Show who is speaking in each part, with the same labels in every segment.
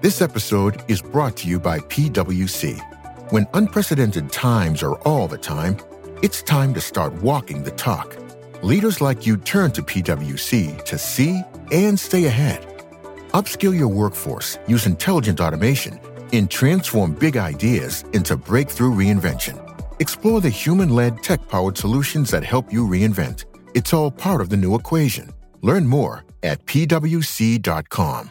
Speaker 1: This episode is brought to you by PWC. When unprecedented times are all the time, it's time to start walking the talk. Leaders like you turn to PWC to see and stay ahead. Upskill your workforce, use intelligent automation, and transform big ideas into breakthrough reinvention. Explore the human led tech powered solutions that help you reinvent. It's all part of the new equation. Learn more at pwc.com.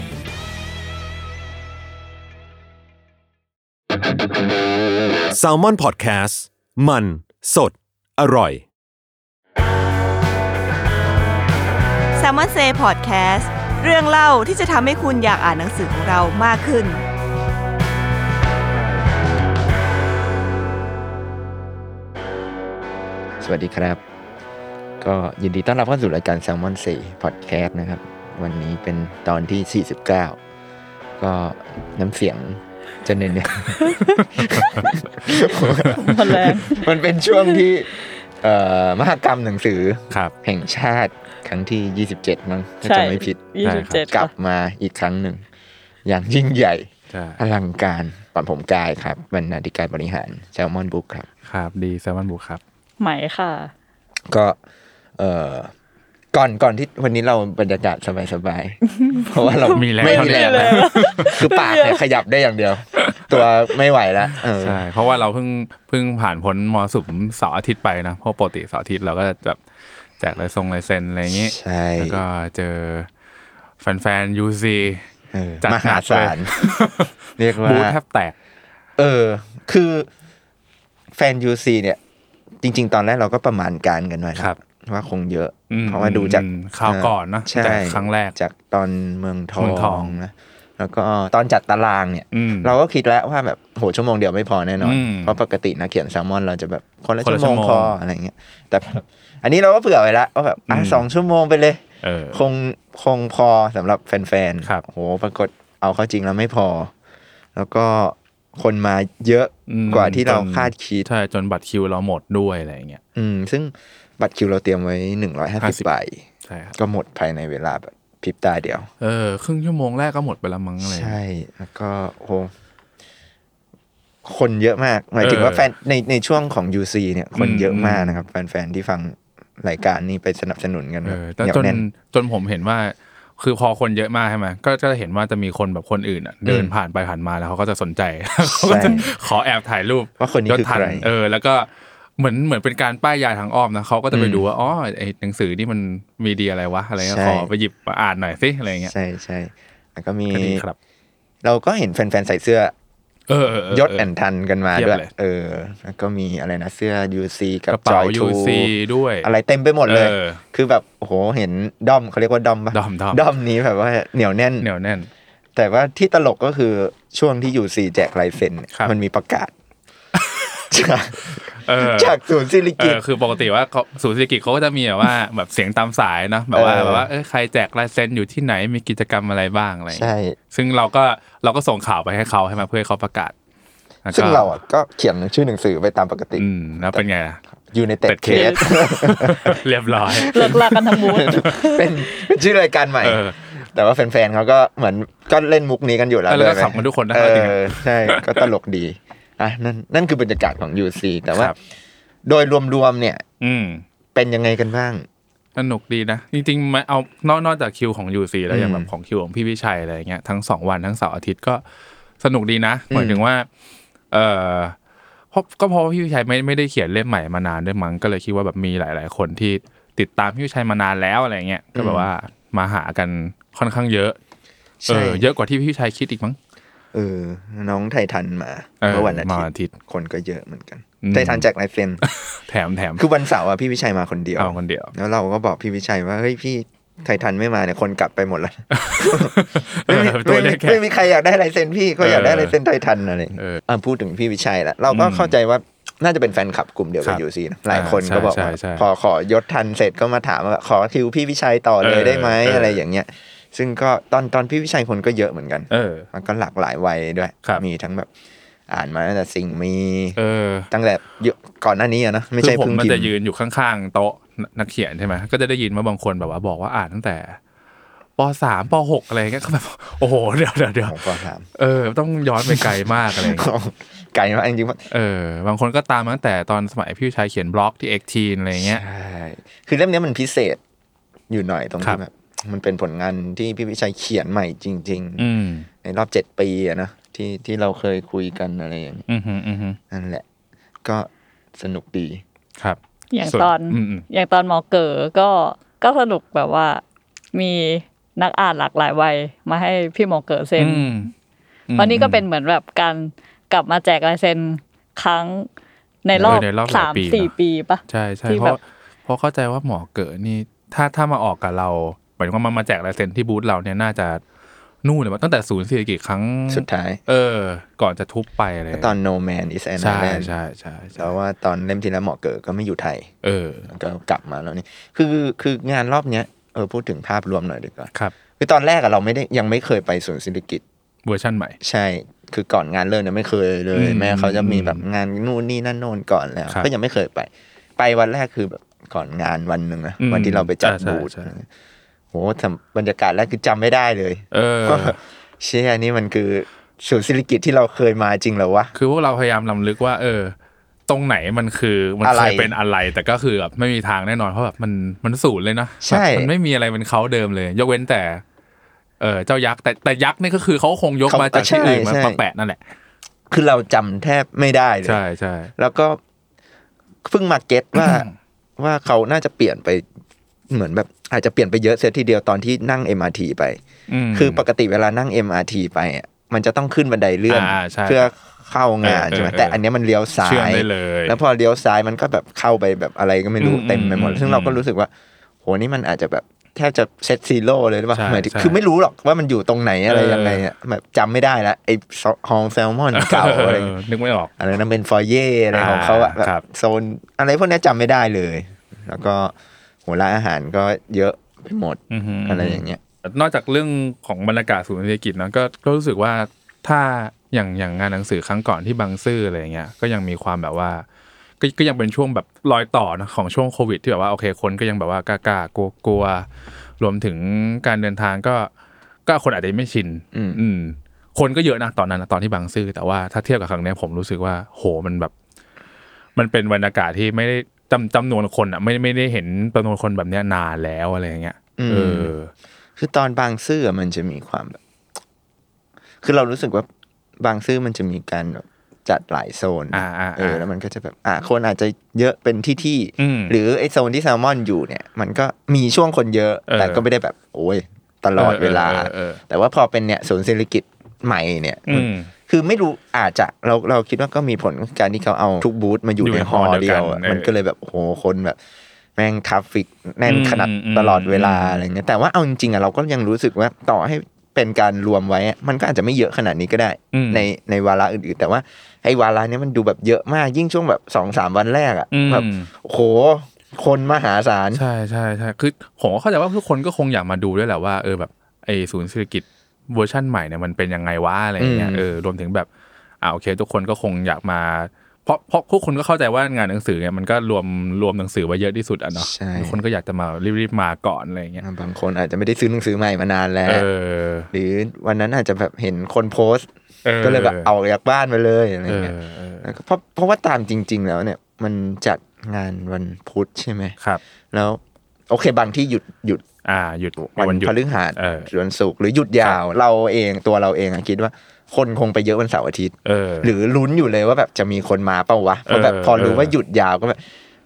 Speaker 2: s a l ม o n PODCAST มันสดอร่อย
Speaker 3: s ซ l m o n Say Podcast เรื่องเล่าที่จะทำให้คุณอยากอ่านหนังสือของเรามากขึ้น
Speaker 4: สวัสดีครับ ก็ยินดีต้อนรับเข้าสู่รายการ s ซ l m o n 4 Podcast นะครับ วันนี้เป็นตอนที่ 49 ก็น้ำเสียงจะเน้นเนี่ย
Speaker 3: มันแรง
Speaker 4: มันเป็นช่วงที่เอ่อมหกรรมหนังสือ
Speaker 2: ครับ
Speaker 4: แห่งชาติครั้งที่ 27 มั้งถ้า
Speaker 3: ใช่
Speaker 4: จำไม่ผิด
Speaker 3: ยี่สิบเจ็ด
Speaker 4: กลับมาอีกครั้งหนึ่ง อย่างยิ่งใหญ่
Speaker 2: ใช่
Speaker 4: อลังการปั่นผมกายครับบรรณาธิการบริหารแซลมอนบุ๊กครับ
Speaker 5: ครับดีแซมอนบุกครับ
Speaker 3: ไหมค่ะ
Speaker 4: ก็เออก่อนก่อนที่วันนี้เราบรรยากาศสบาย ๆ เพราะว่าเรา
Speaker 5: มีแรง
Speaker 4: ไม่มีแรงแล้วคือปากเนี่ยขยับได้อย่างเดียว ตัวไม่ไหวแล้วเออ
Speaker 5: ใช่เพราะว่าเราเพิ่งเพิ่งผ่านพ้นมอสุมเสาร์อาทิตย์ไปนะเพราะปกติเสาร์อาทิตย์เราก็จะแบบแจกลายทรงลายเซ็นอะไรอย่างนี้
Speaker 4: ใช่
Speaker 5: แล้วก็เจอแฟนๆยูซี
Speaker 4: เออ
Speaker 5: จัด
Speaker 4: ม
Speaker 5: หนั
Speaker 4: หาก
Speaker 5: เลย
Speaker 4: ศาลเรียกว่า
Speaker 5: บูธแทบแตก
Speaker 4: เออ คือแฟนยูซีเนี่ย จริง ๆ ตอนแรกเราก็ประมาณการกันไว้นะครับ ว่าคงเยอะ
Speaker 5: อืม
Speaker 4: เพราะว่าดูจาก
Speaker 5: ข่าวก่อนเนอะ
Speaker 4: ใช่
Speaker 5: จากครั้งแรก
Speaker 4: จากตอนเมืองทอ
Speaker 5: เมืองทอง ง
Speaker 4: นะแล้วก็ตอนจัดตารางเนี่ย
Speaker 5: อืม
Speaker 4: เราก็คิดแล้วว่าแบบโหชั่วโมงเดียวไม่พอแน่นอน
Speaker 5: อืม
Speaker 4: เพราะปกตินะเขียนแซลมอนเราจะแบบคนละ
Speaker 5: คน
Speaker 4: ชั่วโม
Speaker 5: ละ
Speaker 4: ง
Speaker 5: ชั่วโมง
Speaker 4: พออะไรเงี้ย แต่แบบอันนี้เราก็เผื่อไว้แล้วว่าแบบอ่ะ
Speaker 5: อืม
Speaker 4: สองชั่วโมงไปเลย
Speaker 5: เออ
Speaker 4: คงคงพอสำหรับแฟน
Speaker 5: ครับ
Speaker 4: โหปรากฏเอาเข้าจริงแล้วไม่พอ แล้วก็คนมาเยอะ
Speaker 5: อืม
Speaker 4: กว่าที่เรา
Speaker 5: จน
Speaker 4: คาดคิด
Speaker 5: ใช่จนบัตรคิวเราหมดด้วยอะไรอย่างเงี้ย
Speaker 4: อืม ซึ่งบัตรคิวเราเตรียมไว้หนึ่งร้อยห้าสิบ
Speaker 5: 50
Speaker 4: ใบ
Speaker 5: ใช่ครับ
Speaker 4: ก็หมดภายในเวลาแบบพริบตาเดียว
Speaker 5: เออครึ่งชั่วโมงแรกก็หมดไปและมั้งอะไรอย่าง
Speaker 4: ใช่
Speaker 5: เงี้ย
Speaker 4: แล้วก็โหคนเยอะมาก หมายถึง
Speaker 5: เออ
Speaker 4: ว่าแฟนในในช่วงของ UC เนี่ย คน
Speaker 5: อืม
Speaker 4: เยอะมากนะครับ แฟนๆที่ฟังรายการนี้ไปสนับสนุนกัน
Speaker 5: เอ
Speaker 4: แบบ
Speaker 5: อ
Speaker 4: เหนีย
Speaker 5: จ
Speaker 4: วนแน่น
Speaker 5: จนผมเห็นว่า คือพอคนเยอะมากใช่ไหมก็จะเห็นว่าจะมีคนแบบคนอื่นอะเดินผ่านไปผ่านมาแล้วเขาก็จะสนใจ เขาก็จะขอแอบถ่ายรูป
Speaker 4: ว่าคนนี้
Speaker 5: ยศ
Speaker 4: คือ
Speaker 5: ทั
Speaker 4: ใคร
Speaker 5: เออ แล้วก็เหมือนเหมือนเป็นการป้ายยาทางอ้อมนะเขาก็จะไป
Speaker 4: อืม
Speaker 5: ดูว่าอ๋อไอหนังสือนี่มันมีดีอะไรวะอะไรเงี้ย
Speaker 4: ใช่
Speaker 5: ขอไปหยิบมาอ่านหน่อยสิอะไรเงี้ย
Speaker 4: ใช่ใช่แล้วก็มี
Speaker 5: ก็ดีครับ
Speaker 4: เราก็เห็นแฟนๆใส่เสื้อ
Speaker 5: เออเออเออ
Speaker 4: ยศแอนทันกันมา
Speaker 5: เพียบ
Speaker 4: ด้วย
Speaker 5: เลย
Speaker 4: เออ แล้วก็มีอะไรนะเสื้อ UC
Speaker 5: ก
Speaker 4: กับ
Speaker 5: ระ
Speaker 4: จ
Speaker 5: เป๋า
Speaker 4: อย
Speaker 5: ยู
Speaker 4: ทู
Speaker 5: ซีด้วย
Speaker 4: อะไรเต็มไปหมดเลย
Speaker 5: ออ
Speaker 4: คือแบบโอ้โหเห็นด้อมเขาเรียกว่าด้อมปะ
Speaker 5: ด้อมด้อม
Speaker 4: ด้อมนี้แบบว่าเหนียวแน่น
Speaker 5: เหนียวแน่น
Speaker 4: แต่ว่าที่ตลกก็คือช่วงที่ยูซีแจกลายเซ็นเนี่ย
Speaker 5: ครับ
Speaker 4: มันมีประกาศ จาก
Speaker 5: เออ
Speaker 4: จาก ศูนย์ซิลิ
Speaker 5: เอ
Speaker 4: กิต
Speaker 5: อคือปกติว่าเขาศูนย์เศรษฐกิจเขาก็จะมีแบบว่า แบบเสียงตามสายเนอะแบบว่า
Speaker 4: เออ
Speaker 5: แบบว่าเอ้ยใครแจกลายเซ็นอยู่ที่ไหนมีกิจกรรมอะไรบ้างอะไรอย่าง
Speaker 4: ใช่
Speaker 5: เงี้ยซึ่งเราก็เราก็ส่งข่าวไปให้เขาให้มาเพื่อให้เขาประกาศแล้วก็
Speaker 4: ซึ่งเราอ่ะก็เขียนชื่อหนังสือไปตามปกติ
Speaker 5: อืมแล้วเป็นไงล่ะ
Speaker 4: ยูในเต็ด
Speaker 5: Ted
Speaker 4: เคส
Speaker 5: Case เรียบร้อย
Speaker 3: เลิกลากันทั้งบูธ
Speaker 4: เป็นเป็นชื่อรายการใหม่
Speaker 5: เออ
Speaker 4: แต่ว่าแฟนๆเขาก็เหมือนก็เล่นมุกนี้กันอยู่แล้ว
Speaker 5: เออแล้วก็
Speaker 4: ด้วยไหม
Speaker 5: ขำกันทุกคนนะ
Speaker 4: เอ
Speaker 5: จริง
Speaker 4: อใช่ ก็ตลกดีอ่ะนั่นนั่นคือบรรยากาศของยูซีแต่ว่า
Speaker 5: ครับ
Speaker 4: โดยรวมๆเนี่ย
Speaker 5: อืม
Speaker 4: เป็นยังไงกันบ้าง
Speaker 5: สนุกดีนะ จริงๆมาเอานอกนอกจากคิวของยูซีแล้วอย่าง
Speaker 4: อืม
Speaker 5: แบบของคิวของพี่วิชัยอะไรอย่างเงี้ยทั้งสองวันทั้งเสาร์อาทิตย์ก็สนุกดีนะหมายถึงว่า เออเพราะก็เพราะว่าพี่วิชัยไม่ไม่ได้เขียนเล่มใหม่มานานด้วยมั้งก็เลยคิดว่าแบบมีหลาย ๆ คนที่ติดตามพี่วิชัยมานานแล้วอะไรเงี้ยก็แบ
Speaker 4: อื
Speaker 5: บ
Speaker 4: ม
Speaker 5: ว่ามาหากันค่อนข้างเยอะ
Speaker 4: ใช่
Speaker 5: เออเยอะกว่าที่พี่วิชัยคิดอีกมั้ง
Speaker 4: เออ น้องไททันมา
Speaker 5: เออ
Speaker 4: เมื่อวันอา
Speaker 5: มาอา
Speaker 4: ทิ
Speaker 5: ทิต
Speaker 4: ต
Speaker 5: ย์
Speaker 4: ย์คนก็เยอะเหมือนกัน
Speaker 5: อืม
Speaker 4: ไททันแจกลาย เซ็น
Speaker 5: แถมแถม
Speaker 4: คือวันเสาร์อะพี่วิชัยมาคนเดียว
Speaker 5: เอาคนเดียว
Speaker 4: แล้วเราก็บอกพี่วิชัยว่าเฮ้ยพี่ ไททันไม่มาเนี่ยคนกลับไปหมด แล้ว
Speaker 5: เอ
Speaker 4: ไม่
Speaker 5: อ
Speaker 4: มี
Speaker 5: ตัว
Speaker 4: ไม่
Speaker 5: เล็
Speaker 4: มี
Speaker 5: กแค่
Speaker 4: ไม่มีใครอยากได้ลายเซ็นพี่ก็อยากได้ลายเซ็นไททันอะไรอย่างเงี้ย
Speaker 5: เออ
Speaker 4: อ่ะพูดถึงพี่วิชัยละเราก็
Speaker 5: อืม
Speaker 4: เข้าใจว่าน่าจะเป็นแฟนคลับกลุ่มเดียวกั
Speaker 5: คน รับ
Speaker 4: ยูซีนะหลายคนก็บอก
Speaker 5: ใช่
Speaker 4: ว่า
Speaker 5: ใช่ใช่
Speaker 4: พอขอยศทันเสร็จก็มาถามว่าขอคิวพี่วิชัยต่อเลย
Speaker 5: เออ
Speaker 4: ได้ไหม
Speaker 5: เอออ
Speaker 4: อะไรอย่างเงี้ย ซึ่งก็ตอนตอนพี่วิชัยคนก็เยอะเหมือนกัน
Speaker 5: เออ
Speaker 4: มันก็หลากหลายวัยด้วย
Speaker 5: ครับ
Speaker 4: มีทั้งแบบอ่านมาตั้งแต่สิ่งมี
Speaker 5: เออ
Speaker 4: ตั้งแต่ยุคก่อนหน้านี้อะนะไม่ใช่
Speaker 5: คือผ
Speaker 4: เพิ่
Speaker 5: ม
Speaker 4: ง
Speaker 5: มัน
Speaker 4: พิม
Speaker 5: จะ
Speaker 4: พ์
Speaker 5: ยืนอยู่ข้างๆโต๊ะนักเขียนใช่ไหมก็จะได้ยินว่าบางคนแบบว่าบอกว่าอ่านตั้งแต่ปสามปหกอะไรเงี้ยก็ แบบโอ้โหเดี๋ยวเดี๋ยวเดี๋ยว
Speaker 4: ของปสาม
Speaker 5: เออ ต้องย้อนไปไกลมากอะไรเงี้ย
Speaker 4: ไกลมากจริงๆว่า
Speaker 5: เออบางคนก็ตามมาตั้งแต่ตอนสมัยพี่ชายเขียนบล็อกที่เอ็กทีนอะไรเงี้ย
Speaker 4: ใช่คือเล่มเนี้ยมันพิเศษอยู่หน่อยตรง
Speaker 5: ครั
Speaker 4: ที่
Speaker 5: บ
Speaker 4: แบบมันเป็นผลงานที่พี่วิชัยเขียนใหม่จริง
Speaker 5: อืม
Speaker 4: ๆ ในรอบเจ็ดปีอะนะที่ที่เราเคยคุยกันอะไรอย่างนี้
Speaker 5: อืมฮึอืมฮึ
Speaker 4: นั่นแหละ ก็สนุกดี
Speaker 5: ครับ
Speaker 6: อย่าง
Speaker 5: ส่วน
Speaker 6: ตอน
Speaker 5: อืมอืม
Speaker 6: อย่างตอนหมอเก๋อก็ก็สนุกแบบว่ามีนักอ่านหลากหลายวัยมาให้พี่หมอเก๋อเซ็นเพราะนี่ก็เป็นเหมือนแบบการกลับมาแจกลายเซ็นครั้งในรอบ
Speaker 5: เออในรอบหลาย
Speaker 6: สาม
Speaker 5: ปี
Speaker 6: สี่
Speaker 5: เนอะ
Speaker 6: ปีปะ
Speaker 5: ใช่ใช่
Speaker 6: ที่
Speaker 5: เพ
Speaker 6: แบบ
Speaker 5: ราะเพราะเข้าใจว่าหมอเก๋อนี่ ถ้าถ้ามาออกกับเราหมายถึงว่ามันมาแจกลายเซ็นที่บูธเราเนี่ยน่าจะนู่นเลยว่าตั้งแต่ศูนย์เศรษฐกิจครั้ง
Speaker 4: สุดท้าย
Speaker 5: เออ ก่อนจะทุบไปอะไร
Speaker 4: ก็ตอน No Man is an
Speaker 5: ใช่
Speaker 4: Island
Speaker 5: ใช่ใช่
Speaker 4: แต่
Speaker 5: ใช่
Speaker 4: ว่าตอนเล่มที่แล้วหมอเกิดก็ไม่อยู่ไทย
Speaker 5: เออ
Speaker 4: ก็กลับมาแล้วนี่ คือคืองานรอบเนี้ยเออพูดถึงภาพรวมหน่อยดีกว่า
Speaker 5: ครับ
Speaker 4: คือตอนแรกอะเราไม่ได้ยังไม่เคยไปสวนศิลกิจ
Speaker 5: เวอร์ชั่นใหม่
Speaker 4: ใช่ คือก่อนงานเริ่มเนี่ยไม่เคยเลย
Speaker 5: อืม
Speaker 4: แม้เขาจะมีแบบงานนู่นนี่นั่นโน่นก่อนแล้ว
Speaker 5: ครับ
Speaker 4: ก็ยังไม่เคยไป ไปวันแรกคือแบบก่อนงานวันหนึ่งนะ
Speaker 5: อืม
Speaker 4: วันที่เราไปจัด
Speaker 5: ใช่
Speaker 4: บูธ
Speaker 5: ใช่ใช่
Speaker 4: โหทำบรรยากาศแรกคือจำไม่ได้เลย
Speaker 5: เออ
Speaker 4: ว่า เชี่ยนี่มันคือศูนย์ศิลิกิตที่เราเคยมาจริงเหรอวะ
Speaker 5: คือพวกเราพยายามลำลึกว่า เออ ตรงไหนมันคือมัน
Speaker 4: อะ
Speaker 5: เค
Speaker 4: ไร
Speaker 5: ยเป็นอะไร แต่ก็คือแบบไม่มีทางแน่นอนเพราะแบบมันมันสูญเลยนะ
Speaker 4: ใช่
Speaker 5: แบบมันไม่มีอะไรเป็นเขาเดิมเลย ยกเว้นแต่ เออเจ้ายักษ์แต่แต่ยักษ์นี่ก็คือเขาคงยกมาจากที่อื่นมามาแปะนั่นแหละ
Speaker 4: คือเราจำแทบไม่ได้เลย
Speaker 5: ใช่ใช่
Speaker 4: แล้วก็เพิ่งมาเก็ ตว่า ว่าเขาน่าจะเปลี่ยนไปเหมือนแบบอาจจะเปลี่ยนไปเยอะเสียทีเดียวตอนที่นั่ง MRT ไป
Speaker 5: อืม
Speaker 4: คือปกติเวลานั่ง MRT ไปอ่ะมันจะต้องขึ้นบันไดเลื่อน
Speaker 5: อ่าใช่
Speaker 4: เพื่อเข้างาน
Speaker 5: เออ
Speaker 4: ใช่ไหม
Speaker 5: เออ
Speaker 4: แต่อันเนี้ยมันเลี้ยวซ้า
Speaker 5: เชื่อม
Speaker 4: ย
Speaker 5: ได้เลย
Speaker 4: แล้วพอเลี้ยวซ้ายมันก็แบบเข้าไปแบบอะไรก็ไม่รู้
Speaker 5: อืม
Speaker 4: เต็มไปหมด
Speaker 5: อืม
Speaker 4: ซึ่งเราก็รู้สึกว่า โหนี่มันอาจจะแบบแทบจะเซตซีโร่เลยหรือเปล่า
Speaker 5: ใช่
Speaker 4: หมายถึง
Speaker 5: ใช่
Speaker 4: คือไม่รู้หรอกว่ามันอยู่ตรงไหนอะไร
Speaker 5: เออ
Speaker 4: ยังไงอ่ะแบบจำไม่ได้ละไอ้ฮองแซลมอนเก่าอะไร
Speaker 5: เออนึกไม่ออก
Speaker 4: อะไรนะเป็นฟอยเย่อะไรของเขาอะ
Speaker 5: อ่า
Speaker 4: แบบ
Speaker 5: ครับ
Speaker 4: โซนอะไรพวกเนี้ยจำไม่ได้เลย แล้วก็โหร้านอาหารก็เยอะไปหมด
Speaker 5: อือหืออ
Speaker 4: อะไรอย่างเงี้ย
Speaker 5: นอกจากเรื่องของบรรยากาศศูนย์เศรษฐกิจนะก็ก็รู้สึกว่าถ้าอย่างอย่างงานหนังสือครั้งก่อนที่บางซื่ออะไรอย่างเงี้ยก็ยังมีความแบบว่า ก็ก็ยังเป็นช่วงแบบรอยต่อนะของช่วงโควิด ที่แบบว่าโอเคคนก็ยังแบบว่ากล้าๆกลัวกลัวๆรวมถึงการเดินทางก็ก็คนอาจจะไม่ชิน
Speaker 4: อืม
Speaker 5: อืม คนก็เยอะนะตอนนั้นนะตอนที่บางซื่อแต่ว่าถ้าเทียบกับครั้งเนี้ยผมรู้สึกว่าโหมันแบบ มันเป็นบรรยากาศที่ไม่ได้จำจำนวนคนอ่ะไม่ไม่ได้เห็นจำนวนคนแบบเนี้ยนานแล้วอะไรอย่างเงี้ย
Speaker 4: อืม
Speaker 5: เออ
Speaker 4: คือตอนบางซื่ออะมันจะมีความแบบ คือเรารู้สึกว่าบางซื่อมันจะมีการแบบจัดหลายโซน
Speaker 5: อ่าอ่าอ่า
Speaker 4: เออ แล้วมันก็จะแบบ อ่าคนอาจจะเยอะเป็นที่ที่ๆ
Speaker 5: อืม
Speaker 4: หรือไอโซนที่แซลมอนอยู่เนี่ย มันก็มีช่วงคนเยอะ
Speaker 5: เออ
Speaker 4: แต่ก็ไม่ได้แบบ โอ้ยตลอดเวลา
Speaker 5: เออเออเออเออ
Speaker 4: แต่ว่าพอเป็นเนี่ยศูนย์เศรษฐกิจใหม่เนี่ย
Speaker 5: อืม
Speaker 4: คือไม่รู้อาจจะเราเราคิดว่าก็มีผลกับการที่เขาเอาทุกบูธมาอยู่
Speaker 5: อยู่
Speaker 4: ใน
Speaker 5: ใน
Speaker 4: ฮอลล์เดียว
Speaker 5: ฮอลล์
Speaker 4: อะ
Speaker 5: เดียวกัน
Speaker 4: มันก็เลยแบบโอ้โหคนแบบ แม่งทราฟฟิกแน่นขนาด
Speaker 5: อืมอืม
Speaker 4: ตลอดเวลา
Speaker 5: อืม
Speaker 4: อะไรเงี้ยแต่ว่าเอาจริงๆอะเราก็ยังรู้สึกว่าต่อให้เป็นการรวมไว้อะมันก็อาจจะไม่เยอะขนาดนี้ก็ได้
Speaker 5: อืม
Speaker 4: ในในวาระอื่นๆ แต่ว่าไอ้วาระเนี้ยมันดูแบบเยอะมากยิ่งช่วงแบบสองสามวันแรกอะ
Speaker 5: อืม
Speaker 4: แบบโอ้โห คนมหาศาล
Speaker 5: ใช่ใช่ใช่คือผมก็เข้าใจว่าทุกคนก็คงอยากมาดูด้วยแหละว่าเออแบบไอศูนย์เศรษฐกิจเวอร์ชั่นใหม่เนี่ยมันเป็นยังไงวะอะไรอย่างเงี้ย
Speaker 4: อืม
Speaker 5: เออรวมถึงแบบอ่าโอเค ทุกคนก็คงอยากมา เพราะเพราะทุกคนก็เข้าใจว่างานหนังสือเนี่ยมันก็รวมรวมหนังสือไว้เยอะที่สุดอ่ะเนาะ
Speaker 4: ใช่
Speaker 5: ทุกคนก็อยากจะมารีบๆมาก่อนอะไรอย่างเงี้ย
Speaker 4: บางคนอาจจะไม่ได้ซื้อหนังสือใหม่มานานแล้
Speaker 5: เอ
Speaker 4: ว
Speaker 5: อ
Speaker 4: หรือวันนั้นอาจจะแบบเห็นคนโพสต์
Speaker 5: เออ
Speaker 4: ก็เลยแบบเอาจากบ้านไปเลยอะไร
Speaker 5: เอ
Speaker 4: เงี้ย
Speaker 5: อเออ
Speaker 4: แล้วก็เพราะเพราะว่าตามจริง ๆ แล้วเนี่ย มันจัดงานวันพุธใช่ไหม
Speaker 5: ครับ
Speaker 4: แล้ว โอเคบางที่หยุดหยุด
Speaker 5: อ่าหยุด
Speaker 4: วัน
Speaker 5: หยุด
Speaker 4: พฤหัส
Speaker 5: เออ
Speaker 4: วันศุกร์หรือหยุดยาว เราเองตัวเราเองอะคิดว่า คนคงไปเยอะวันเสาร์อาทิตย์
Speaker 5: เออ
Speaker 4: หรือลุ้นอยู่เลยว่าแบบจะมีคนมาเปล่าวะเพราะแบบ
Speaker 5: เออ
Speaker 4: พอรู้ว่า
Speaker 5: เออ
Speaker 4: หยุดยาวก็แบบ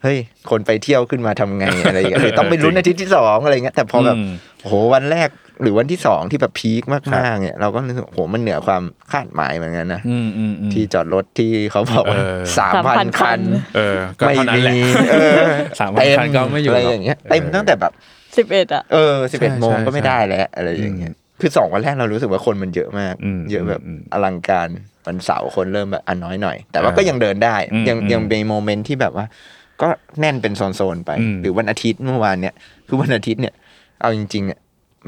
Speaker 4: เฮ้ย คนไปเที่ยวขึ้นมาทำไงอะไร อย่างเงี้ยหรือต้องไปลุ้นอาทิตย์ที่สองอะไรเงี้ยแต่พอแบบ
Speaker 5: อืม
Speaker 4: โอ้โหวันแรกหรือวันที่สองที่แบบพีคมากๆเนี่ยเราก็รู้สึกโอ้โหมันเหนือความคาดหมายเหมือนกันนะ
Speaker 5: อืมอืมอืม
Speaker 4: ที่จอดรถที่เขาบอกว่า
Speaker 5: เออ
Speaker 4: สามพัน
Speaker 6: 3,000คั
Speaker 4: คัน
Speaker 6: น
Speaker 5: เออก็
Speaker 4: ไม่
Speaker 5: เท่านั้น
Speaker 4: มี
Speaker 5: แหละ
Speaker 4: เออ
Speaker 5: สามพันคันก็ไม่อยู่
Speaker 4: เต็อะไร
Speaker 5: หรก
Speaker 4: อย่างเงี้ยเต็มตั้งแต่แบบ
Speaker 6: สิบเอ็ดอ่ะ
Speaker 4: เออสิบ
Speaker 5: ใช่
Speaker 4: เอ็ดโมง
Speaker 5: ใช่
Speaker 4: ก็ไม่ได้แล้วอะไรอย่างเงี้ยคือสองวันแรกเรารู้สึกว่าคนมันเยอะมาก
Speaker 5: อืม
Speaker 4: เยอะแบบ
Speaker 5: อืม
Speaker 4: อลังการวันเสาร์คนเริ่มแบบอันน้อยหน่อย แต่ว่า
Speaker 5: อ่า
Speaker 4: ก็ยังเดินได้
Speaker 5: อืม
Speaker 4: ยัง
Speaker 5: อืม
Speaker 4: ยังมีโมเมนต์ที่แบบว่า ก็แน่นเป็นโซนๆไป
Speaker 5: อืม
Speaker 4: หรือวันอาทิตย์เมื่อวานเนี่ย คือวันอาทิตย์เนี่ย เอาจริงๆอ่ะ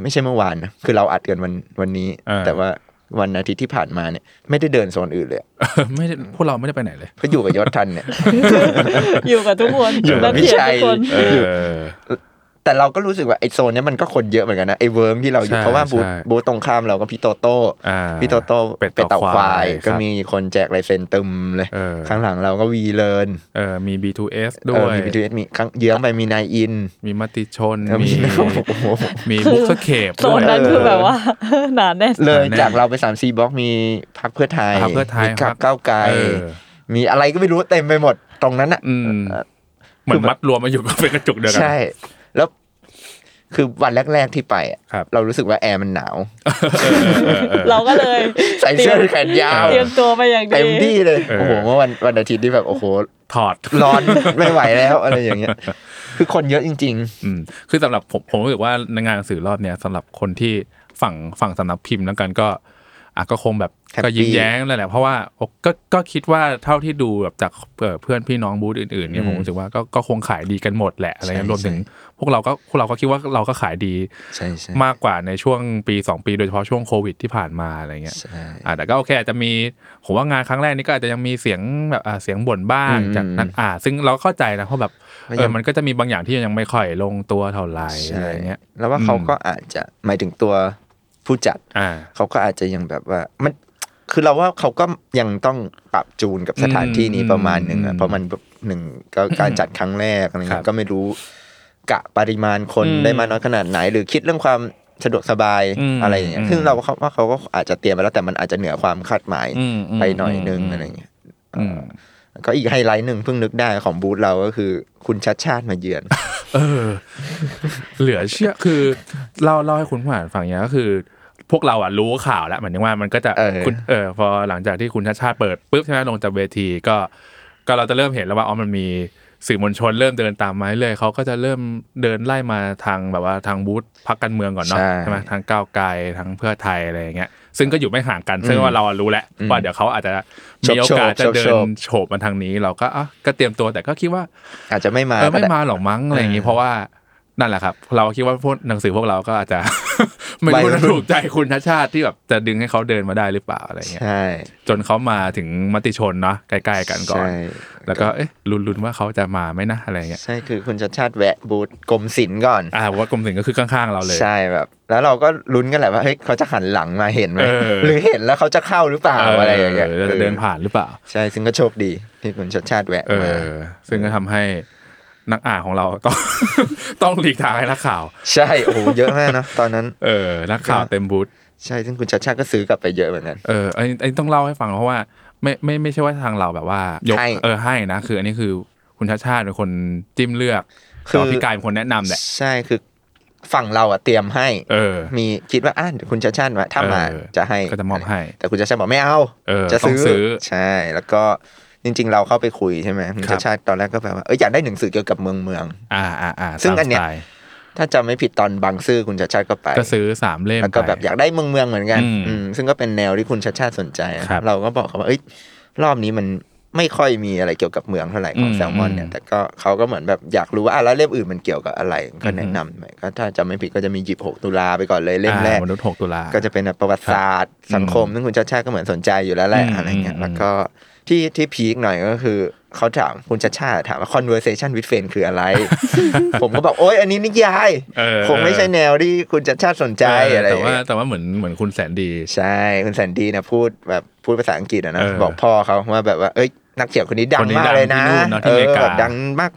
Speaker 4: ไม่ใช่เมื่อวานนะคือเราอัดกันวันวันนี้ แต่ว่าวันอาทิตย์ที่ผ่านมาเนี่ยไม่ได้เดินโซนอื่นเลยอะ
Speaker 5: ไม่ได้พวกเราไม่ได้ไปไหนเลย
Speaker 4: เพราะอยู่กับยศทันเนี่ย
Speaker 6: อยู่กับทุกคน
Speaker 4: อยู่กับ
Speaker 6: แล้ว
Speaker 4: พี่
Speaker 6: เขียน
Speaker 4: ชัย
Speaker 6: ทุกคน
Speaker 5: เออ
Speaker 4: แต่เราก็รู้สึกว่าไอโซนเนี้ยมันก็คนเยอะเหมือนกันนะไอเวิร์มที่เราอยู่
Speaker 5: ใช่
Speaker 4: เพราะว่าบูธ
Speaker 5: ใช่
Speaker 4: บูธตรงข้ามเราก็พี่โตโต้
Speaker 5: อ่า
Speaker 4: พี่โตโต้
Speaker 5: เป็ด
Speaker 4: เป็ด
Speaker 5: เต่า
Speaker 4: เต่าค
Speaker 5: คาว
Speaker 4: วาย ย
Speaker 5: ค
Speaker 4: ก็
Speaker 5: รับ
Speaker 4: มีคนแจกลายเซ็นตึมเลย
Speaker 5: เออ
Speaker 4: ข้างหลังเราก็วีเลิน
Speaker 5: เออมี B2S ด้
Speaker 4: เอ
Speaker 5: ว
Speaker 4: อย มีพีทูเอสมีข้างเยื้องไปมีนายอิน
Speaker 5: มีมติชน
Speaker 4: เออ
Speaker 5: มี
Speaker 4: มี โอ้โห
Speaker 5: มีบุ๊กสเคป
Speaker 6: โซ
Speaker 5: ด้วน ย
Speaker 6: นั้นคือแบบว่า หนาแน่น
Speaker 4: เลย
Speaker 5: แน่
Speaker 4: จากเราไปสามซีบล็อกมีพักเพื่อไทย
Speaker 5: พรรคเพื่อไทย
Speaker 4: มีพั
Speaker 5: ครั
Speaker 4: ก
Speaker 5: บ
Speaker 4: เก้าวไกล
Speaker 5: เออ
Speaker 4: มีอะไรก็ไม่รู้เต็มไปหมดตรงนั้นอ่ะ
Speaker 5: อืมเหมือนมัดรวมมาอยู่ก็เป็นกระจุกเดียวกั
Speaker 4: ใช่ แล้วคือวันแรก ๆที่ไปอะ
Speaker 5: ครับ
Speaker 4: เรารู้สึกว่าแอร์มันหนาว
Speaker 6: เราก็เลย
Speaker 4: ใส่เสื้อแขนยาว
Speaker 6: เตรียมตัวไปอย่างดี
Speaker 4: เต็มที่เลย
Speaker 5: เออ
Speaker 4: โอ้โหเมื่อวันวันอาทิตย์ที่แบบโอ้โห
Speaker 5: ถอด
Speaker 4: ร้อน ไม่ไหวแล้วอะไรอย่างเงี้ย คือคนเยอะจริง
Speaker 5: อืมคือสำหรับผมผมรู้สึกว่าในงานหนังสือรอบเนี้ยสำหรับคนที่ฝั่งฝั่งสำนักพิมพ์แล้วกันก็อ่ะก็คงแบบ
Speaker 4: แฮปปี้
Speaker 5: ก็ยิ้มแย้งแล้วแหละเพราะว่าก็ก็คิดว่าเท่าที่ดูแบบจากเอ่อเพื่อนพี่น้องบูธอื่นๆเนี่ยผมรู้สึกว่าก็ก็คงขายดีกันหมดแหละอะไรเงี้ยรวมถึง พวกเราก็พวกเราก็คิดว่าเราก็ขายดี
Speaker 4: ๆ ใช่ใช่
Speaker 5: มากกว่าในช่วงปี 2 ปีโดยเฉพาะช่วงโควิดที่ผ่านมาอะไรเงี้ย อ่าแต่ก็โอเคอาจจะมีผมว่างานครั้งแรกนี้ก็อาจจะยังมีเสียงแบบอ่าเสียงบ่นบ้าง
Speaker 4: อืม
Speaker 5: จากนักอ่านซึ่งเราเข้าใจนะเพราะแบบ
Speaker 4: มัน
Speaker 5: เอ
Speaker 4: ยั
Speaker 5: อง มันก็จะมีบางอย่างที่ยังไม่ค่อยลงตัวเท่าไหร่อะ
Speaker 4: ใช่
Speaker 5: ไรเงี้ย
Speaker 4: แล้วว่า
Speaker 5: อืม
Speaker 4: เขาก็อาจจะหมายถึงตัวผู้จัด
Speaker 5: อ่า
Speaker 4: เขาก็อาจจะยังแบบว่ามันคือเราว่าเขาก็ยังต้องปรับจูนกับสถานที่นี้
Speaker 5: อืม
Speaker 4: ประมาณหนึ่ง
Speaker 5: อื
Speaker 4: อะ
Speaker 5: ม
Speaker 4: เพราะมันแบบหนึ่งก็การจัดครั้งแรกอะไร
Speaker 5: ครั
Speaker 4: เงี้
Speaker 5: บ
Speaker 4: ยก็ไม่รู้กะปริมาณคน
Speaker 5: อืม
Speaker 4: ได้มากน้อยขนาดไหน หรือคิดเรื่องความสะดวกสบาย
Speaker 5: อืม
Speaker 4: อะไรอย่างเงี้ย
Speaker 5: อืม
Speaker 4: ซึ่งเราเขาว่าเขาก็อาจจะเตรียมไปแล้วแต่มันอาจจะเหนือความคาดหมาย
Speaker 5: อืมม
Speaker 4: ไปหน่อยนึง
Speaker 5: ม
Speaker 4: อะไรเงี้ย
Speaker 5: อืม
Speaker 4: ก็อีกไฮไลท์หนึ่งเพิ่งนึกได้ของบูธเราก็คือคุณชัดชาติมาเยือน
Speaker 5: เออ เหลือเชื่อ คือเล่าเล่าให้คุณผู้อ่านฟังเนี้ยก็คือ พวกเราอ่ะรู้ข่าวแล้วเหมือนว่ามันก็จะ
Speaker 4: เออ
Speaker 5: คุณเออพอหลังจากที่คุณชาติชาติเปิดปุ๊บใช่ไหมลงจากเวทีก็ ก็เราจะเริ่มเห็นแล้วว่าอ๋อมันมีสื่อมวลชนเริ่มเดินตามมาเรื่อยๆเขาก็จะเริ่มเดินไล่มาทางแบบว่าทางบูธพักการเมืองก่อนเนาะ
Speaker 4: ใช่
Speaker 5: ใช่ไหมทางก้าวไกลทางเพื่อไทยอะไรอย่างเงี้ยซึ่งก็อยู่ไม่ห่างกันซึ่งว่าเราอะรู้แหละว่าเดี๋ยวเขาอาจจะมีโอกาสจะ
Speaker 4: โฉบๆ
Speaker 5: เดิ
Speaker 4: โฉ
Speaker 5: น
Speaker 4: บ
Speaker 5: โฉบมาทางนี้ เราก็อ่ะก็เตรียมตัวแต่ก็คิดว่า
Speaker 4: อาจจะไม่มา
Speaker 5: เออไม่
Speaker 4: ก็ด้
Speaker 5: มาหรอกมั้งอะไรอย่างงี้เพราะว่านั่นแหละครับ เราคิดว่าพวกหนังสือพวกเราก็อาจจะ ไม่
Speaker 4: วัย
Speaker 5: รู้
Speaker 4: รุ่
Speaker 5: จะ
Speaker 4: น
Speaker 5: ถูกใจคุณชาติชาติที่แบบจะดึงให้เขาเดินมาได้หรือเปล่าอะไรเงี้ย
Speaker 4: ใช่
Speaker 5: จนเขามาถึงมติชนเนาะใกล้ๆกันก่อน
Speaker 4: ใช่
Speaker 5: แล้วก็เอ๊ะลุ้นๆว่าเขาจะมาไหมนะอะไรเงี้ย
Speaker 4: ใช่คือคุณชัดชาติแวะบูธกรมศิลป์ก่อน
Speaker 5: อ่าว่ากรมศิลป์ก็คือข้างๆเราเลย
Speaker 4: ใช่แบบ แล้วเราก็ลุ้นกันแหละว่าเฮ้ยเขาจะหันหลังมาเห็นไหม
Speaker 5: เออ
Speaker 4: หรือเห็นแล้วเขาจะเข้าหรือเปล่าอะไรอย่างเงี้ย
Speaker 5: จะเดินผ่านหรือเปล่า
Speaker 4: ใช่ซึ่งก็โชคดีที่คุณชัดชาติแวะ
Speaker 5: เอ
Speaker 4: มา
Speaker 5: อ ซึ่งก็ทำให้นักอ่านของเราต้อง ต้องหลีกทางให้นักข่าว
Speaker 4: ใช่โอ้โหเยอะมากนะตอนนั้น
Speaker 5: เออ นักข่าวเต็มบูธ
Speaker 4: ใช่ซึ่งคุณชัดชาติก็ซื้อกลับไปเยอะเหมือนกัน
Speaker 5: เอออันนี้อันนี้ต้องเล่าให้ฟังเพราะว่าไม่ไม่ไม่ใช่ว่าทางเราแบบว่ายก
Speaker 4: ให้
Speaker 5: เออให้นะคืออันนี้คือคุณชาติชาติเป็นคนจิ้มเลือก
Speaker 4: คือ
Speaker 5: แต่ว่าพี่กายเป็นคนแนะนำแหละ
Speaker 4: ใช่คือฝั่งเราอะเตรียมให้
Speaker 5: เออ
Speaker 4: มีคิดว่าอ่ะเดี๋ยวคุณชาติชาติมาถ้ามา
Speaker 5: เออ
Speaker 4: จะให้
Speaker 5: ก็จะมอบให้
Speaker 4: แต่คุณชาติชาติบอกไม่เอา
Speaker 5: เออ
Speaker 4: จะ
Speaker 5: ต้องซื้อ
Speaker 4: ใช่ แล้วก็จริง ๆ เราเข้าไปคุยใช่ไหมคุณ
Speaker 5: ค
Speaker 4: ชา
Speaker 5: รับ
Speaker 4: ติชาติตอนแรกก็แบบว่าเอออยากได้หนังสือเกี่ยวกับเมืองเมือง
Speaker 5: อ่าอ่าอ่า
Speaker 4: ซึ่งอันเนี้ย
Speaker 5: ตามสไตล์
Speaker 4: ถ้าจำไม่ผิดตอนบางซื่อคุณชาติชาติก็ไป
Speaker 5: ก็ซื้อสามเล่ม
Speaker 4: แล้วก็แบบ
Speaker 5: ไป
Speaker 4: อยากได้เมืองเมืองเหมือนกัน
Speaker 5: อืม
Speaker 4: อืมซึ่งก็เป็นแนวที่คุณชาติชาติสนใจอะ
Speaker 5: ครับ
Speaker 4: เราก็บอกเขาว่าเอ้ยรอบนี้มันไม่ค่อยมีอะไรเกี่ยวกับเมืองเท่าไหร่ของ
Speaker 5: อืม
Speaker 4: แซลมอนเนี่ย
Speaker 5: อืม
Speaker 4: แต่ก็เขาก็เหมือนแบบอยากรู้ว่าอ่ะแล้วเล่มอื่นมันเกี่ยวกับอะไรก็
Speaker 5: อื
Speaker 4: แนะ
Speaker 5: ม
Speaker 4: นำไปก็ถ้าจำไม่ผิดก็จะมีหยิบหกตุลาไปก่อนเลยเล่ม
Speaker 5: อ่า
Speaker 4: แรก
Speaker 5: มนุษย์หกตุลา
Speaker 4: ก็จะเป็นแบบประวัติศาสตร์สังคม ซึ่งคุณชาติชาติก็เหมือนสนใจอยู่แล้วแหละ
Speaker 5: อืม
Speaker 4: อะไรเงี้
Speaker 5: อื
Speaker 4: ย
Speaker 5: ม
Speaker 4: แล้วก็ที่ที่พีคหน่อยก็คือเขาถามคุณชาติชาติถามว่า conversation with friend คือ อะไร ผมก็บอก โอ๊ยอันนี้นิยาย
Speaker 5: เออ
Speaker 4: คงไม่ใช่แนวที่คุณชาติชาติสนใจอะไร
Speaker 5: เแต่ว่า
Speaker 4: เงี้ย
Speaker 5: แต่ว่าเหมือนเหมือนคุณแสนดี
Speaker 4: ใช่คุณแสนดีนะพูดแบบพูดภาษาอังกฤษอะนะ
Speaker 5: เออ
Speaker 4: บอกพ่อเขาว่าแบบว่าเอ้ยนักเขียนคนนี้ดั
Speaker 5: ค
Speaker 4: ง
Speaker 5: นนี้
Speaker 4: มาก
Speaker 5: ดัง
Speaker 4: เลยนะ
Speaker 5: ที่นู่นเนอะที่
Speaker 4: เอ
Speaker 5: อ
Speaker 4: อ
Speaker 5: เมริกา
Speaker 4: แบบดัง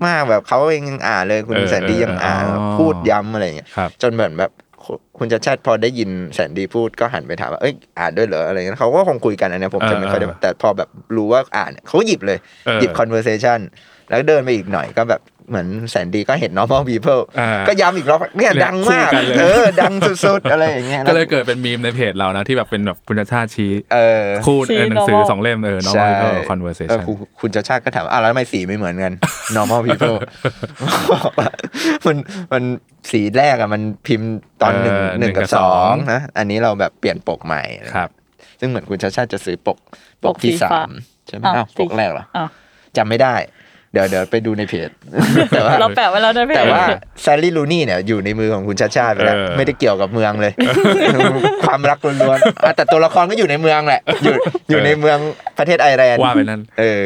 Speaker 4: มากๆแบบเขาเองยังอ่านเลยคุณ
Speaker 5: เออ
Speaker 4: แสนดียังอ่าน
Speaker 5: เอออ๋อ
Speaker 4: พูดย้ำอะไรเงี้ย
Speaker 5: ครับ
Speaker 4: จนเหมือนแบบคุคุณชัดชาติพอได้ยินแสนดีพูดก็หันไปถามว่าเอ้ยอ่านด้วยเหรออะไรเงี้ยเขาก็คงคุยกันอันเนี้ยผม
Speaker 5: เออ
Speaker 4: จำไม่ค่อยได้
Speaker 5: เออ
Speaker 4: แต่พอแบบรู้ว่าอ่านเขาก็หยิบเลย
Speaker 5: เออ
Speaker 4: หยิบ conversation แล้วเดินไปอีกหน่อยก็แบบ เหมือนแสนดีก็เห็น normal people
Speaker 5: อ่า
Speaker 4: ก็ย้ำอีกรอบเนี่ย
Speaker 5: เนี่ย
Speaker 4: ดังมาก
Speaker 5: คู่กันเลย
Speaker 4: เออดังสุดๆ อะไรอย่างเงี้ย
Speaker 5: ก็เลยเกิดเป็นมีมในเพจเรานะที่แบบเป็นแบบคุณชาติชี้
Speaker 4: เออ
Speaker 5: คู่
Speaker 6: ชี้
Speaker 5: เออหนังสือ
Speaker 6: normal
Speaker 5: สองเล่มเออ
Speaker 4: ใช่
Speaker 5: normal people
Speaker 4: เอ
Speaker 5: conversation
Speaker 4: อคุณคุณชาชาติก็ถามอ่ะแล้วทำไมสีไม่เหมือนกัน normal people บอกว่ามันมันสีแรกอ่ะมันพิมพ์ตอนหนึ่ง
Speaker 5: เออ
Speaker 4: หนึ่ง
Speaker 5: หนึ่งกั
Speaker 4: กับบ สอ
Speaker 5: สองง
Speaker 4: นะอันนี้เราแบบเปลี่ยนปกใหม่
Speaker 5: ครับ
Speaker 4: ซึ่งเหมือนคุณชาชาติจะซื้อปกป
Speaker 6: ป
Speaker 4: ก
Speaker 6: ก
Speaker 4: ที่
Speaker 6: สี
Speaker 4: สา
Speaker 6: ฟ้าม
Speaker 4: ใช่ไหม
Speaker 6: อ้าว
Speaker 4: อ้าว
Speaker 6: สี
Speaker 4: ปกแรกเหรอ
Speaker 6: อ่ะ
Speaker 4: จำไม่ได้ เดี๋ยวเดี๋ยวไปดูในเพจ แต่ว่า
Speaker 6: เราแปะไว้แล้วได้ไหม
Speaker 4: แต่ว่าแซลลี่ลูนี่เนี่ยอยู่ในมือของคุณชาชาติไปแล้ว
Speaker 5: เออ
Speaker 4: ไม่ได้เกี่ยวกับเมืองเลย ความรักล้วนๆอ่ะแต่ตัวละครก็อยู่ในเมืองแหละ อยู่อยู่ในเมืองประเทศไอร์แลนด์
Speaker 5: ว่าไปนั่น
Speaker 4: เออ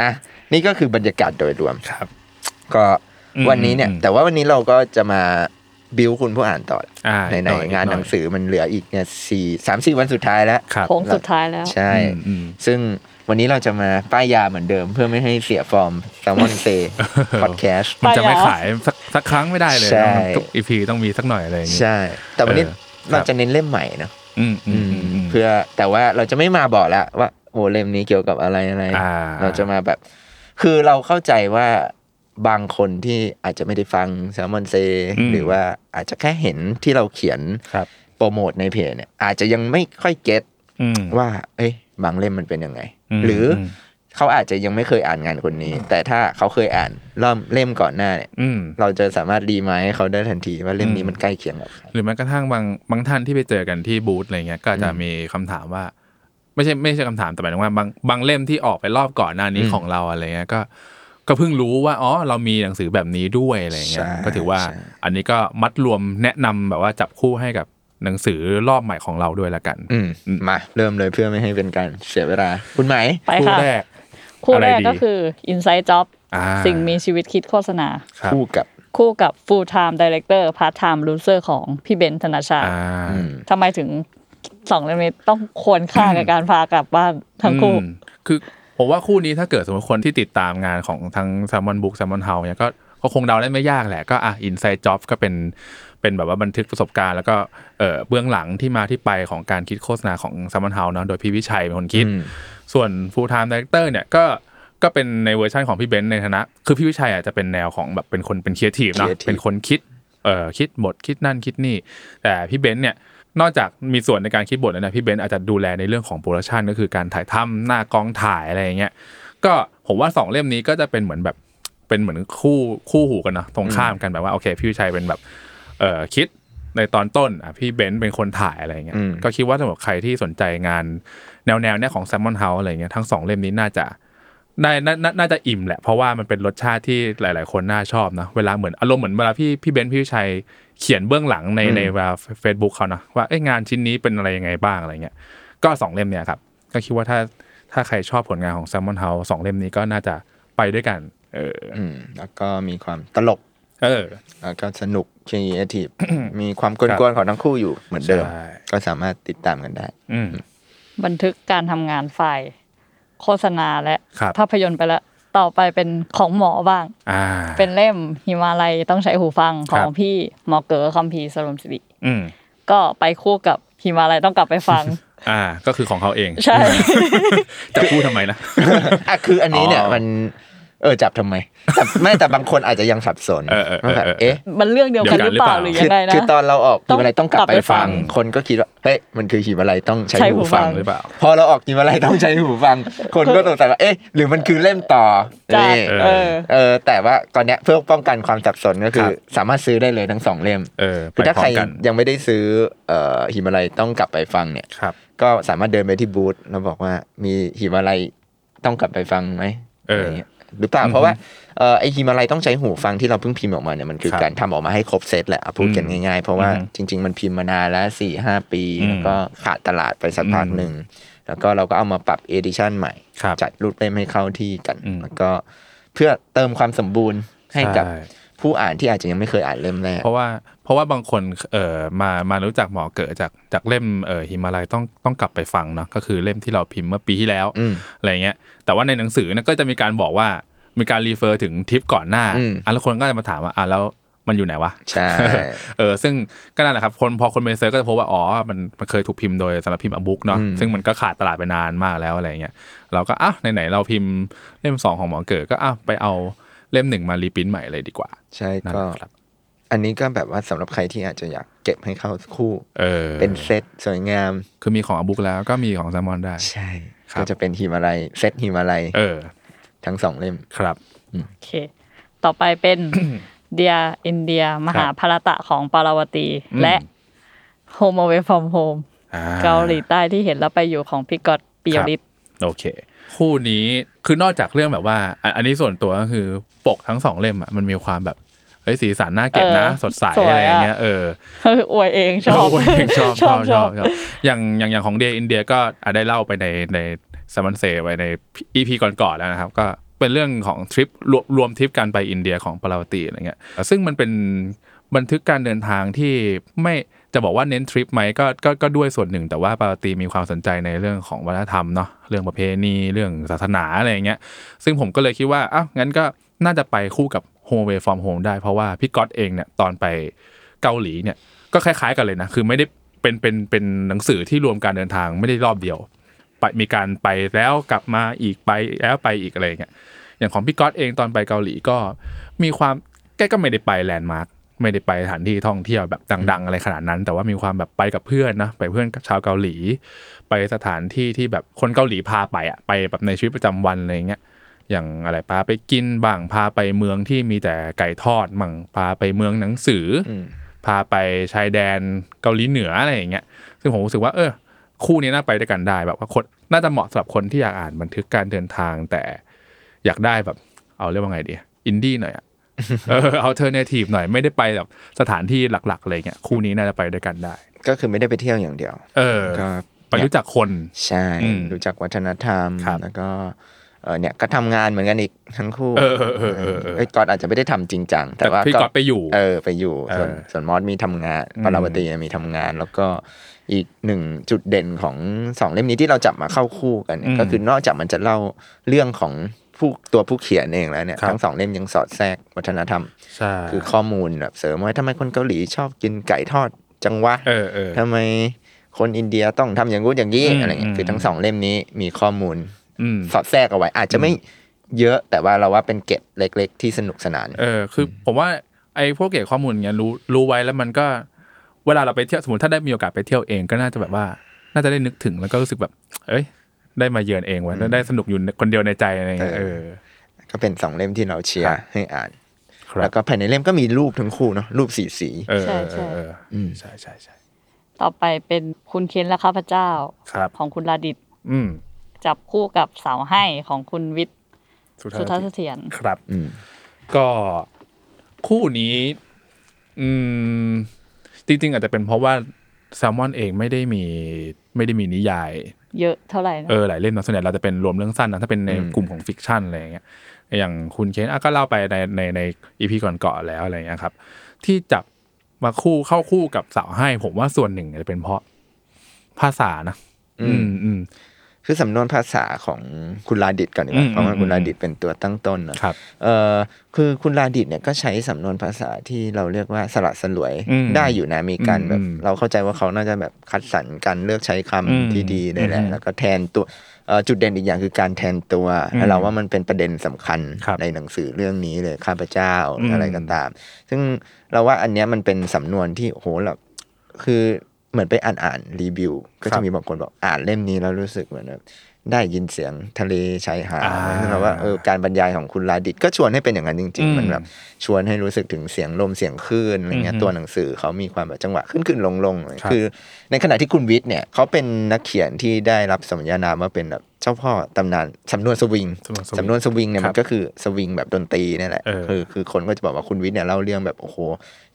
Speaker 4: อ่ะนี่ก็คือบรรยากาศโดยรวม
Speaker 5: ครับ
Speaker 4: ก็
Speaker 5: อืม
Speaker 4: วันนี้เนี่ย
Speaker 5: อืม
Speaker 4: แต่ว่าวันนี้เราก็จะมาบิวคุณผู้อ่านต่อ
Speaker 5: อ่า
Speaker 4: ในใน
Speaker 5: อีกอย
Speaker 4: งาน
Speaker 5: ย
Speaker 4: หนังสือมันเหลืออีกเนี่ยสี่สามสี่วันสุดท้ายแล้ว
Speaker 5: ครับ
Speaker 6: โค้งสุดท้ายแล้ว
Speaker 4: ใช่
Speaker 5: อืมอืม
Speaker 4: ซึ่งวันนี้เราจะมาป้ายยาเหมือนเดิม เพื่อไม่ให้เสียฟอร์มแซมมอนเซ พอดแคสต์
Speaker 5: มันจะ
Speaker 6: ไปเหรอ
Speaker 5: ไม่ขายสักสักครั้งไม่ได้เลย
Speaker 4: ใช่
Speaker 5: นะทุกอีพีต้องมีสักหน่อยอะไรอย่างงี้
Speaker 4: ใช่ แต่วันนี้
Speaker 5: เออครับ
Speaker 4: เราจะเน้นเล่มใหม่เนอะ
Speaker 5: อืมอืมอืมอืม
Speaker 4: เพื่อแต่ว่าเราจะไม่มาบอกแล้วว่าโอ้เล่มนี้เกี่ยวกับอะไรอะไร
Speaker 5: อ่า
Speaker 4: เราจะมาแบบ คือเราเข้าใจว่าบางคนที่อาจจะไม่ได้ฟังแซมมอนเซ หรือว่าอาจจะแค่เห็นที่เราเขียน
Speaker 5: ครับ
Speaker 4: โปรโมทในเพจเนี่ยอาจจะยังไม่ค่อยเก็ต
Speaker 5: อืม
Speaker 4: ว่า เอ้ย บางเล่มมันเป็นยังไง
Speaker 5: อืม
Speaker 4: หรืออ
Speaker 5: ม
Speaker 4: เขาอาจจะยังไม่เคยอ่านงานคนนี้ แต่ถ้าเขาเคยอ่านเริ่มเล่มก่อนหน้าเนี่ย
Speaker 5: อืม
Speaker 4: เราจะสามารถรีมายให้เขาได้ทันทีว่าเล่มนี้
Speaker 5: อืม
Speaker 4: มันใกล้เคียงกับใคร
Speaker 5: หรือแม้กระทั่งบางบางท่านที่ไปเจอกันที่บูธอะไรเงี้ยก็อาจจะมีคำถามว่า ไม่ใช่ไม่ใช่คำถามแต่หมายถึงว่าบางบางเล่มที่ออกไปรอบก่อนหน้านี้
Speaker 4: อืม
Speaker 5: ของเราอะไรเงี้ยก็ ก็เพิ่งรู้ว่าอ๋อเรามีหนังสือแบบนี้ด้วยอะไรเงี้ย
Speaker 4: ใช่
Speaker 5: ก็ถือว่า
Speaker 4: ใช่
Speaker 5: อันนี้ก็มัดรวมแนะนำแบบว่าจับคู่ให้กับหนังสือรอบใหม่ของเราด้วยละกัน
Speaker 4: อืมมา เริ่มเลยเพื่อไม่ให้เป็นการเสียเวลา คุณไหม
Speaker 6: ไป
Speaker 5: คู่
Speaker 6: ค่ะ
Speaker 5: แรก
Speaker 6: คู่
Speaker 5: อะไร
Speaker 6: แรก
Speaker 5: ดี
Speaker 6: ก็คือ Inside Job
Speaker 5: อ่า
Speaker 6: สิ่งมีชีวิตคิดโฆษณา
Speaker 5: ครับ
Speaker 4: คู่กับ
Speaker 6: คู่กับ Full Time Director Part Time Loser ของพี่เบนธนาชาติ
Speaker 5: อ่า
Speaker 4: อืม
Speaker 6: ทำไมถึงสองเล่มนี้ต้องควรค่า กับการพากลับบ้านทั้งคู่
Speaker 5: อืมคือผมว่าคู่นี้ถ้าเกิดสมมติคนที่ติดตามงานของทั้ง s ซ l m o n Book s ซ l m o n House เนี่ยก็ก็คงเดาได้ไม่ยากแหละ ก็อ่ะ Inside Job ก็เป็นเป็นแบบว่าบันทึกประสบการณ์ แล้วก็เอ่อเบื้องหลังที่มาที่ไปของการคิดโฆษณาของ s ซ l m o n House เนาะโดยพี่วิชัยเป็นคนคิด
Speaker 4: อืม
Speaker 5: ส่วน Full Time Director เนี่ยก็ก็เป็นในเวอร์ชันของพี่เบนซ์ในฐานะ คือพี่วิชัยอาจจะเป็นแนวของแบบเป็นคนเป็นครีเอทีฟเนาะ
Speaker 4: creative
Speaker 5: เป็นคนคิดเอ่อคิดบทคิดนั่นคิดนี่ แต่พี่เบนซ์เนี่ยนอกจากมีส่วนในการคิดบทแล้วเนะพี่เบนซ์อาจจะดูแลในเรื่องของโปรดักชันก็คือการถ่ายทำหน้ากองถ่ายอะไรอย่างเงี้ยก็ผมว่าสองเล่มนี้ก็จะเป็นเหมือนแบบเป็นเหมือนคู่คู่หูกันเนาะตรงข้ามกันแบบว่าโอเคพี่วิชัยเป็นแบบเอ่อคิดในตอนต้นอ่ะพี่เบนซ์เป็นคนถ่ายอะไรอย่างเงี้ย
Speaker 4: อืม
Speaker 5: ก็คิดว่าสำหรับใครที่สนใจงาน แนวแนวๆเนี่ยของแซมมอนเฮาอะไรเงี้ยทั้งสองเล่มนี้น่าจะได้นาน่าน่าจะอิ่มแหละ เพราะว่ามันเป็นรสชาติที่หลาย ๆ คนน่าชอบนะเวลาเหมือนอารมณ์เหมือนเวลาพี่พี่เบนซ์พี่วิชัยเขียนเบื้องหลังในในเวลาเฟซบุ๊กเขานะว่าเอ้ยงานชิ้นนี้เป็นอะไรยังไงบ้างอะไรเงี้ยก็สองเล่มเนี่ยครับ ก็คิดว่าถ้าถ้าใครชอบผลงานของแซมมอนเฮาสองเล่มนี้ก็น่าจะไปด้วยกัน เออ
Speaker 4: อืม แล้วก็มีความตลก
Speaker 5: เออ
Speaker 4: แล้วก็สนุกครีเอทีฟ มีความกลวนๆของทั้งคู่อยู่เหมือนเดิม
Speaker 5: ใช่
Speaker 4: ก็สามารถติดตามกันได้
Speaker 5: อืม
Speaker 6: บันทึกการทำงานฝ่ายโฆษณาและ
Speaker 5: ครับ
Speaker 6: ภาพยนตร์ไปแล้ว ต่อไปเป็นของหมอบ้าง
Speaker 5: อ่า
Speaker 6: เป็นเล่มหิมาลัยต้องใช้หูฟังข
Speaker 5: ค
Speaker 6: อง
Speaker 5: รับ
Speaker 6: พี่หมอเก๋อคัมพีร์สรมสิริ
Speaker 5: อืม
Speaker 6: ก็ไปคู่กับหิมาลัยต้องกลับไป ฟัง
Speaker 5: อ่า ก็คือของเขาเอง
Speaker 6: ใช่
Speaker 5: จะพูดทำไม นะ
Speaker 4: อ่ะคืออันนี้เนี่ย
Speaker 5: อ๋อ
Speaker 4: มันเออจับทำไมแต่ไม่แต่บางคนอาจจะยังสับสน
Speaker 5: เออเออเออ
Speaker 4: ว่าแบบ
Speaker 5: เออ
Speaker 4: เอ๊ะ
Speaker 6: มันเรื่องเดียวกันหรือเปล่าหรือ
Speaker 4: คือ
Speaker 6: ยั
Speaker 4: ง
Speaker 6: ไงนะ
Speaker 4: คือตอนเราออก
Speaker 6: ต้
Speaker 4: หิ
Speaker 6: อง
Speaker 4: มาลัยต้องกลับ
Speaker 6: กลับ
Speaker 4: ไป
Speaker 6: ไป
Speaker 4: ฟัง
Speaker 6: ฟัง
Speaker 4: คนก็คิดว่าเฮ้ยมันคือหิมาลัยต้องใช้
Speaker 6: ใช้หู
Speaker 4: หูฟัง
Speaker 6: ฟัง
Speaker 5: หรือเปล่า
Speaker 4: พอเราออกหิมาลัยต้องใช้หูฟัง คนก็สงสัยว่าเอ๊ะหรือมันคือเล่มต่อ
Speaker 6: จ้ะ
Speaker 4: นี่
Speaker 6: เออ
Speaker 4: เออแต่ว่าก่อนเนี้ยเพื่อป้องกันความสับสนก็คื
Speaker 5: ค
Speaker 4: อ
Speaker 5: รับ
Speaker 4: สามารถซื้อได้เลยทั้งสองเล่ม
Speaker 5: เออไป
Speaker 4: คือถ้า
Speaker 5: พร้
Speaker 4: ใค
Speaker 5: อ
Speaker 4: ร
Speaker 5: มกัน
Speaker 4: ยังไม่ได้ซื้อเอ่อหิมาลัยต้องกลับไปฟังเนี่ย
Speaker 5: ครับ
Speaker 4: ก็สามารถเดินไปที่บูธแล้วบอกว่ามีหิมาลัยต้องกลับไปฟังไหม
Speaker 5: เอออ
Speaker 4: ไรงี้ยหรือเปล่า
Speaker 5: อือฮึ
Speaker 4: เพราะว่าเอ่อไอหิมาลัยต้องใช้หูฟังที่เราเพิ่งพิมพ์ออกมาเนี่ยมันคือ
Speaker 5: ครับ
Speaker 4: การทำออกมาให้ครบเซตแหละอ่ะพูดกัน
Speaker 5: อืม
Speaker 4: ง่ายๆ เพราะว่า
Speaker 5: อือฮึ
Speaker 4: จริง ๆ มันพิมพ์มานานแล้วสี่ห้าปีแล้วก็ขาดตลาดไปสักพักหนึ่งแล้วก็เราก็เอามาปรับเอดิชันใหม่
Speaker 5: ครับ
Speaker 4: จัดรูปเล่มให้เข้าที่กัน
Speaker 5: อืม
Speaker 4: แล้วก็เพื่อเติมความสมบูรณ์ให้กับ
Speaker 5: ช่
Speaker 4: ผู้อ่านที่อาจจะยังไม่เคยอ่านเล่มแรก
Speaker 5: เพราะว่าเพราะว่าบางคนเอ่อมามารู้จักหมอเกิดจากจากเล่มเอ่อหิมาลัยต้องต้องกลับไปฟังเนาะก็คือเล่มที่เราพิมพ์เมื่อปีที่แล้ว
Speaker 4: อืม
Speaker 5: อะไรเงี้ยแต่ว่าในหนังสือเนยก็จะมีการบอกว่ามีการรีเฟอร์ถึงทริปก่อนหน้า
Speaker 4: อืม
Speaker 5: อ่ะแล้วคนก็จะมาถามว่าอ่ะแล้วมันอยู่ไหนวะ
Speaker 4: ใช่
Speaker 5: เออซึ่งก็นั่นแหละครับคนพอคนไปเซิร์ชก็จะพบว่าอ๋อมันมันเคยถูกพิมพ์โดยสำนักพิมพ์อบุ๊กเนาะ
Speaker 4: อืม
Speaker 5: ซึ่งมันก็ขาดตลาดไปนานมากแล้วอะไรเงี้ยเราก็อ้าวไหนๆเราพิมพ์เล่มสองของหมอเกิดก็อ้าวไปเอา เล่มหนึ่งมารีพิมพ์ใหม่เลยดีกว่า
Speaker 4: ใช่
Speaker 5: นั่น
Speaker 4: ก็
Speaker 5: แหละครับ
Speaker 4: อันนี้ก็แบบว่าสำหรับใครที่อาจจะอยากเก็บให้เข้าคู่
Speaker 5: เออ
Speaker 4: เป็นเซตสวยงาม
Speaker 5: คือมีของอาบุ๊กแล้วก็มีของแซมมอนได้
Speaker 4: ใช่
Speaker 5: ครับ
Speaker 4: ก็จะเป็นหิมาลัยเซตหิมาลัย
Speaker 5: เออ
Speaker 4: ทั้งสองเล่ม
Speaker 5: ครับ
Speaker 6: โอเค ต่อไปเป็น เดียอินเดีย มหาภารตะของปาราวตี
Speaker 5: อืม
Speaker 6: และ Home Away from Home
Speaker 5: อ่
Speaker 6: เกาหลีใต้ที่เห็นแล้วไปอยู่ของพี่กอตปิยริศ
Speaker 5: โอเค คู่นี้คือนอกจากเรื่องแบบว่าอ่ะอันนี้ส่วนตัวก็คือปกทั้งสองเล่มอ่ะมันมีความแบบเฮ้ยสีสันน่าเก็บนะ สดใสอะไรอย่างเงี้ยเออ
Speaker 6: เฮ้ย อวยเอง ชอบ
Speaker 5: โย ชอบชอบชอบชอบอย่างอย่างอย่างของเดียอินเดียก็อ่ะได้เล่าไปในในสมันเซไว้ในอีพีก่อนๆแล้วนะครับ ก็เป็นเรื่องของทริปรวมรวมทริปการไปอินเดียของปาราวตีอะไรเงี้ยซึ่งมันเป็นบันทึกการเดินทางที่ไม่จะบอกว่าเน้นทริปไหมก็ก็ก็ด้วยส่วนหนึ่ง แต่ว่าปาราวตีมีความสนใจในเรื่องของวัฒนธรรมเนาะเรื่องประเพณีเรื่องศาสนาอะไรอย่างเงี้ย ซึ่งผมก็เลยคิดว่าอ้าวงั้นก็น่าจะไปคู่กับ Home Away from Home ได้เพราะว่าพี่ก๊อตเองเนี่ยตอนไปเกาหลีเนี่ย ก็คล้ายๆกันเลยนะ คือไม่ได้เป็นเป็นเป็นหนังสือที่รวมการเดินทางไม่ได้รอบเดียว ไปมีการไปแล้วกลับมาอีกไปแล้วไปอีกอะไรอย่างเงี้ย อย่างของพี่ก๊อตเองตอนไปเกาหลีก็มีความแกก็ไม่ได้ไปแลนด์มาร์คไม่ได้ไปสถานที่ท่องเที่ยวแบบดัง ๆ อะไรขนาดนั้น แต่ว่ามีความแบบไปกับเพื่อนนะไปเพื่อนกับชาวเกาหลี ไปสถานที่ที่แบบคนเกาหลีพาไปอะไปแบบในชีวิตประจำวันอะไรอย่างเงี้ย อย่างอะไรพาไปกินบ้างพาไปเมืองที่มีแต่ไก่ทอดมั่งพาไปเมืองหนังสืออ
Speaker 4: ม
Speaker 5: พาไปชายแดนเกาหลีเหนืออะไรอย่างเงี้ย ซึ่งผมรู้สึกว่าเออ คู่นี้น่าไปด้วยกันได้แบบว่าคนน่าจะเหมาะสำหรับคนที่อยากอ่านบันทึกการเดินทางแต่อยากได้แบบ เอาเรียกว่าไง ดีอินดี้หน่อยอะ เออเอาเทอร์เนทีฟหน่อยไม่ได้ไปแบบสถานที่หลักๆอะไรเงี้ยคู่นี้น่าจะไปด้วยกันได้
Speaker 4: ก็คือไม่ได้ไปเที่ยวอย่างเดียว
Speaker 5: เออ
Speaker 4: ก็
Speaker 5: ไปรู้จักคน
Speaker 4: ใช่
Speaker 5: อืม
Speaker 4: รู้จักวัฒนธรรม
Speaker 5: ครับ
Speaker 4: แล้วก็เออเนี่ยก็ทำงานเหมือนกันอีก ทั้งคู่
Speaker 5: เออเออเออเออเออ
Speaker 4: ไอ้ยก๊อตอาจจะไม่ได้ทำจริงจังแต่
Speaker 5: แต่
Speaker 4: ว่า
Speaker 5: พี่ก๊อตไปอยู่
Speaker 4: เออไปอยู่ส่วน
Speaker 5: เออ
Speaker 4: ส่วนมอสมีทำงานปาราวตีมีทำงาน แล้วก็อีกหนึ่งจุดเด่นของสองเล่มนี้ที่เราจับมาเข้าคู่กันเนี่
Speaker 5: อื
Speaker 4: ย
Speaker 5: ม
Speaker 4: ก็คือนอกจากมันจะเล่าเรื่องของผู้ตัวผู้เขียนเองแล้วเนี่ย
Speaker 5: ครับ
Speaker 4: ทั้งสองเล่มยังสอดแทรกวัฒนธรรม
Speaker 5: ใช่
Speaker 4: คือข้อมูลแบบเสริมว่าทำไมคนเกาหลีชอบกินไก่ทอดจังวะ
Speaker 5: เออเออ
Speaker 4: ทำไมคนอินเดียต้องทำอย่างงู้นอย่างนี้
Speaker 5: อืม
Speaker 4: อะไรเงี้ย
Speaker 5: อืม
Speaker 4: คือทั้งสองเล่มนี้มีข้อมูล
Speaker 5: อืม
Speaker 4: สอดแทรกเอาไว้ อาจจะไม่เยอะแต่ว่าเราว่าเป็นเกร็ดเล็ก ๆ ที่สนุกสนาน
Speaker 5: เออคือผมว่าไอ้พวกเก็บข้อมูลเงี้ยรู้รู้ไว้แล้วมันก็เวลาเราไปเที่ยวสมมติถ้าได้มีโอกาสไปเที่ยวเองก็น่าจะแบบว่า น่าจะได้นึกถึงแล้วก็รู้สึกแบบ เอ้ย ได้มาเยือนเองวะแล้วได้สนุกอยู่คนเดียวในใจอะไรเงี้ยเอ
Speaker 4: เอ
Speaker 5: อ
Speaker 4: อ ก็เป็นสองเล่มที่เราเชีย
Speaker 5: ครั
Speaker 4: ร์
Speaker 5: บ
Speaker 4: ให้อ่าน
Speaker 5: ครับ
Speaker 4: แล้วก็ภายในเล่มก็มีรูปทั้งคู่เนาะรูปสีสี
Speaker 5: เออ
Speaker 6: ใช่
Speaker 5: เออ
Speaker 6: ใช่
Speaker 5: เออเอออ
Speaker 4: ม
Speaker 5: ใช่ใช่ใช่
Speaker 6: ต่อไปเป็นคุณเคนและข้าพเจ้า
Speaker 5: ครับ
Speaker 6: ของคุณลาดิต
Speaker 5: อืม
Speaker 6: จับคู่กับสาวให้ของคุณวิทย์
Speaker 5: สุด
Speaker 6: สุทั
Speaker 5: ท้าย
Speaker 6: ศน์เสถียร
Speaker 5: ครับ
Speaker 4: อืม
Speaker 5: ก็คู่นี้ อืม จริง ๆ อาจจะเป็นเพราะว่าแซลมอนเองไม่ได้มีไม่ได้มีนิยาย
Speaker 6: เยอะเท่าไหร่นะ
Speaker 5: เออหลายเล่มนะส่วนใหญ่เราจะเป็นรวมเรื่องสั้นนะถ้าเป็นในกลุ่มของฟิกชันอะไรอย่างเงี้ยอย่างคุณเคนอ่ะก็เล่าไปในในในอีพีก่อนเกาะแล้วอะไรอย่างเงี้ยครับ ที่จับมาคู่เข้าคู่กับสาวให้ ผมว่าส่วนหนึ่งอาจจะเป็นเพราะภาษานะอืมอืม
Speaker 4: คือสำนวนภาษาของคุณลาดิตก่อนดีก
Speaker 5: อื
Speaker 4: ว่าม เพราะว่า
Speaker 5: อืม
Speaker 4: คุณลาดิตเป็นตัวตั้งต้นเนอะ
Speaker 5: ครับ
Speaker 4: เออคือคุณลาดิตเนี่ยก็ใช้สำนวนภาษาที่เราเรียกว่าสละสลวย
Speaker 5: อืม
Speaker 4: ได้อยู่นะมีการ
Speaker 5: อืม
Speaker 4: แบบ
Speaker 5: อืม
Speaker 4: เราเข้าใจว่าเขาน่าจะแบบคัดสรรการเลือกใช้คำ
Speaker 5: อืม
Speaker 4: ที่ดีเลยแห
Speaker 5: อื
Speaker 4: ละ
Speaker 5: ม
Speaker 4: แล้วก็แทนตัวเอ่อจุดเด่นอีกอย่างคือการแทนตัว
Speaker 5: อืม
Speaker 4: เราว่ามันเป็นประเด็นสำคัญ
Speaker 5: ครับ
Speaker 4: ในหนังสือเรื่องนี้เลยข้าพเจ้า
Speaker 5: อืม
Speaker 4: อะไรก็ตาม ซึ่งเราว่าอันเนี้ยมันเป็นสำนวนที่โอ้โหแบบคือเหมือนไปอ่านอ่านรีวิว ก็จะมีบางคนบอกอ่านเล่มนี้แล้วรู้สึกเหมือนแบบได้ยินเสียงทะเลชายหาด
Speaker 5: อ่า
Speaker 4: ซึ่งเราว่าเออ การบรรยายของคุณลาดิตก็ชวนให้เป็นอย่างนั้นจริง
Speaker 5: อืม
Speaker 4: ๆ มันแบบชวนให้รู้สึกถึงเสียงลมเสียงคลื่นอะไรเงี้
Speaker 5: อื
Speaker 4: ย
Speaker 5: ม
Speaker 4: ตัวหนังสือเขามีความแบบจังหวะขึ้นขึ้นลงลง
Speaker 5: ครับ
Speaker 4: คือ ในขณะที่คุณวิทย์เนี่ยเขาเป็นนักเขียนที่ได้รับสมญานามว่าเป็นแบบเจ้าพ่อตำนานสำนวนสวิง
Speaker 5: สำ
Speaker 4: สำ
Speaker 5: นวนสวิง
Speaker 4: นวนสวิงเนี่ย
Speaker 5: ครับ
Speaker 4: มันก็คือสวิงแบบดนตรีเนี่ยแหละ
Speaker 5: เออ
Speaker 4: คือคือคนก็จะบอกว่าคุณวิทย์เนี่ยเล่าเรื่องแบบโอ้โห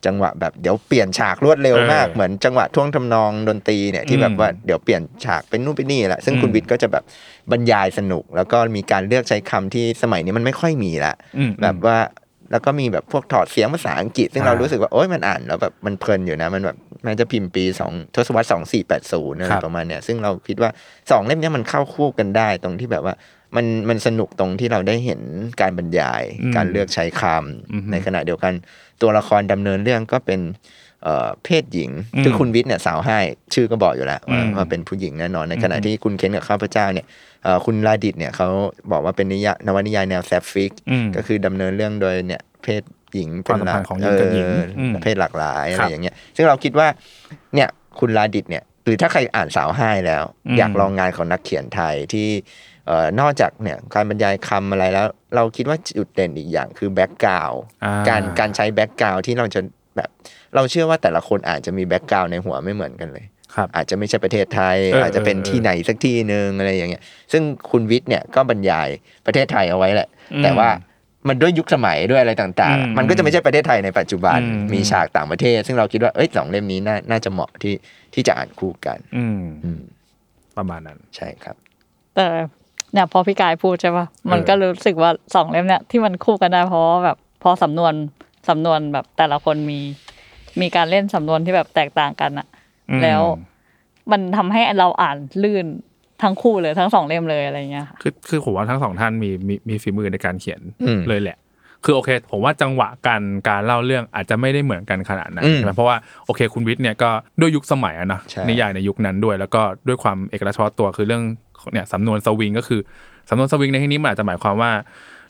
Speaker 4: จังหวะแบบเดี๋ยวเปลี่ยนฉากรวดเร็วมาก
Speaker 5: เออ
Speaker 4: เหมือนจังหวะท่วงทำนองดนตรีเนี่ยที่แบ
Speaker 5: อื
Speaker 4: บ
Speaker 5: ม
Speaker 4: ว่าเดี๋ยวเปลี่ยนฉากเป็นนู่นเป็นนี่แหละซึ่งคุณ
Speaker 5: อืม
Speaker 4: วิทย์ก็จะแบบบรรยายสนุก แล้วก็มีการเลือกใช้คำที่สมัยนี้มันไม่ค่อยมีละ
Speaker 5: อืม
Speaker 4: แบบว่าแล้วก็มีแบบพวกถอดเสียงภาษาอังกฤษ ซึ่ง
Speaker 5: อ่า
Speaker 4: เรารู้สึกว่าโอ๊ยมันอ่านแล้วแบบมันเพลินอยู่นะมันแบบแม้จะพิมพ์ปีสองทศวรรษสองสี่แปดศูนย์ อะไร
Speaker 5: ครับ
Speaker 4: ประมาณเนี้ยซึ่งเราคิดว่าสองเล่มเนี้ยมันเข้าคู่กันได้ตรงที่แบบว่ามันมันสนุกตรงที่เราได้เห็นการบรรยาย
Speaker 5: อืม
Speaker 4: การเลือกใช้คำ
Speaker 5: อือฮึ
Speaker 4: ในขณะเดียวกัน ตัวละครดำเนินเรื่องก็เป็น เอ่อเพศหญิง
Speaker 5: อืม
Speaker 4: คือคุณวิทย์เนี่ยสาวให้ชื่อก็บอกอยู่แล้วว่า
Speaker 5: อืม
Speaker 4: ว่าเป็นผู้หญิงแน่นอนในขณะที่คุณเคนกับข้าพเจ้าเนี่ยเอ่อคุณลาดิตเนี่ยเขาบอกว่าเป็นนิยายนวนิยายแนวแซฟฟิก
Speaker 5: อืม
Speaker 4: ก็คือดำเนินเรื่องโดยเนี่ยเพศหญิงเป็นหลั
Speaker 5: ความสัมพัน
Speaker 4: ก
Speaker 5: ธ์ของหญิงกับหญิง
Speaker 4: เอออ
Speaker 5: ม
Speaker 4: เพศหลากหลายอะ
Speaker 5: ครั
Speaker 4: ไร
Speaker 5: บ
Speaker 4: อย่างเงี้ยซึ่งเราคิดว่าเนี่ยคุณลาดิตเนี่ยหรือถ้าใครอ่านสาวให้แล้ว
Speaker 5: อืม
Speaker 4: อยากลองงานของนักเขียนไทยที่ เอ่อนอกจากเนี่ยการบรรยายคำอะไรแล้ว เราคิดว่าจุดเด่นอีกอย่างคือแบ็กกราว
Speaker 5: อ่า
Speaker 4: การการใช้แบ็กกราวที่เราจะแบบ เราเชื่อว่าแต่ละคนอาจจะมีแบ็กกราวในหัวไม่เหมือนกันเลย
Speaker 5: ครับ
Speaker 4: อาจจะไม่ใช่ประเทศไทย
Speaker 5: เออ
Speaker 4: อาจจะเป็น
Speaker 5: เออ
Speaker 4: ที่ไหนสักที่หนึ่งอะไรอย่างเงี้ยซึ่งคุณวิทย์เนี่ยก็บรรยายประเทศไทยเอาไว้แหละ
Speaker 5: อืม
Speaker 4: แต่ว่ามันด้วยยุคสมัยด้วยอะไรต่าง
Speaker 5: อืม
Speaker 4: ๆ มันก็จะไม่ใช่ประเทศไทยในปัจจุบัน
Speaker 5: อืม
Speaker 4: มีฉากต่างประเทศ ซึ่งเราคิดว่าเอ้ยสองเล่มนี้น่าน่าจะเหมาะที่ที่จะอ่านคู่กัน
Speaker 5: อืม
Speaker 4: อืม
Speaker 5: ประมาณนั้น
Speaker 4: ใช่ครับ
Speaker 6: แต่เนี่ยพอพี่กายพูดใช่ปะมันก็รู้สึกว่าสองเล่มเนี่ยที่มันคู่กันได้เพราะว่าแบบพอสำนวนสำนวนแบบแต่ละคนมี มีการเล่นสำนวนที่แบบแตกต่างกันอะ
Speaker 5: อืม
Speaker 6: แล้วมันทำให้เราอ่านลื่นทั้งคู่เลยทั้งสองเล่มเลยอะไรเงี้ยค่ะ
Speaker 5: คือคือผมว่าทั้งสองท่านมีมีมีฝีมือในการเขียน
Speaker 4: อืม
Speaker 5: เลยแหละ คือโอเค ผมว่าจังหวะการการเล่าเรื่องอาจจะไม่ได้เหมือนกันขนาดนั้น
Speaker 4: อืม
Speaker 5: ใช่ไหมเพราะว่าโอเคคุณวิทย์เนี่ยก็ด้วยยุคสมัยอะนะ
Speaker 4: ใช่
Speaker 5: นิยายในยุคนั้นด้วย แล้วก็ด้วยความเอกลักษณ์เฉพาะตัวคือเรื่องเนี่ยสำนวนสวิงก็คือสำนวนสวิงในที่นี้มันอาจจะหมายความว่า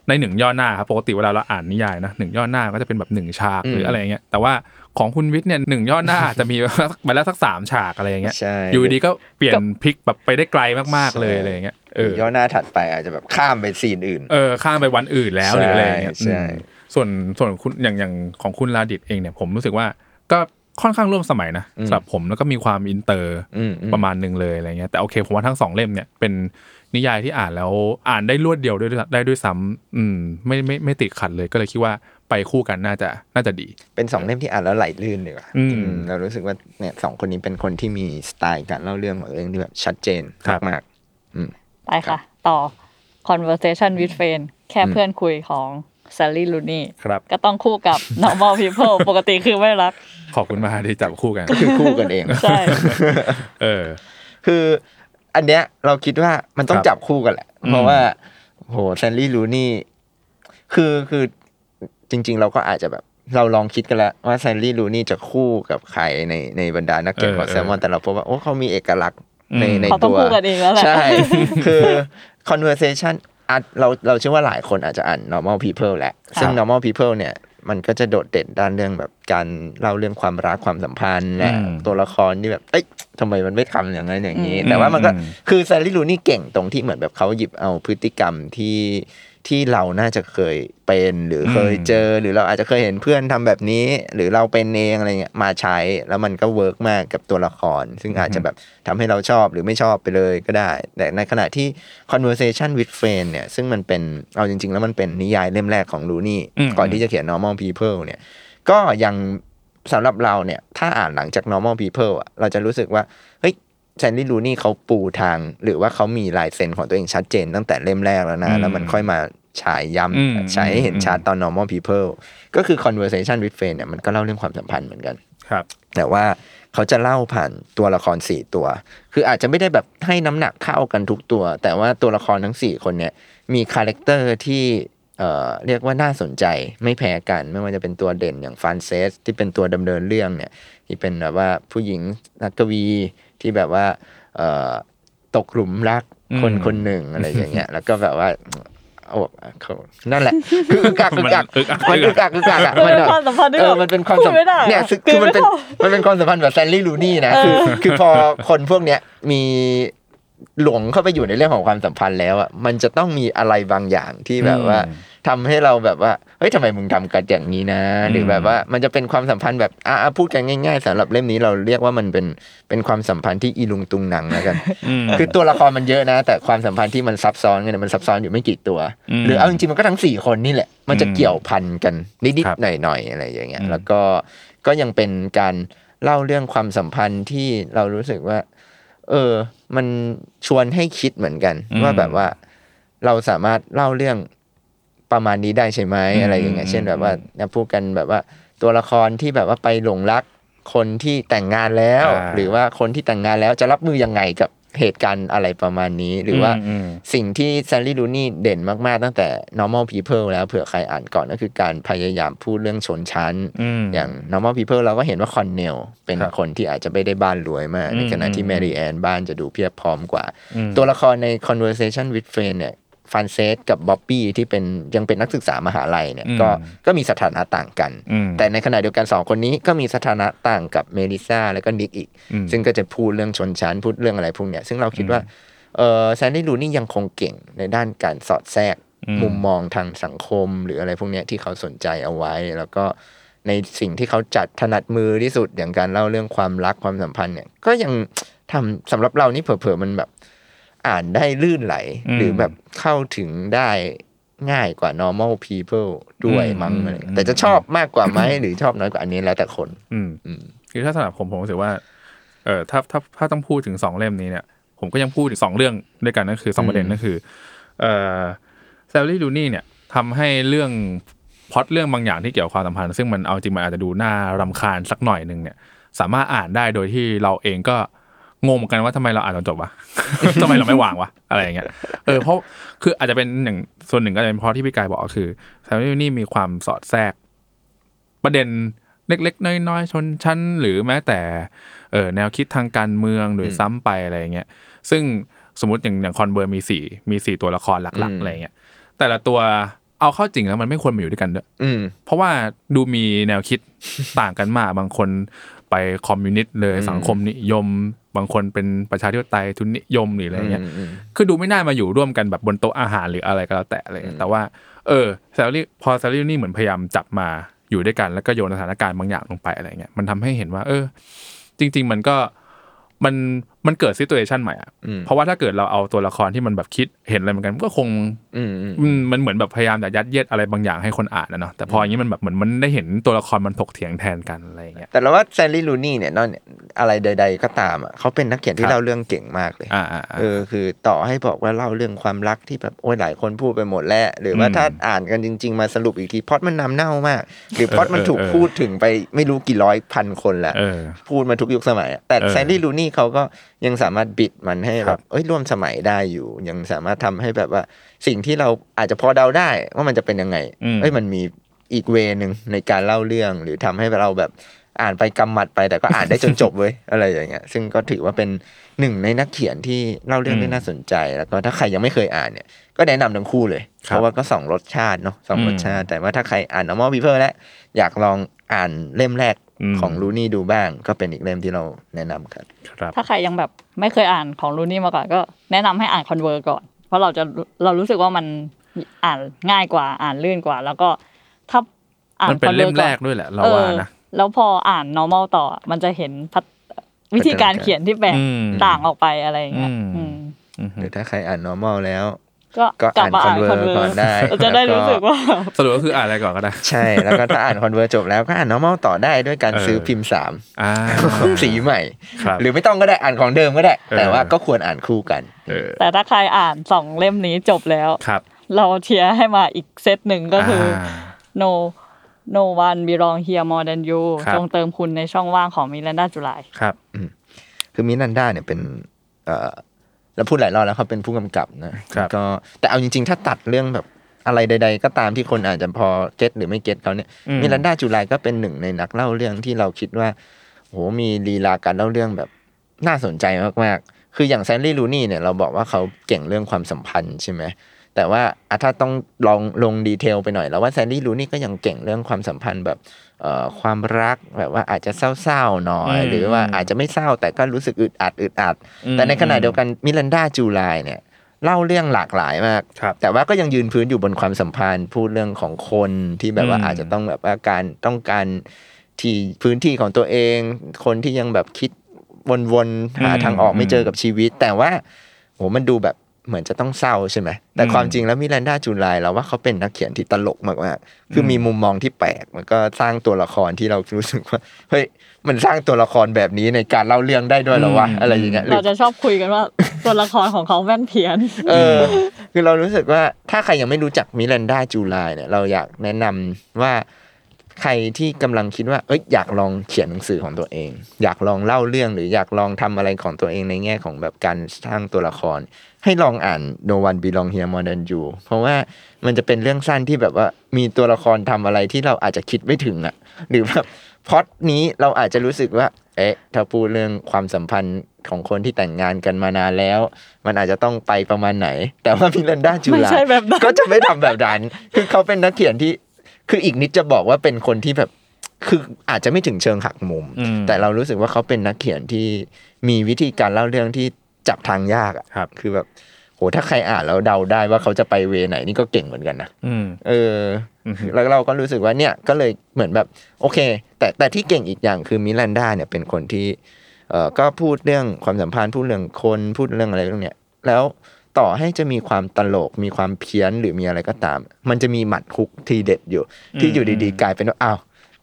Speaker 5: ในหนึ่งย่อหน้าครับปกติเวลาเราอ่านนิยายนะหนึ่งย่อหน้าก็จะเป็นแบบหนึ่งฉากหรืออะไรอย่างเงี้ยแต่ว่าของคุณวิทย์เนี่ยหนึ่งย่อหน้า อาจจะมี มาแล้วสักสามฉากอะไรอย่างเงี้ย
Speaker 4: ใช่
Speaker 5: อยู่ดีๆก็เปลี่ยนพลิกแบบไปได้ไกลมากๆเลยอะไรอย่างเงี้ยเออ
Speaker 4: ย่อหน้าถัดไปอาจจะแบบข้ามไปซีนอื่น
Speaker 5: เออข้ามไปวันอื่นแล้ว
Speaker 4: ใช่
Speaker 5: หรืออะไรอย่างเงี้ย
Speaker 4: ใช่
Speaker 5: อืมส่วนส่วนคุณอย่างอย่างของคุณลาดิตเองเนี่ยผมรู้สึกว่าก็ค่อนข้างร่วมสมัยนะสำหรับผมแล้วก็มีความอินเตอร์
Speaker 4: อืมอืม
Speaker 5: ประมาณหนึ่งเลยอะไรเงี้ยแต่โอเคผมว่าทั้งสองเล่มเนี่ยเป็นนิยายที่อ่านแล้วอ่านได้รวดเดียวด้วยได้ด้วยซ้ำอืมไม่ไม่ไม่ติดขัดเลยก็เลยคิดว่าไปคู่กันน่าจะน่าจะดี
Speaker 4: เป็นสองเล่มที่อ่านแล้วไหลลื่นดีกว่า
Speaker 5: อืม
Speaker 4: อืมเรารู้สึกว่าเนี่ยสองคนนี้เป็นคนที่มีสไตล์การเล่าเรื่องของเรื่องที่แบบชัดเจน
Speaker 5: ครับ
Speaker 4: มากๆอืม
Speaker 6: ไปค่ะ ต่อ conversation with friend แค่เพื่อนคุยของ Sally Rooney
Speaker 5: ครับ
Speaker 6: ก็ต้องคู่กับ normal people ปกติคือไม่รัก
Speaker 5: ขอบคุณมากที่จับคู่กัน
Speaker 4: คือคู่กันเอง
Speaker 6: ใช่
Speaker 5: เออ
Speaker 4: คืออันเนี้ยเราคิดว่ามันต้อง
Speaker 5: ครับ
Speaker 4: จับคู่กันแหละ
Speaker 5: อืม
Speaker 4: เพราะว่าโหแซนลี่ลูนี่ คือคือจริง ๆ เราก็อาจจะแบบ เราลองคิดกันแล้วว่าแซนลี่ลูนี่จะคู่กับใครในในบรรดานักเก็บ
Speaker 5: เออ
Speaker 4: ของแซลมอน แต่เราพบว่า โอ้เขามีเอกลักษณ์
Speaker 5: อืม
Speaker 4: ในใน
Speaker 6: เขา
Speaker 4: ตั
Speaker 6: ต้อง
Speaker 4: ว
Speaker 6: คู่กันเองแล้วแหละ
Speaker 4: ใช่ คือ conversation อาจเราเราเชื่อว่าหลายคนอาจจะอ่าน normal people แหละ ซึ่ง normal people เนี่ย มันก็จะโดดเด่นด้านเรื่องแบบการเล่าเรื่องความรักความสัมพันธ์แหละ
Speaker 5: อืม
Speaker 4: ตัวละครที่แบบ เอ้ยทำไมมันไม่ทำอย่างนั้นอย่างนี้
Speaker 6: อืม
Speaker 4: แต่ว่ามันก็
Speaker 5: อืม
Speaker 4: คือแซลลี่ลูนี่เก่งตรงที่เหมือนแบบเขาหยิบเอาพฤติกรรมที่ที่เราน่าจะเคยเป็นหรือเคยเจอ หรือเราอาจจะเคยเห็นเพื่อนทำแบบนี้ หรือเราเป็นเองอะไรเงี้ยมาใช้แล้วมันก็เวิร์กมากกับตัวละคร ซึ่งอาจจะแบบทำให้เราชอบหรือไม่ชอบไปเลยก็ได้ แต่ในขณะที่ conversation with friend เนี่ยซึ่งมันเป็นเอาจริง ๆ แล้วมันเป็นนิยายเล่มแรกของลูนี่
Speaker 5: อืม
Speaker 4: ก่อนที่จะเขียน normal people เนี่ย ก็ยังสำหรับเราเนี่ย ถ้าอ่านหลังจาก normal people อ่ะ เราจะรู้สึกว่า เฮ้ยแซนดี้ลูนี่เขาปูทาง หรือว่าเขามีลายเซ็นของตัวเองชัดเจนตั้งแต่เล่มแรกแล้วนะ
Speaker 5: อืม
Speaker 4: แล้วมันค่อยมาฉายย้
Speaker 5: อืม
Speaker 4: ำฉายให้เห็น
Speaker 5: อืม
Speaker 4: ชัดตอน normal people ก็คือ conversation with friend เนี่ยมันก็เล่าเรื่องความสัมพันธ์เหมือนกัน
Speaker 5: ครับ
Speaker 4: แต่ว่าเขาจะเล่าผ่านตัวละครสี่ตัว คืออาจจะไม่ได้แบบให้น้ำหนักเข้ากันทุกตัว แต่ว่าตัวละครทั้งสี่คนเนี่ย มีคาแรคเตอร์ที่เอ่อเรียกว่าน่าสนใจไม่แพ้กัน ไม่ว่าจะเป็นตัวเด่นอย่างฟรานเซสที่เป็นตัวดำเนินเรื่องเนี่ย ที่เป็นแบบว่าผู้หญิงนักกวีที่แบบว่าเอ่อตกหลุมรักคน
Speaker 5: อืม
Speaker 4: คนหนึ่งอะไรอย่างเงี้ย แล้วก็แบบว่าเอาเขานั่นแหละ คืออึกอักอึกอักมันอึกอักอึกอักอะ
Speaker 6: มันเป็น
Speaker 4: อะ
Speaker 6: ความสัมพันธ์ที่
Speaker 4: เออ
Speaker 6: แบบ
Speaker 4: มันเป็นความ
Speaker 6: พูดไม่ได้อะ
Speaker 4: เนี่ยคือมันเป็น
Speaker 6: กลืนไม่เข้า
Speaker 4: มันเป็นความสัมพันธ์แบบแซนลี่ลูนี่นะคือคือพอคนพวกเนี้ยมีหลงเข้าไปอยู่ในเรื่องของความสัมพันธ์แล้วอ่ะมันจะต้องมีอะไรบางอย่างที่แบบว่าทำให้เราแบบว่าเฮ้ยทำไมมึงทำกันอย่างนี้นะ หรือแบบว่ามันจะเป็นความสัมพันธ์แบบอ่ะอ่ะพูดกันง่าย ๆสำหรับเล่มนี้เราเรียกว่ามันเป็นเป็นความสัมพันธ์ที่อีลุงตุงหนังแล้วกัน คือตัวละครมันเยอะนะ แต่ความสัมพันธ์ที่มันซับซ้อนกันเนยมันซับซ้อนอยู่ไม่กี่ตัว
Speaker 5: อืม
Speaker 4: หรือเอาจริงๆมันก็ทั้งสี่คนนี่แหละ มันจะเกี่ยวพันกันนิด
Speaker 5: ครับ
Speaker 4: ๆหน่อยๆอะไรอย่างเงี้ย
Speaker 5: อืม
Speaker 4: แล้วก็ก็ยังเป็นการเล่าเรื่องความสัมพันธ์ที่เรารู้สึกว่า เออ มันชวนให้คิดเหมือนกัน
Speaker 5: อืม
Speaker 4: ว่าแบบว่าเราสามารถเล่าเรื่องประมาณนี้ได้ใช่ไหม
Speaker 5: อืม
Speaker 4: อะไรอย่างเงี้
Speaker 5: อื
Speaker 4: ย
Speaker 5: ม
Speaker 4: เช่นแบบว่า
Speaker 5: อืม
Speaker 4: เนี่ยพูดกันแบบว่า ตัวละครที่แบบว่าไปหลงรักคนที่แต่งงานแล้ว
Speaker 5: อ่า
Speaker 4: หรือว่าคนที่แต่งงานแล้วจะรับมือยังไงกับ เหตุการณ์อะไรประมาณนี้ หรือว่า
Speaker 5: อืม
Speaker 4: สิ่งที่แซลลี่ลูนี่เด่นมาก ๆ ตั้งแต่ normal people แล้วเผื่อใครอ่านก่อนก็คือการพยายามพูดเรื่องชนชั้น
Speaker 5: อืม
Speaker 4: อย่าง normal people เราก็เห็นว่าคอนเนลเป็น
Speaker 5: ครับ
Speaker 4: คนที่อาจจะไม่ได้บ้านรวยมาก
Speaker 5: อืม
Speaker 4: ในขณะที่
Speaker 5: อืม
Speaker 4: แมรี่แอนบ้านจะดูเพียบพร้อมกว่า
Speaker 5: อืม
Speaker 4: ตัวละครใน conversation with friend เนี่ยฟันเซสกับบ๊อบบี้ที่เป็นยังเป็นนักศึกษามหาลัยเนี่ยก็ก็มีสถานะต่างกัน
Speaker 5: อืม
Speaker 4: แต่ในขณะเดียวกันสองคนนี้ก็มีสถานะต่างกับเมลิซาแล้วก็นิกอีก
Speaker 5: อืม
Speaker 4: ซึ่งก็จะพูดเรื่องชนชั้นพูดเรื่องอะไรพวกเนี้ยซึ่งเราคิดว่าเออแซนดี้ลูนี่ยังคงเก่งในด้านการสอดแทรก
Speaker 5: อืม
Speaker 4: มุมมองทางสังคมหรืออะไรพวกเนี้ยที่เขาสนใจเอาไว้ แล้วก็ในสิ่งที่เขาจัดถนัดมือที่สุดอย่างการเล่าเรื่องความรักความสัมพันธ์เนี่ยก็ยังทำสำหรับเรานี่เผลอๆมันแบบอ่านได้ลื่นไหล
Speaker 5: อืม
Speaker 4: หรือแบบเข้าถึงได้ง่ายกว่า normal people ด้วยมั้งอะไรอย่างเงี้ยแต่จะชอบมากกว่าไหม หรือชอบน้อยกว่าอันนี้แล้วแต่คน
Speaker 5: อืม
Speaker 4: อืม
Speaker 5: คือถ้าสำหรับผมผมรู้สึกว่า เออถ้าถ้าถ้าต้องพูดถึงสองเล่มนี้เนี่ย ผมก็ยังพูดถึงสองเรื่องด้วยกันนั่นคือสองประเด็นนั่นคือ เออแซลลี่ดูนี่เนี่ยทำให้เรื่องพล็อตเรื่องบางอย่างที่เกี่ยวกับความสัมพันธ์ ซึ่งมันเอาจริงมันอาจจะดูน่ารำคาญสักหน่อยหนึ่งเนี่ย สามารถอ่านได้โดยที่เราเองก็งงเหมือนกันว่าทำไมเราอ่านจนจบวะ ทำไมเราไม่วางวะอะไรอย่างเงี้ยเออเพราะคืออาจจะเป็นหนึ่งส่วนหนึ่งก็จะเป็นเพราะที่พี่กายบอกก็คือแซมมี่นี่มีความสอดแทรก ประเด็นเล็กๆ น้อยๆชนชั้น หรือแม้แต่เออแนวคิดทางการเมืองโดยซ้ำไปอะไรอย่างเงี้ยซึ่งสมมติอย่างอย่างคอนเบิร์มีสี่มีสี่ตัวละครหลัก
Speaker 4: อื
Speaker 5: ๆ
Speaker 4: ม
Speaker 5: อะไรอย่างเงี้ยแต่ละตัวเอาเข้าจริงแล้วมันไม่ควรมาอยู่ด้วยกันด้วย
Speaker 4: อืม
Speaker 5: เพราะว่าดูมีแนวคิด ต่างกันมากบางคนไปคอมมิวนิสต์เลย
Speaker 4: อืม
Speaker 5: สังคมนิยม บางคนเป็นประชาธิปไตยทุนนิยมหรืออะไรเงี้ย
Speaker 4: อืมอืม
Speaker 5: คือดูไม่น่ามาอยู่ร่วมกันแบบบนโต๊ะอาหารหรืออะไรก็แล้วแต่อะไรเลยแต่ว่า เออแซลลี่พอแซลลี่นี่เหมือนพยายามจับมาอยู่ด้วยกัน แล้วก็โยนสถานการณ์บางอย่างลงไปอะไรเงี้ยมันทำให้เห็นว่า เออ จริง ๆ มันก็มันมันเกิดซิ t u เอชันใหม่อ่ะ
Speaker 4: อืม
Speaker 5: เพราะว่าถ้าเกิดเราเอาตัวละครที่มันแบบคิดเห็นอะไรเหมือนกันมันก็คง
Speaker 4: อืมอืม
Speaker 5: อืมมันเหมือนแบบพยายามจะยัดเยียดอะไรบางอย่างให้คนอ่านนะเนาะแต่พออย่างนี้มันแบบเหมือนมันได้เห็นตัวละครมันถกเถียงแทนกันอะไรอย่างเงี้ย
Speaker 4: แต่เราว่าแซนลี่ลูนี่เนี่ยนอกเนี่ยอะไรใด ๆ ก็ตามอ่ะเขาเป็นนักเขียน
Speaker 5: ครั
Speaker 4: ที่
Speaker 5: บ
Speaker 4: เล่าเรื่องเก่งมากเลย
Speaker 5: อ่าอ่าอ่า
Speaker 4: เออคือต่อให้บอกว่าเล่าเรื่องความรักที่แบบโอ้ยหลายคนพูดไปหมดแล้ว หรือว่า
Speaker 5: อืม
Speaker 4: ถ้าอ่านกันจริง ๆ มาสรุปอีกทีพล็อดมันนำเน่ามาก หรือพล็อดมันถูก
Speaker 5: เออเออ
Speaker 4: พูดถึงไปไม่รู้กี่ร้อยพันคนแล้ว
Speaker 5: เออ
Speaker 4: พูดมาทุกยุคสมัยอะแต่
Speaker 5: เออ
Speaker 4: แซนดี้ลูนี่เขาก็ยังสามารถบิดมันให้
Speaker 5: ค
Speaker 4: แบ
Speaker 5: รั
Speaker 4: บบ เอ้ยร่วมสมัยได้อยู่ ยังสามารถทำให้แบบว่าสิ่งที่เราอาจจะพอเดาได้ว่ามันจะเป็นยังไง
Speaker 5: อืม
Speaker 4: เอ้ยมันมีอีกเวนึงในการเล่าเรื่องหรือทำให้เราแบบอ่านไปกำหมัดไปแต่ก็อ่านได้จนจบเว้ย อะไรอย่างเงี้ย ซึ่งก็ถือว่าเป็นหนึ่งในนักเขียนที่เล่าเรื่อง
Speaker 5: อืม
Speaker 4: ได้น่าสนใจ แล้วก็ถ้าใครยังไม่เคยอ่านเนี่ย ก็แนะนำทั้งคู่เลย
Speaker 5: ครับ
Speaker 4: เพราะว่าก็สองรสชาติเนาะสองรสชาติ แต่ว่าถ้าใครอ่าน normal people แล้วอยากลองอ่านเล่มแรก
Speaker 5: อืม
Speaker 4: ของ ลูนี่ดูบ้างก็เป็นอีกเล่มที่เราแนะนำครับ
Speaker 5: ครับ
Speaker 6: ถ้าใครยังแบบไม่เคยอ่านของรูนี่มาก่อนก็แนะนำให้อ่านคอนเวอร์ก่อน เพราะเราจะเรารู้สึกว่ามันอ่านง่ายกว่าอ่านลื่นกว่า แล้วก็ถ้าอ่าน
Speaker 5: มันเป็น
Speaker 6: Convert
Speaker 5: เล่มแรก
Speaker 6: อน
Speaker 5: ด้วยแหละเราว่านะ
Speaker 6: เออแล้วพออ่าน normal ต่อ มันจะเห็นพัฒวิธีการเขียนที่แบก
Speaker 5: อืม
Speaker 6: ต่างออกไปอะไรอย่างเงี้ย
Speaker 5: อืม
Speaker 6: อืม
Speaker 5: ม
Speaker 4: หรือถ้าใครอ่าน normal แล้ว
Speaker 6: ก็
Speaker 4: ก็
Speaker 6: กลับ
Speaker 4: อ่าน
Speaker 6: มาอ่าน
Speaker 4: Convert ก่อน
Speaker 6: Convert
Speaker 4: ได้
Speaker 6: เราจะได้
Speaker 4: แล้วก็
Speaker 6: รู้สึกว่า
Speaker 5: สรุปก็คืออ่านอะไรก่อนก็ได้
Speaker 4: ใช่ แล้วก็ถ้าอ่านคอนเวอร์จบแล้วก็อ่าน normal ต่อได้ด้วยการ
Speaker 5: เออ
Speaker 4: ซื้อพิมพ์สาม
Speaker 5: อ่า
Speaker 4: สีใหม่
Speaker 5: ครับ
Speaker 4: หรือไม่ต้องก็ได้อ่านของเดิมก็ได้
Speaker 5: เออ
Speaker 4: แต่ว่าก็ควรอ่านคู่กัน
Speaker 5: เออ
Speaker 6: แต่ถ้าใครอ่านสองเล่มนี้จบแล้ว
Speaker 5: ครับ
Speaker 6: เราเทียร์ให้มาอีกเซตหนึ่งก็คืออ
Speaker 5: า
Speaker 6: no no one belong here more than you
Speaker 5: ครับ
Speaker 6: จงเติมคุณในช่องว่างของมิรันดาจุลาย
Speaker 5: ครับ
Speaker 4: คือมินันดาเนี่ยเป็นเออเราพูดหลายรอบแล้วเขาเป็นผู้กำกับนะครับ ก็แต่เอาจริง ๆ ถ้าตัดเรื่องแบบอะไรใด ๆ ก็ตามที่คนอาจจะพอเก็ตหรือไม่เก็ตเขาเนี่ยมิรันดาจุลายก็เป็นหนึ่งในนักเล่าเรื่องที่เราคิดว่าโหมีลีลาการเล่าเรื่องแบบน่าสนใจมากๆ คืออย่างแซนลี่ลูนี่เนี่ยเราบอกว่าเขาเก่งเรื่องความสัมพันธ์ใช่ไหมแต่ว่าอ่ะถ้าต้องลองลงดีเทลไปหน่อยแล้วว่าแซนลี่ลูนี่ก็ยังเก่งเรื่องความสัมพันธ์แบบเอ่อความรักแบบว่าอาจจะเศร้าๆหน่อย
Speaker 5: อืม
Speaker 4: หรือว่าอาจจะไม่เศร้าแต่ก็รู้สึกอึดอัดอึดอัด
Speaker 5: อืม
Speaker 4: แต่ในขณะเดียวกันมิลันดาจูไลายเนี่ยเล่าเรื่องหลากหลายมาก
Speaker 5: ครับ
Speaker 4: แต่ว่าก็ยังยืนพื้นอยู่บนความสัมพันธ์ พูดเรื่องของคนที่แบบว่า
Speaker 5: อืม
Speaker 4: อาจจะต้องแบบว่าการต้องการที่พื้นที่ของตัวเอง คนที่ยังแบบคิดวนๆหาทางออก
Speaker 5: อืม
Speaker 4: ไม่เจอกับชีวิต แต่ว่าโหมันดูแบบเหมือนจะต้องเศร้าใช่ไหมแต่
Speaker 5: อืม
Speaker 4: ความจริงแล้วมิลันดาจูไลายเราว่าเขาเป็นนักเขียนที่ตลกมากๆคือมีมุมมองที่แปลกมันก็สร้างตัวละครที่เรารู้สึกว่าเฮ้ยมันสร้างตัวละครแบบนี้ในการเล่าเรื่องได้ด้วยเหรอวะ
Speaker 5: อืม
Speaker 4: อะไรอย่างเงี้ยหรือ
Speaker 6: เราจะชอบคุยกันว่า ตัวละครของเขาแม่นเพี้ยน
Speaker 4: เออคือเรารู้สึกว่าถ้าใครยังไม่รู้จักมิรันดาจูไลายเนี่ยเราอยากแนะนำว่า ใครที่กำลังคิดว่า เอ้ยอยากลองเขียนหนังสือของตัวเอง อยากลองเล่าเรื่องหรืออยากลองทำอะไรของตัวเองในแง่ของแบบการสร้างตัวละคร ให้ลองอ่าน No One Belong Here More Than You เพราะว่ามันจะเป็นเรื่องสั้นที่แบบว่ามีตัวละครทำอะไรที่เราอาจจะคิดไม่ถึงอะหรือแบบพล็อดนี้เราอาจจะรู้สึกว่า เอ๊ะถ้าพูดเรื่องความสัมพันธ์ของคนที่แต่งงานกันมานานแล้ว มันอาจจะต้องไปประมาณไหน แต่ว่ามิรันดาจู
Speaker 6: ไม่
Speaker 4: ลา
Speaker 6: ใช่แบบนั้น
Speaker 4: ก็จะไม่ทำแบบนั้น คือเขาเป็นนักเขียนที่ คืออีกนิดจะบอกว่าเป็นคนที่แบบ คืออาจจะไม่ถึงเชิงหักมุม
Speaker 5: อืม
Speaker 4: แต่เรารู้สึกว่าเขาเป็นนักเขียนที่มีวิธีการเล่าเรื่องที่จับทางยากอะ
Speaker 5: ครับ
Speaker 4: คือแบบ โห ถ้าใครอ่านแล้วเดาได้ว่าเขาจะไปเวไหนนี่ก็เก่งเหมือนกันนะ
Speaker 5: อืม
Speaker 4: เอออ
Speaker 5: อฮึ
Speaker 4: แล้วเราก็รู้สึกว่าเนี่ยก็เลยเหมือนแบบโอเค แต่แต่ที่เก่งอีกอย่างคือมิลันดาเนี่ยเป็นคนที่เออก็พูดเรื่องความสัมพันธ์พูดเรื่องคนพูดเรื่องอะไรเรื่องเนี้ยแล้วต่อให้จะมีความตลกมีความเพี้ยนหรือมีอะไรก็ตาม มันจะมีหมัดฮุกทีเด็ดอยู่ ที่อยู่ดีๆ กลายเป็นว่าอ้าว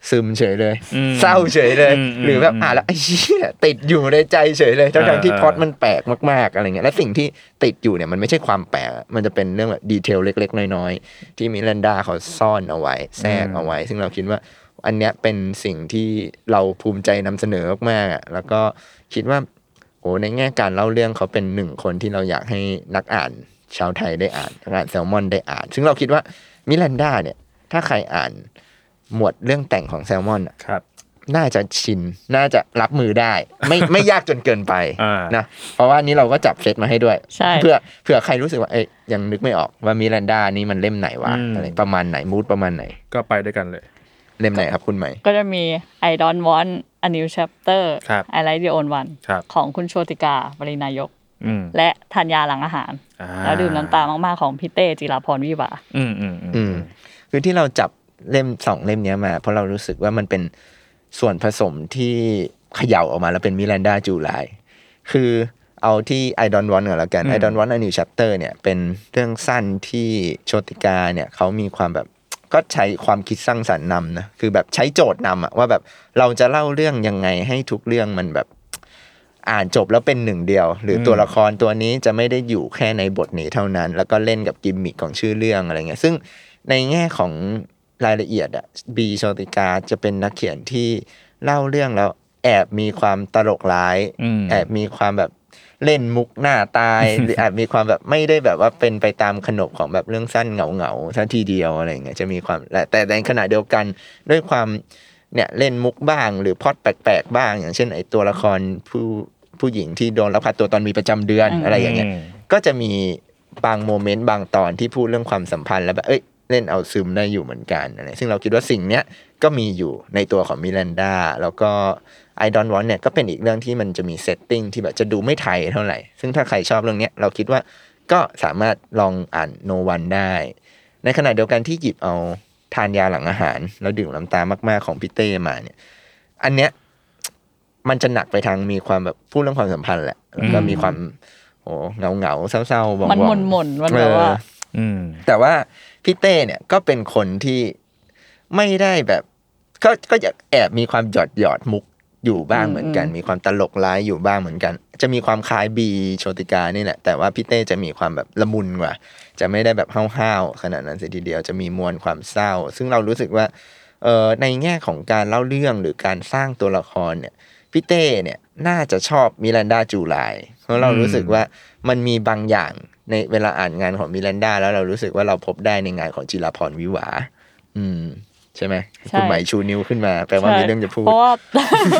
Speaker 4: ซึมเฉยเลย
Speaker 5: อืม
Speaker 4: เศร้าเฉยเลย
Speaker 5: อืมอืม
Speaker 4: หรือแบบอ่านแล้วไอ้เชี่ยติดอยู่ในใจเฉยเลยทั้งๆที่
Speaker 5: เออ
Speaker 4: พล็อดมันแปลกมากๆอะไรเงี้ยและสิ่งที่ติดอยู่เนี่ยมันไม่ใช่ความแปลกอะมันจะเป็นเรื่องแบบดีเทลเล็ก ๆ น้อยๆ ที่มิรันดาเขาซ่อนเอาไว้ แทรกเอาไว้ ซึ่งเราคิดว่า อันเนี้ยเป็นสิ่งที่เราภูมิใจนำเสนอมากๆอะแล้วก็คิดว่าโอ้ในแง่การเล่าเรื่องเขาเป็นหนึ่งคนที่เราอยากให้นักอ่านชาวไทยได้อ่านนักอ่านแซลมอนได้อ่าน ซึ่งเราคิดว่ามิรันดาเนี่ย ถ้าใครอ่านหมวดเรื่องแต่งของแซลมอนอะ
Speaker 5: ครับ
Speaker 4: น่าจะชิน น่าจะรับมือได้ ไม่ไม่ยากจนเกินไป
Speaker 5: อ่าน
Speaker 4: นะเพราะว่านี้เราก็จับเซตมาให้ด้วย
Speaker 6: ใช่
Speaker 4: เพื่อเผื่อใครรู้สึกว่าเอ้ยยังนึกไม่ออกว่ามิรันดานี่มันเล่มไหนวะ
Speaker 5: อืม
Speaker 4: อะไรประมาณไหนมูดประมาณไหน
Speaker 5: ก็ไปด้วยกันเลย
Speaker 4: เล่มไหนครับคุณใหม่
Speaker 6: ก็จะมี I don't want a new chapter
Speaker 5: ครับ
Speaker 6: I like the old one
Speaker 5: ครับ
Speaker 6: ของคุณโชติกาบรินายก
Speaker 5: อืม
Speaker 6: และธัญญาหลังอาหาร
Speaker 5: อ่า
Speaker 6: แล้วดื่มน้ำตามากๆของพี่เต้จิราพรวิวา
Speaker 5: อืมอืมอืม
Speaker 4: อืมคือที่เราจับเล่มสองเล่มเนี้ยมา เพราะเรารู้สึกว่ามันเป็นส่วนผสมที่เขย่าออกมาแล้วเป็นมิรันดาจูไลคือเอาที่ I don't want ก่อนแล้วกัน
Speaker 5: อืม
Speaker 4: I don't want a new chapter เนี่ยเป็นเรื่องสั้นที่โชติกาเนี่ยเขามีความแบบ ก็ใช้ความคิดสร้างสรรค์นำนะคือแบบใช้โจทย์นำอะว่าแบบเราจะเล่าเรื่องยังไงให้ทุกเรื่องมันแบบ อ่านจบแล้วเป็นหนึ่งเดียว หรืออ
Speaker 5: ม
Speaker 4: ตัวละครตัวนี้จะไม่ได้อยู่แค่ในบทนี้เท่านั้น แล้วก็เล่นกับกิมมิคของชื่อเรื่องอะไรเงี้ยซึ่งในแง่ของรายละเอียดอะบีโชติกาจะเป็นนักเขียนที่เล่าเรื่องแล้วแอบมีความตลกร้าย
Speaker 5: อืม
Speaker 4: แอบมีความแบบเล่นมุกหน้าตาย หรือแอบมีความแบบไม่ได้แบบว่าเป็นไปตามขนบของแบบเรื่องสั้นเหงาเหงาๆซะทีเดียวอะไรอย่างเงี้ยจะมีความแต่แต่ในขณะเดียวกันด้วยความเนี่ยเล่นมุกบ้าง หรือพล็อดแปลกๆบ้าง อย่างเช่นไอ้ตัวละครผู้ผู้หญิงที่โดนลักพาตัวตอนมีประจำเดือน
Speaker 6: อืม
Speaker 4: อะไรอย่างเงี้ย ก็จะมีบางโมเมนต์บางตอนที่พูดเรื่องความสัมพันธ์แล้วแบบเอ้ยเล่นเอาซึมได้อยู่เหมือนกันอะไรซึ่งเราคิดว่าสิ่งเนี้ยก็มีอยู่ในตัวของมิรันดาแล้วก็ I don't want เนี่ยก็เป็นอีกเรื่องที่มันจะมีเซตติ้งที่แบบจะดูไม่ไทยเท่าไหร่ ซึ่งถ้าใครชอบเรื่องเนี้ยเราคิดว่าก็สามารถลองอ่านโนวันได้ ในขณะเดียวกันที่หยิบเอาทานยาหลังอาหาร แล้วดื่มน้ำตามากๆของพี่เต้มาเนี่ย อันเนี้ยมันจะหนักไปทางมีความแบบพูดเรื่องความสัมพันธ์แหละแล้วก็มีความ โอ้เหงาเหงาๆเศร้าๆบองๆ
Speaker 6: มันหม่นๆมันแบบว่า
Speaker 4: เออ
Speaker 5: อืม
Speaker 4: แต่ว่าพี่เต้เนี่ยก็เป็นคนที่ไม่ได้แบบ ก็ก็อยากแอบมีความหยอดหยอดๆมุกอยู่บ้างเหมือนกัน มีความตลกร้ายอยู่บ้างเหมือนกัน จะมีความคล้ายบีโชติกานี่แหละ แต่ว่าพี่เต้จะมีความแบบละมุนกว่า จะไม่ได้แบบห้าวๆขนาดนั้นเสียทีเดียวจะมีมวลความเศร้า ซึ่งเรารู้สึกว่าเออในแง่ของการเล่าเรื่องหรือการสร้างตัวละครเนี่ย พี่เต้เนี่ยน่าจะชอบมิรันดาจูไลเพราะเรารู้สึกว่ามันมีบางอย่างในเวลาอ่านงานของมิรันดาแล้วเรารู้สึกว่าเราพบได้ในงานของจิราพรวิวา อืม ใช่ไหม
Speaker 6: ใช่
Speaker 4: คุณหมายชูนิ้วขึ้นมา แปลว่ามีเรื่องจะพูด
Speaker 6: เพราะว่า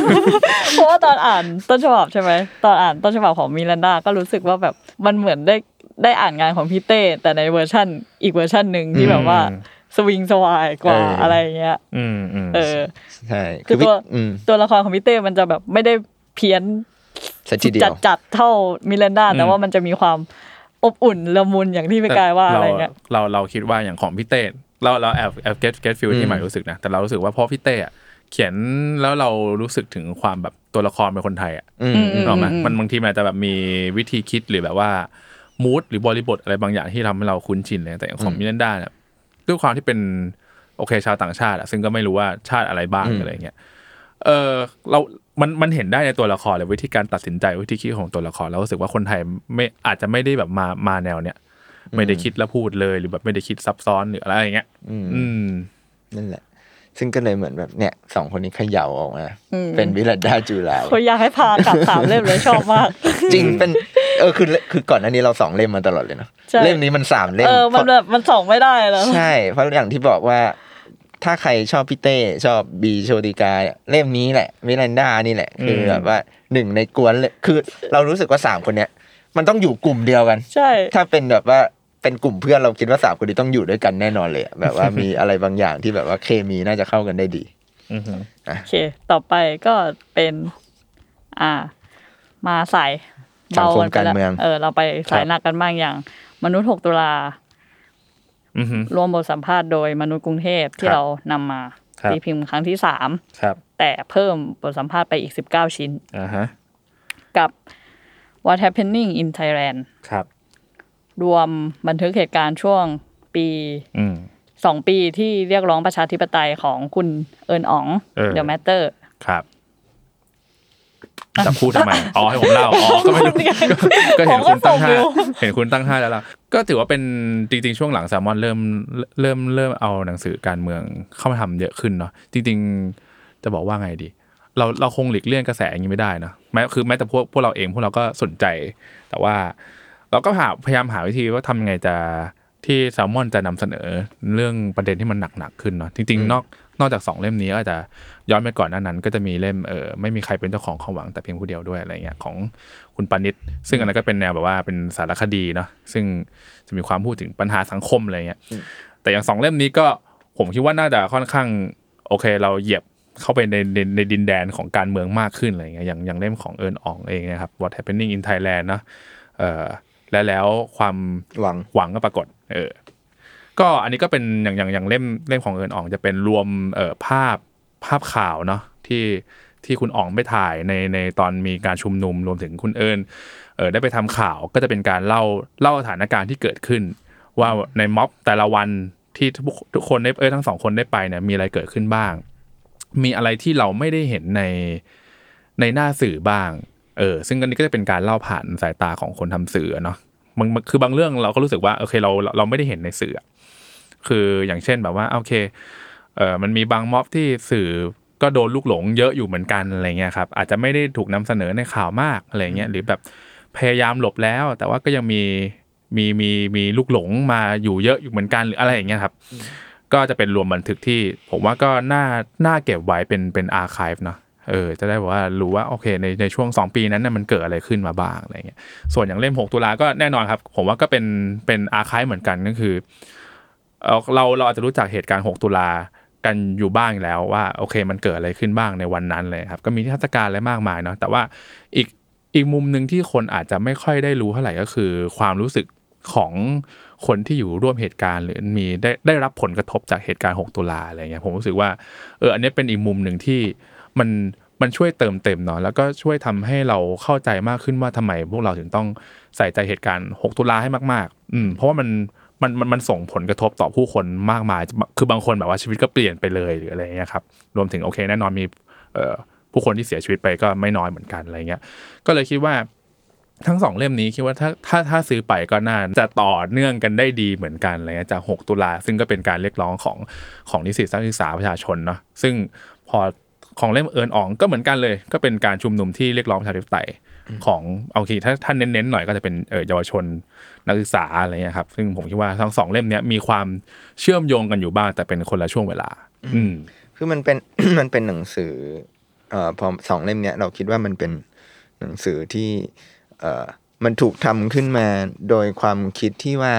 Speaker 6: เพราะว่าตอนอ่านต้นฉบับใช่ไหมตอนอ่านต้นฉบับของมิรันดาก็รู้สึกว่าแบบมันเหมือนได้ได้อ่านงานของพี่เต้แต่ในเวอร์ชั่นอีกเวอร์ชั่นหนึ่งที่แบบว่า
Speaker 5: อืม
Speaker 6: สวิงสวายกว่า
Speaker 4: เอออ
Speaker 6: อะไรอย่างเงี้ย
Speaker 5: อืมอืม
Speaker 6: เออ
Speaker 4: ใช่
Speaker 6: คือตัว
Speaker 4: อืม
Speaker 6: ตัวละครของพี่เต้มันจะแบบไม่ได้เพี้ยน
Speaker 4: สักทีเดีย
Speaker 6: จั
Speaker 4: ว
Speaker 6: ดจัดๆเท่ามิรันดาแต่ว่ามันจะมีความอบอุ่นละมุนอย่างที่พี่กายว่าอะไรเงี้ย
Speaker 5: เราเราคิดว่าอย่างของพี่เต้เราเราแอบแอบเก็ตเก็ตฟิล
Speaker 4: อื
Speaker 5: ที่
Speaker 4: ม
Speaker 5: หมายรู้สึกนะ แต่เรารู้สึกว่าเพราะพี่เต้อะเขียนแล้วเรารู้สึกถึงความแบบตัวละครเป็นคนไทยอ่ะ
Speaker 4: อืม
Speaker 6: อืม
Speaker 5: หรอกไหมมันบางทีมันอาจจะแบบมีวิธีคิดหรือแบบว่ามูดหรือบริบทอะไรบางอย่างที่ทำให้เราคุ้นชินเลยแต่อย่างของมิเรนดาเนี่ยด้วยความที่เป็นโอเคชาวต่างชาติอะซึ่งก็ไม่รู้ว่าชาติอะไรบ้าง
Speaker 4: อืม
Speaker 5: อะไรเงี้ยเออเรามันมันเห็นได้ในตัวละครเลยวิธีการตัดสินใจวิธีคิดของตัวละครแล้วรู้สึกว่าคนไทยไม่อาจจะไม่ได้แบบมามาแนวเนี้ย ไม่ได้คิดแล้วพูดเลยหรือแบบไม่ได้คิดซับซ้อนหรืออะไรอย่างเงี้ย
Speaker 4: อืม
Speaker 5: อืม
Speaker 4: นั่นแหละ จ ซึ่งก็เลยเหมือนแบบเนี่ยสองคนนี้เขย่าออกมา
Speaker 6: อืม
Speaker 4: เป็นวิลัดดาจูลา
Speaker 6: เขาอยากให้พาตัดสามเล่มเลยชอบมาก
Speaker 4: จริงเป็นเออคือคือก่อนอันนี้เราสองเล่มมาตลอดเลยเนาะ
Speaker 6: ใช่
Speaker 4: เล่มนี้มันสามเล่ม
Speaker 6: เออมันแบบมันส่องไม่ได้แล้ว
Speaker 4: ใช่ เพราะอย่างที่บอกว่าถ้าใครชอบพี่เต้ชอบบีโชติกาเล่มนี้แหละมิรันดานี่แหละ คืออ
Speaker 7: ม
Speaker 4: แบบว่าหนึ่งในกวนเลยคือเรารู้สึกว่าสามคนเนี้ยมันต้องอยู่กลุ่มเดียวกัน
Speaker 6: ใช่
Speaker 4: ถ้าเป็นแบบว่าเป็นกลุ่มเพื่อนเราคิดว่าสามคนนี้ต้องอยู่ด้วยกันแน่นอนเลยอะแบบว่ามีอะไรบางอย่างที่แบบว่าเคมีน่าจะเข้ากันได้ดี
Speaker 7: อือหือ
Speaker 6: โอเค ต่อไปก็เป็น อ่า มาใส่
Speaker 4: สังคมการ
Speaker 6: ไปละ
Speaker 4: เมือง
Speaker 6: เออ เราไปสายหนักกันบ้างอย่าง มนุษย์หกตุลา
Speaker 7: อือหือ
Speaker 6: รวมบทสัมภาษณ์โดยมนุษย์กรุงเทพที่
Speaker 7: ครับ
Speaker 6: เรานำมา
Speaker 7: ครับ
Speaker 6: ตีพิมพ์ครั้งที่สาม
Speaker 7: ครับ
Speaker 6: แต่เพิ่มบทสัมภาษณ์ไปอีก 19 ชิ้น
Speaker 7: อ่าฮะ
Speaker 6: กับ What Happening in Thailand
Speaker 7: ครับ
Speaker 6: รวมบันทึกเหตุการณ์ช่วงปี
Speaker 7: อืม
Speaker 6: สองปีที่เรียกร้องประชาธิปไตยของคุณเอิญอ๋อง
Speaker 7: เออ
Speaker 6: เดอะแมตเตอร์
Speaker 5: ครับจะพูดทำไมอ๋อให้ผมเล่าอ๋ อก็ไม่รู้ ก็
Speaker 6: ผ
Speaker 5: เห็
Speaker 6: ม
Speaker 5: น
Speaker 6: ก็
Speaker 5: คุณตั้
Speaker 6: ส่ง
Speaker 5: ง
Speaker 6: อ
Speaker 5: ท่า
Speaker 6: ยู่
Speaker 5: เห็นคุณตั้งท่าแล้วล่ะก็ถือว่าเป็นจริงๆช่วงหลังแซลมอนเริ่มเริ่มเริ่มเอาหนังสือการเมืองเข้ามาทำเยอะขึ้นเนาะจริง ๆจะบอกว่าไงดี เราเราคงหลีกเลี่ยงกระแสอย่างนี้ไม่ได้เนาะแม้คือแม้แต่พวกพวกเราเองพวกเราก็สนใจ แต่ว่าเราก็หาพยายามหาวิธีว่าทำยังไงจะที่แซลมอนจะนำเสนอเรื่องประเด็นที่มันหนักๆขึ้นเนาะจริงๆนอกนอกจากสองเล่มนี้ก็อาจจะย้อนไปก่อนหน้านั้นก็จะมีเล่มเออไม่มีใครเป็นเจ้าของความหวังแต่เพียงผู้เดียวด้วยอะไรเงี้ยของคุณปานิชซึ่งอันนั้นก็เป็นแนวแบบว่าเป็นสารคดีเนาะซึ่งจะมีความพูดถึงปัญหาสังคมอะไรเงี้ยแต่อย่างสองเล่มนี้ก็ผมคิดว่าน่าจะค่อนข้างโอเคเราเหยียบเข้าไปในในในดินแดนของการเมืองมากขึ้นอะไรเงี้ยอย่างอย่างเล่มของเอิญอองเองนะครับ What Happening in Thailand เนาะเออและแล้วความ
Speaker 4: หวัง
Speaker 5: หวังก็ปรากฏ เออ ก็อันนี้ก็เป็นอย่างอย่างอย่างเล่มเล่มของเอิญอ่องจะเป็นรวมเอ่อภาพภาพข่าวเนาะที่ที่คุณอ่องไปถ่ายในในตอนมีการชุมนุมรวมถึงคุณเอิญเออได้ไปทำข่าวก็จะเป็นการเล่าเล่าสถานการณ์ที่เกิดขึ้น ว่าในม็อบแต่ละวันที่ทุกทุกคนได้เออทั้งสองคนได้ไปเนี่ยมีอะไรเกิดขึ้นบ้าง มีอะไรที่เราไม่ได้เห็นในในหน้าสื่อบ้าง เออ ซึ่งอันนี้ก็จะเป็นการเล่าผ่านสายตาของคนทำสื่ออะเนาะบางบางคือบางเรื่องเราก็รู้สึกว่าโอเคเราเราเราไม่ได้เห็นในสื่ออะคืออย่างเช่นแบบว่าโอเค เออมันมีบางม็อบที่สื่อก็โดนลูกหลงเยอะอยู่เหมือนกันอะไรเงี้ยครับ อาจจะไม่ได้ถูกนำเสนอในข่าวมากอะไรเงี้ยหรือแบบพยายามหลบแล้ว แต่ว่าก็ยังมีมีมีมีลูกหลงมาอยู่เยอะอยู่เหมือนกันหรืออะไรอย่างเงี้ยครับ ก็จะเป็นรวมบันทึกที่ผมว่าก็น่าน่าเก็บไว้เป็นเป็นอาร์คีฟเนาะเออ จะได้แบบว่ารู้ว่าโอเคในในช่วง 2 ปีนั้นน่ะมันเกิดอะไรขึ้นมาบ้างอะไรเงี้ยส่วนอย่างเล่ม 6 ตุลาก็แน่นอนครับ ผมว่าก็เป็นเป็นอาร์คีฟเหมือนกันก็คือ เอ่อเราเราอาจจะรู้จักเหตุการณ์ 6 ตุลากันอยู่บ้างอยู่แล้วว่าโอเคมันเกิดอะไรขึ้นบ้างในวันนั้นเลยครับ ก็มีนิทรรศการอะไรมากมายเนาะแต่ว่าอีกอีกมุมหนึ่งที่คนอาจจะไม่ค่อยได้รู้เท่าไหร่ก็คือ ความรู้สึกของคนที่อยู่ร่วมเหตุการณ์ หรือมีได้ได้รับผลกระทบจากเหตุการณ์ 6 ตุลาอะไรเงี้ยผมรู้สึกว่าเอออันนี้เป็นอีกมุมหนึ่งที่มันมันช่วยเติมเต็มเนาะแล้วก็ช่วยทำให้เราเข้าใจมากขึ้นว่าทำไมพวกเราถึงต้องใส่ใจเหตุการณ์ 6 ตุลาให้มากๆอืมเพราะว่ามัน มันมันมันส่งผลกระทบต่อผู้คนมากมาย คือบางคนแบบว่าชีวิตก็เปลี่ยนไปเลยหรืออะไรเงี้ยครับ รวมถึงโอเคแน่นอนมีเอ่อผู้คนที่เสียชีวิตไปก็ไม่น้อยเหมือนกันอะไรเงี้ย ก็เลยคิดว่าทั้งสองเล่มนี้คิดว่าถ้าถ้าถ้าซื้อไปก็น่าจะต่อเนื่องกันได้ดีเหมือนกันอะไรเงี้ยจาก 6 ตุลาซึ่งก็เป็นการเรียกร้องของของนิสิตนักศึกษาประชาชนเนาะ ซึ่งพอของเล่มเอิญอ่องก็เหมือนกันเลย ก็เป็นการชุมนุมที่เรียกร้องประชาธิปไตยของเอาทีถ้าถ้าเน้นๆหน่อยก็จะเป็นเอ่อเยาวชน นักศึกษาอะไรเงี้ยครับ ซึ่งผมคิดว่าทั้งสองเล่มเนี้ยมีความเชื่อมโยงกันอยู่บ้าง แต่เป็นคนละช่วงเวลา อืม
Speaker 4: คือมันเป็น มันเป็นหนังสือเอ่อพอสองเล่มเนี้ยเราคิดว่ามันเป็นหนังสือที่เอ่อมันถูกทำขึ้นมาโดยความคิดที่ว่า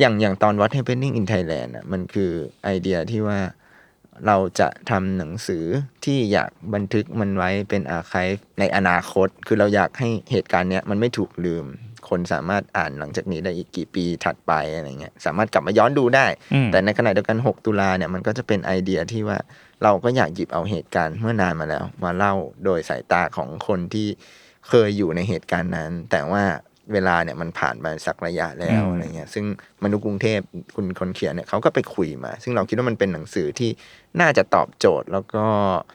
Speaker 4: อย่างอย่างตอน What Happening in Thailand อ่ะมันคือไอเดียที่ว่าเราจะทำหนังสือที่อยากบันทึกมันไว้เป็นอาคาในอนาคต คือเราอยากให้เหตุการณ์เนี้ยมันไม่ถูกลืม คนสามารถอ่านหลังจากนี้ได้อีกกี่ปีถัดไปอะไรเงี้ยสามารถกลับมาย้อนดูได้
Speaker 5: อืม
Speaker 4: แต่ในขณะเดียวกัน 6 ตุลาเนี่ยมันก็จะเป็นไอเดียที่ว่า เราก็อยากหยิบเอาเหตุการณ์เมื่อนานมาแล้ว มาเล่าโดยสายตาของคนที่เคยอยู่ในเหตุการณ์นั้น แต่ว่าเวลาเนี่ยมันผ่านมาสักระยะแล้ว
Speaker 5: อืม
Speaker 4: อะไรเงี้ยซึ่งมนุษย์กรุงเทพคุณคนเขียนเนี่ยเขาก็ไปคุยมา ซึ่งเราคิดว่ามันเป็นหนังสือที่น่าจะตอบโจทย์ แล้วก็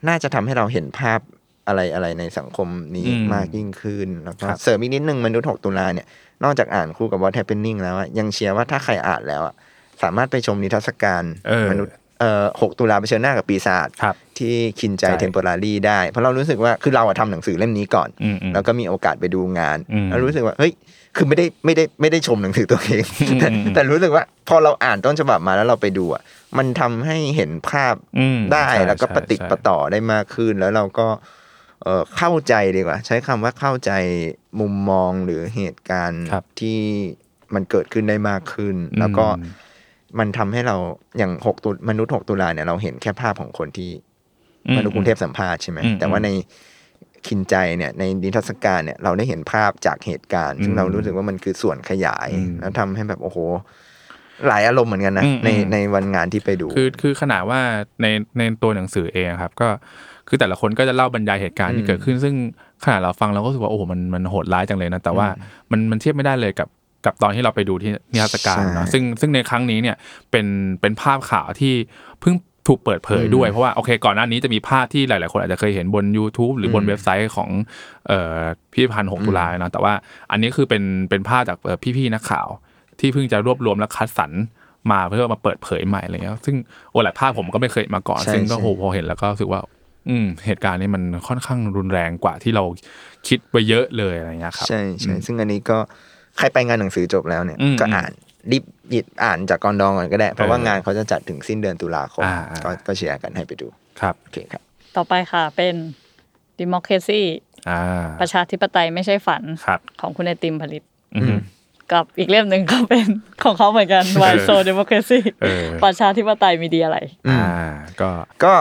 Speaker 4: น่าจะทำให้เราเห็นภาพอะไรอะไรในสังคมนี้
Speaker 5: อืม
Speaker 4: มากยิ่งขึ้นแล้วก็
Speaker 5: ครับ
Speaker 4: เสริมอีกนิดนึงมนุษย์ 6 ตุลาเนี่ยนอกจากอ่านคู่กับ What Happening แล้วอะยังเชียร์ว่าถ้าใครอ่านแล้วอะสามารถไปชมนิทรรศการ
Speaker 5: เออ
Speaker 4: มนุษย์ เอ่อ6ตุลาเผชิญหน้ากับปีศาจ
Speaker 5: ครับ
Speaker 4: ที่คินใจ
Speaker 5: ใช่
Speaker 4: เทมโพรารีได้ เพราะเรารู้สึกว่าคือเราอะทำหนังสือเล่มนี้ก่อน
Speaker 5: อืมอืม
Speaker 4: แล้วก็มีโอกาสไปดูงาน
Speaker 5: อืม
Speaker 4: แล้วรู้สึกว่าเฮ้ยคือไม่ได้ไม่ได้ไม่ได้ชมหนังสือตัวเอง
Speaker 5: อืม
Speaker 4: แต่
Speaker 5: อืม
Speaker 4: แต่รู้สึกว่าพอเราอ่านต้นฉบับมาแล้วเราไปดูอ่ะมันทำให้เห็นภาพ
Speaker 5: อืม
Speaker 4: ได้
Speaker 5: ใช่
Speaker 4: แล้วก็
Speaker 5: ใช่
Speaker 4: ปะติด
Speaker 5: ใช่
Speaker 4: ปะต่อได้มากขึ้น แล้วเราก็เอ่อเข้าใจดีกว่า ใช้คำว่าเข้าใจมุมมองหรือเหตุการณ์
Speaker 5: ครับ
Speaker 4: ที่มันเกิดขึ้นได้มากขึ้น
Speaker 5: อืม
Speaker 4: แล้วก็มันทำให้เราอย่างหกตุมนุษย์หกตุลาเนี่ยเราเห็นแค่ภาพของคนที่มนุษย์กรุงเทพสัมภาษณ์ใช่ไหม
Speaker 5: อืม
Speaker 4: แต่ว่า
Speaker 5: อืม
Speaker 4: ในคินใจเนี่ยในนิทรรศการเนี่ยเราได้เห็นภาพจากเหตุการณ์ ซึ่ง
Speaker 5: อืม
Speaker 4: เรารู้สึกว่ามันคือส่วนขยาย
Speaker 5: อืม
Speaker 4: แล้วทำให้แบบโอ้โห หลายอารมณ์เหมือนกันนะ
Speaker 5: อืม
Speaker 4: ใน
Speaker 5: อืม
Speaker 4: ในวันงานที่ไปดู
Speaker 5: คือคือขนาดว่าในในตัวหนังสือเองอะครับก็คือแต่ละคนก็จะเล่าบรรยายเหตุการณ์ที่เกิดขึ้น ซึ่งขนาดเราฟังเราก็รู้สึกว่าโอ้โหมันมันโหดร้ายจังเลยนะแต่ว่ามันมันเทียบไม่ได้เลยกับกับตอนที่เราไปดูที่นิทรรศการเนาะ
Speaker 4: ใช่
Speaker 5: ซึ่งซึ่งในครั้งนี้เนี่ยเป็นเป็นภาพข่าวที่เพิ่งถูกเปิดเผยด้วย เพราะว่าโอเคก่อนหน้านี้จะมีภาพที่หลาย ๆ คนอาจจะเคยเห็นบน YouTube หรือบน
Speaker 4: อืม
Speaker 5: เว็บไซต์ของเอ่อพิพิธภัณฑ์หกตุลาเนาะแต่ว่าอันนี้คือเป็นเป็นภาพจากเอ่อพี่ๆนักข่าว ที่เพิ่งจะรวบรวมและคัดสรรมาเพื่อมาเปิดเผยใหม่อะไรเงี้ยซึ่งโอหลายภาพผมก็ไม่เคยมาก่อน
Speaker 4: ใช่
Speaker 5: ซึ่งก็
Speaker 4: ใช่
Speaker 5: โหพอเห็นแล้วก็รู้สึกว่า อืม เหตุการณ์นี้มันค่อนข้างรุนแรงกว่าที่เราคิดไปเยอะเลยอะไรเงี้ยครับ
Speaker 4: ใช่ใช่ซึ่งอันนี้ก็ใครไปงานหนังสือจบแล้วเนี่ย
Speaker 5: อืม
Speaker 4: ก็อ่านรีบหยิบอ่านจากกอนดองก่อนก็ได้ เพราะว่า
Speaker 5: เออง
Speaker 4: งานเขาจะจัดถึงสิ้นเดือนตุลาคม
Speaker 5: อ่าอ่า
Speaker 4: ก็ก็แชร์กันให้ไปดู
Speaker 5: ครับ
Speaker 4: โอเคครับ
Speaker 6: ต่อไปค่ะเป็น democracy
Speaker 5: อ่า
Speaker 6: ประชาธิปไตยไม่ใช่ฝัน
Speaker 5: ครับ
Speaker 6: ของคุณไอติมผลิต
Speaker 5: อืม
Speaker 6: กับอีกเล่มหนึ่งก็เป็น ของเขาเหมือนกัน Why So Democracy
Speaker 5: เออ
Speaker 6: ประชาธิปไตยมีดีอะไร
Speaker 5: อ่าก็
Speaker 4: ก็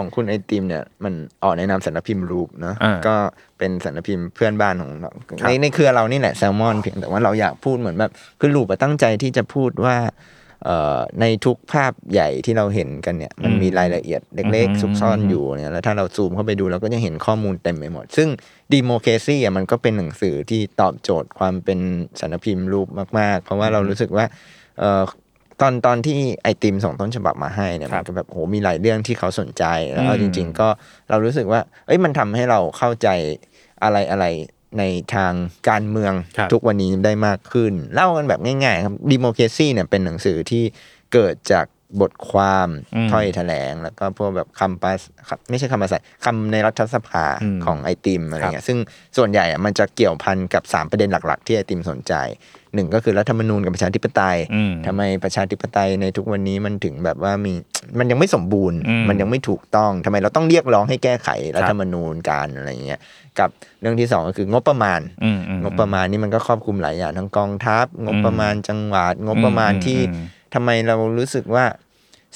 Speaker 4: ของคุณไอติมเนี่ยมันออกในนามสำนักพิมพ์รูปเนาะ
Speaker 5: อ่า
Speaker 4: ก็เป็นสำนักพิมพ์เพื่อนบ้านของเรา
Speaker 5: ครับ
Speaker 4: ในในเครือเรานี่แหละแซลมอนเพียงแต่ว่าเราอยากพูดเหมือนแบบคือรูปอะตั้งใจที่จะพูดว่าเอ่อในทุกภาพใหญ่ที่เราเห็นกันเนี่ยมัน
Speaker 5: อืม
Speaker 4: มีรายละเอียดเล็ก
Speaker 5: อืม
Speaker 4: ๆซุกซ่อน
Speaker 5: อืม
Speaker 4: อยู่เนี่ยแล้วถ้าเราซูมเข้าไปดูเราก็จะเห็นข้อมูลเต็มไปหมด ซึ่งดีโมเคซี่อ่ะมันก็เป็นหนังสือที่ตอบโจทย์ความเป็นสำนักพิมพ์รูปมากๆ เพราะว่าเรารู้สึกว่าเอ่อ ตอนตอนที่ไอติมส่งต้นฉบับมาให้เนี่ย
Speaker 5: ครั
Speaker 4: มั
Speaker 5: บ
Speaker 4: นก็แบบโหมีหลายเรื่องที่เขาสนใจแล้วเอา
Speaker 5: อืม
Speaker 4: จริง ๆ ก็เรารู้สึกว่า เอ้ยมันทำให้เราเข้าใจอะไรอะไรในทางการเมือง
Speaker 5: ครับ
Speaker 4: ทุกวันนี้ได้มากขึ้น เล่ากันแบบง่ายๆครับดิโมเคซีเนี่ยเป็นหนังสือที่เกิดจากบทความถ้อยแถลง แล้วก็พวกแบบคำปัสไม่ใช่คำปัสคำในรัฐสภาของไอติมอะไรเงี้ยซึ่งส่วนใหญ่อะมันจะเกี่ยวพันกับสามประเด็นหลัก ๆ ที่ไอติมสนใจหนึ่งก็คือรัฐธรรมนูญกับประชาธิปไตย
Speaker 5: อืม
Speaker 4: ทำไมประชาธิปไตยในทุกวันนี้มันถึงแบบว่ามี มันยังไม่สมบูรณ์
Speaker 5: อืม
Speaker 4: มันยังไม่ถูกต้องทำไมเราต้องเรียกร้องให้แก้ไขรัฐธรรมนูญการอะไรเงี้ยกับเรื่องที่สองก็คืองบประมาณ
Speaker 5: อืมอืม
Speaker 4: งบประมาณนี่มันก็ครอบคลุมหลายอย่างทั้งกองทัพ งบประมาณจังหวัดงบประมาณ
Speaker 5: อืม
Speaker 4: ที่
Speaker 5: อืม
Speaker 4: ทำไมเรารู้สึกว่า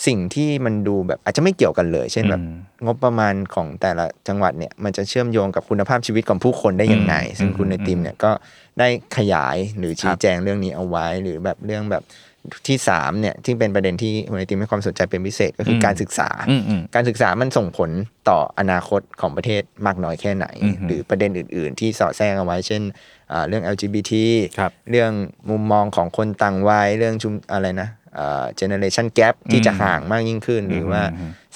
Speaker 4: สิ่งที่มันดูแบบอาจจะไม่เกี่ยวกันเลย เช่นแบบ
Speaker 5: อืม
Speaker 4: งบประมาณของแต่ละจังหวัดเนี่ยมันจะเชื่อมโยงกับคุณภาพชีวิตของผู้คนได้ยังไง
Speaker 5: อืม
Speaker 4: ซึ่งคุณ
Speaker 5: อื
Speaker 4: ใน
Speaker 5: ม
Speaker 4: ติมเนี่ยก็ได้ขยายหรือ
Speaker 5: ค
Speaker 4: ชี้
Speaker 5: รับ
Speaker 4: แจงเรื่องนี้เอาไว้หรือแบบเรื่องแบบที่สามเนี่ยที่เป็นประเด็นที่คุณในติมให้ความสนใจเป็นพิเศษก็คือการศึกษา
Speaker 5: อืมอืม
Speaker 4: การศึกษามันส่งผลต่ออนาคตของประเทศมากน้อยแค่ไหน
Speaker 5: อือฮึ
Speaker 4: หรือประเด็นอื่น ๆ ที่สอดแทรกเอาไว้ เช่นอ่าเรื่อง LGBT
Speaker 5: ครับ
Speaker 4: เรื่องมุมมองของคนต่างวัยเรื่องชุมอะไรนะเจเนเรชันแกรที่จะห่างมากยิ่งขึ้น หรือว่า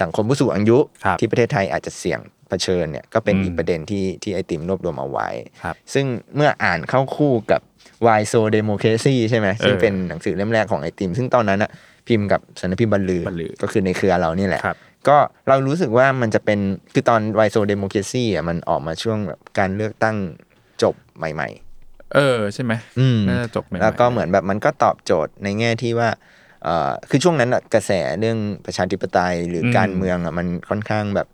Speaker 4: สังคมผู้สูงอายุ
Speaker 5: ครับ
Speaker 4: ที่ประเทศไทยอาจจะเสี่ยงเผชิญเนี่ยก็เป็น
Speaker 5: อืม
Speaker 4: อีกประเด็นที่ที่ไอติมรวบรวมเอาไว้
Speaker 5: ครับ
Speaker 4: ซึ่งเมื่ออ่านเข้าคู่กับ Why So Democracy ใช่ไหมซึ่ง
Speaker 5: เออ
Speaker 4: เป็นหนังสือเล่มแรกของไอติม ซึ่งตอนนั้นอะพิมพ์กับสำนักพิมพ์บรรลือ
Speaker 5: บรรลือ
Speaker 4: ก็คือในเครือเรานี่แหละ
Speaker 5: ครับ
Speaker 4: ก็เรารู้สึกว่ามันจะเป็นคือตอนไวโซเดโมครซีอ่ะมันออกมาช่วงแบบการเลือกตั้งจบใหม่
Speaker 5: เออใช่ไหม
Speaker 4: อืม
Speaker 5: น่าจะจบใหม่
Speaker 4: ๆ
Speaker 5: ๆ
Speaker 4: แล้วก็เหมือนแบบมันก็ตอบโจทย์ในแง่ที่ว่าเอ่อคือช่วงนั้นอะกระแสเรื่องประชาธิปไตยหรืออ
Speaker 5: ม
Speaker 4: การเมืองอ่ะมันค่อนข้างแบบ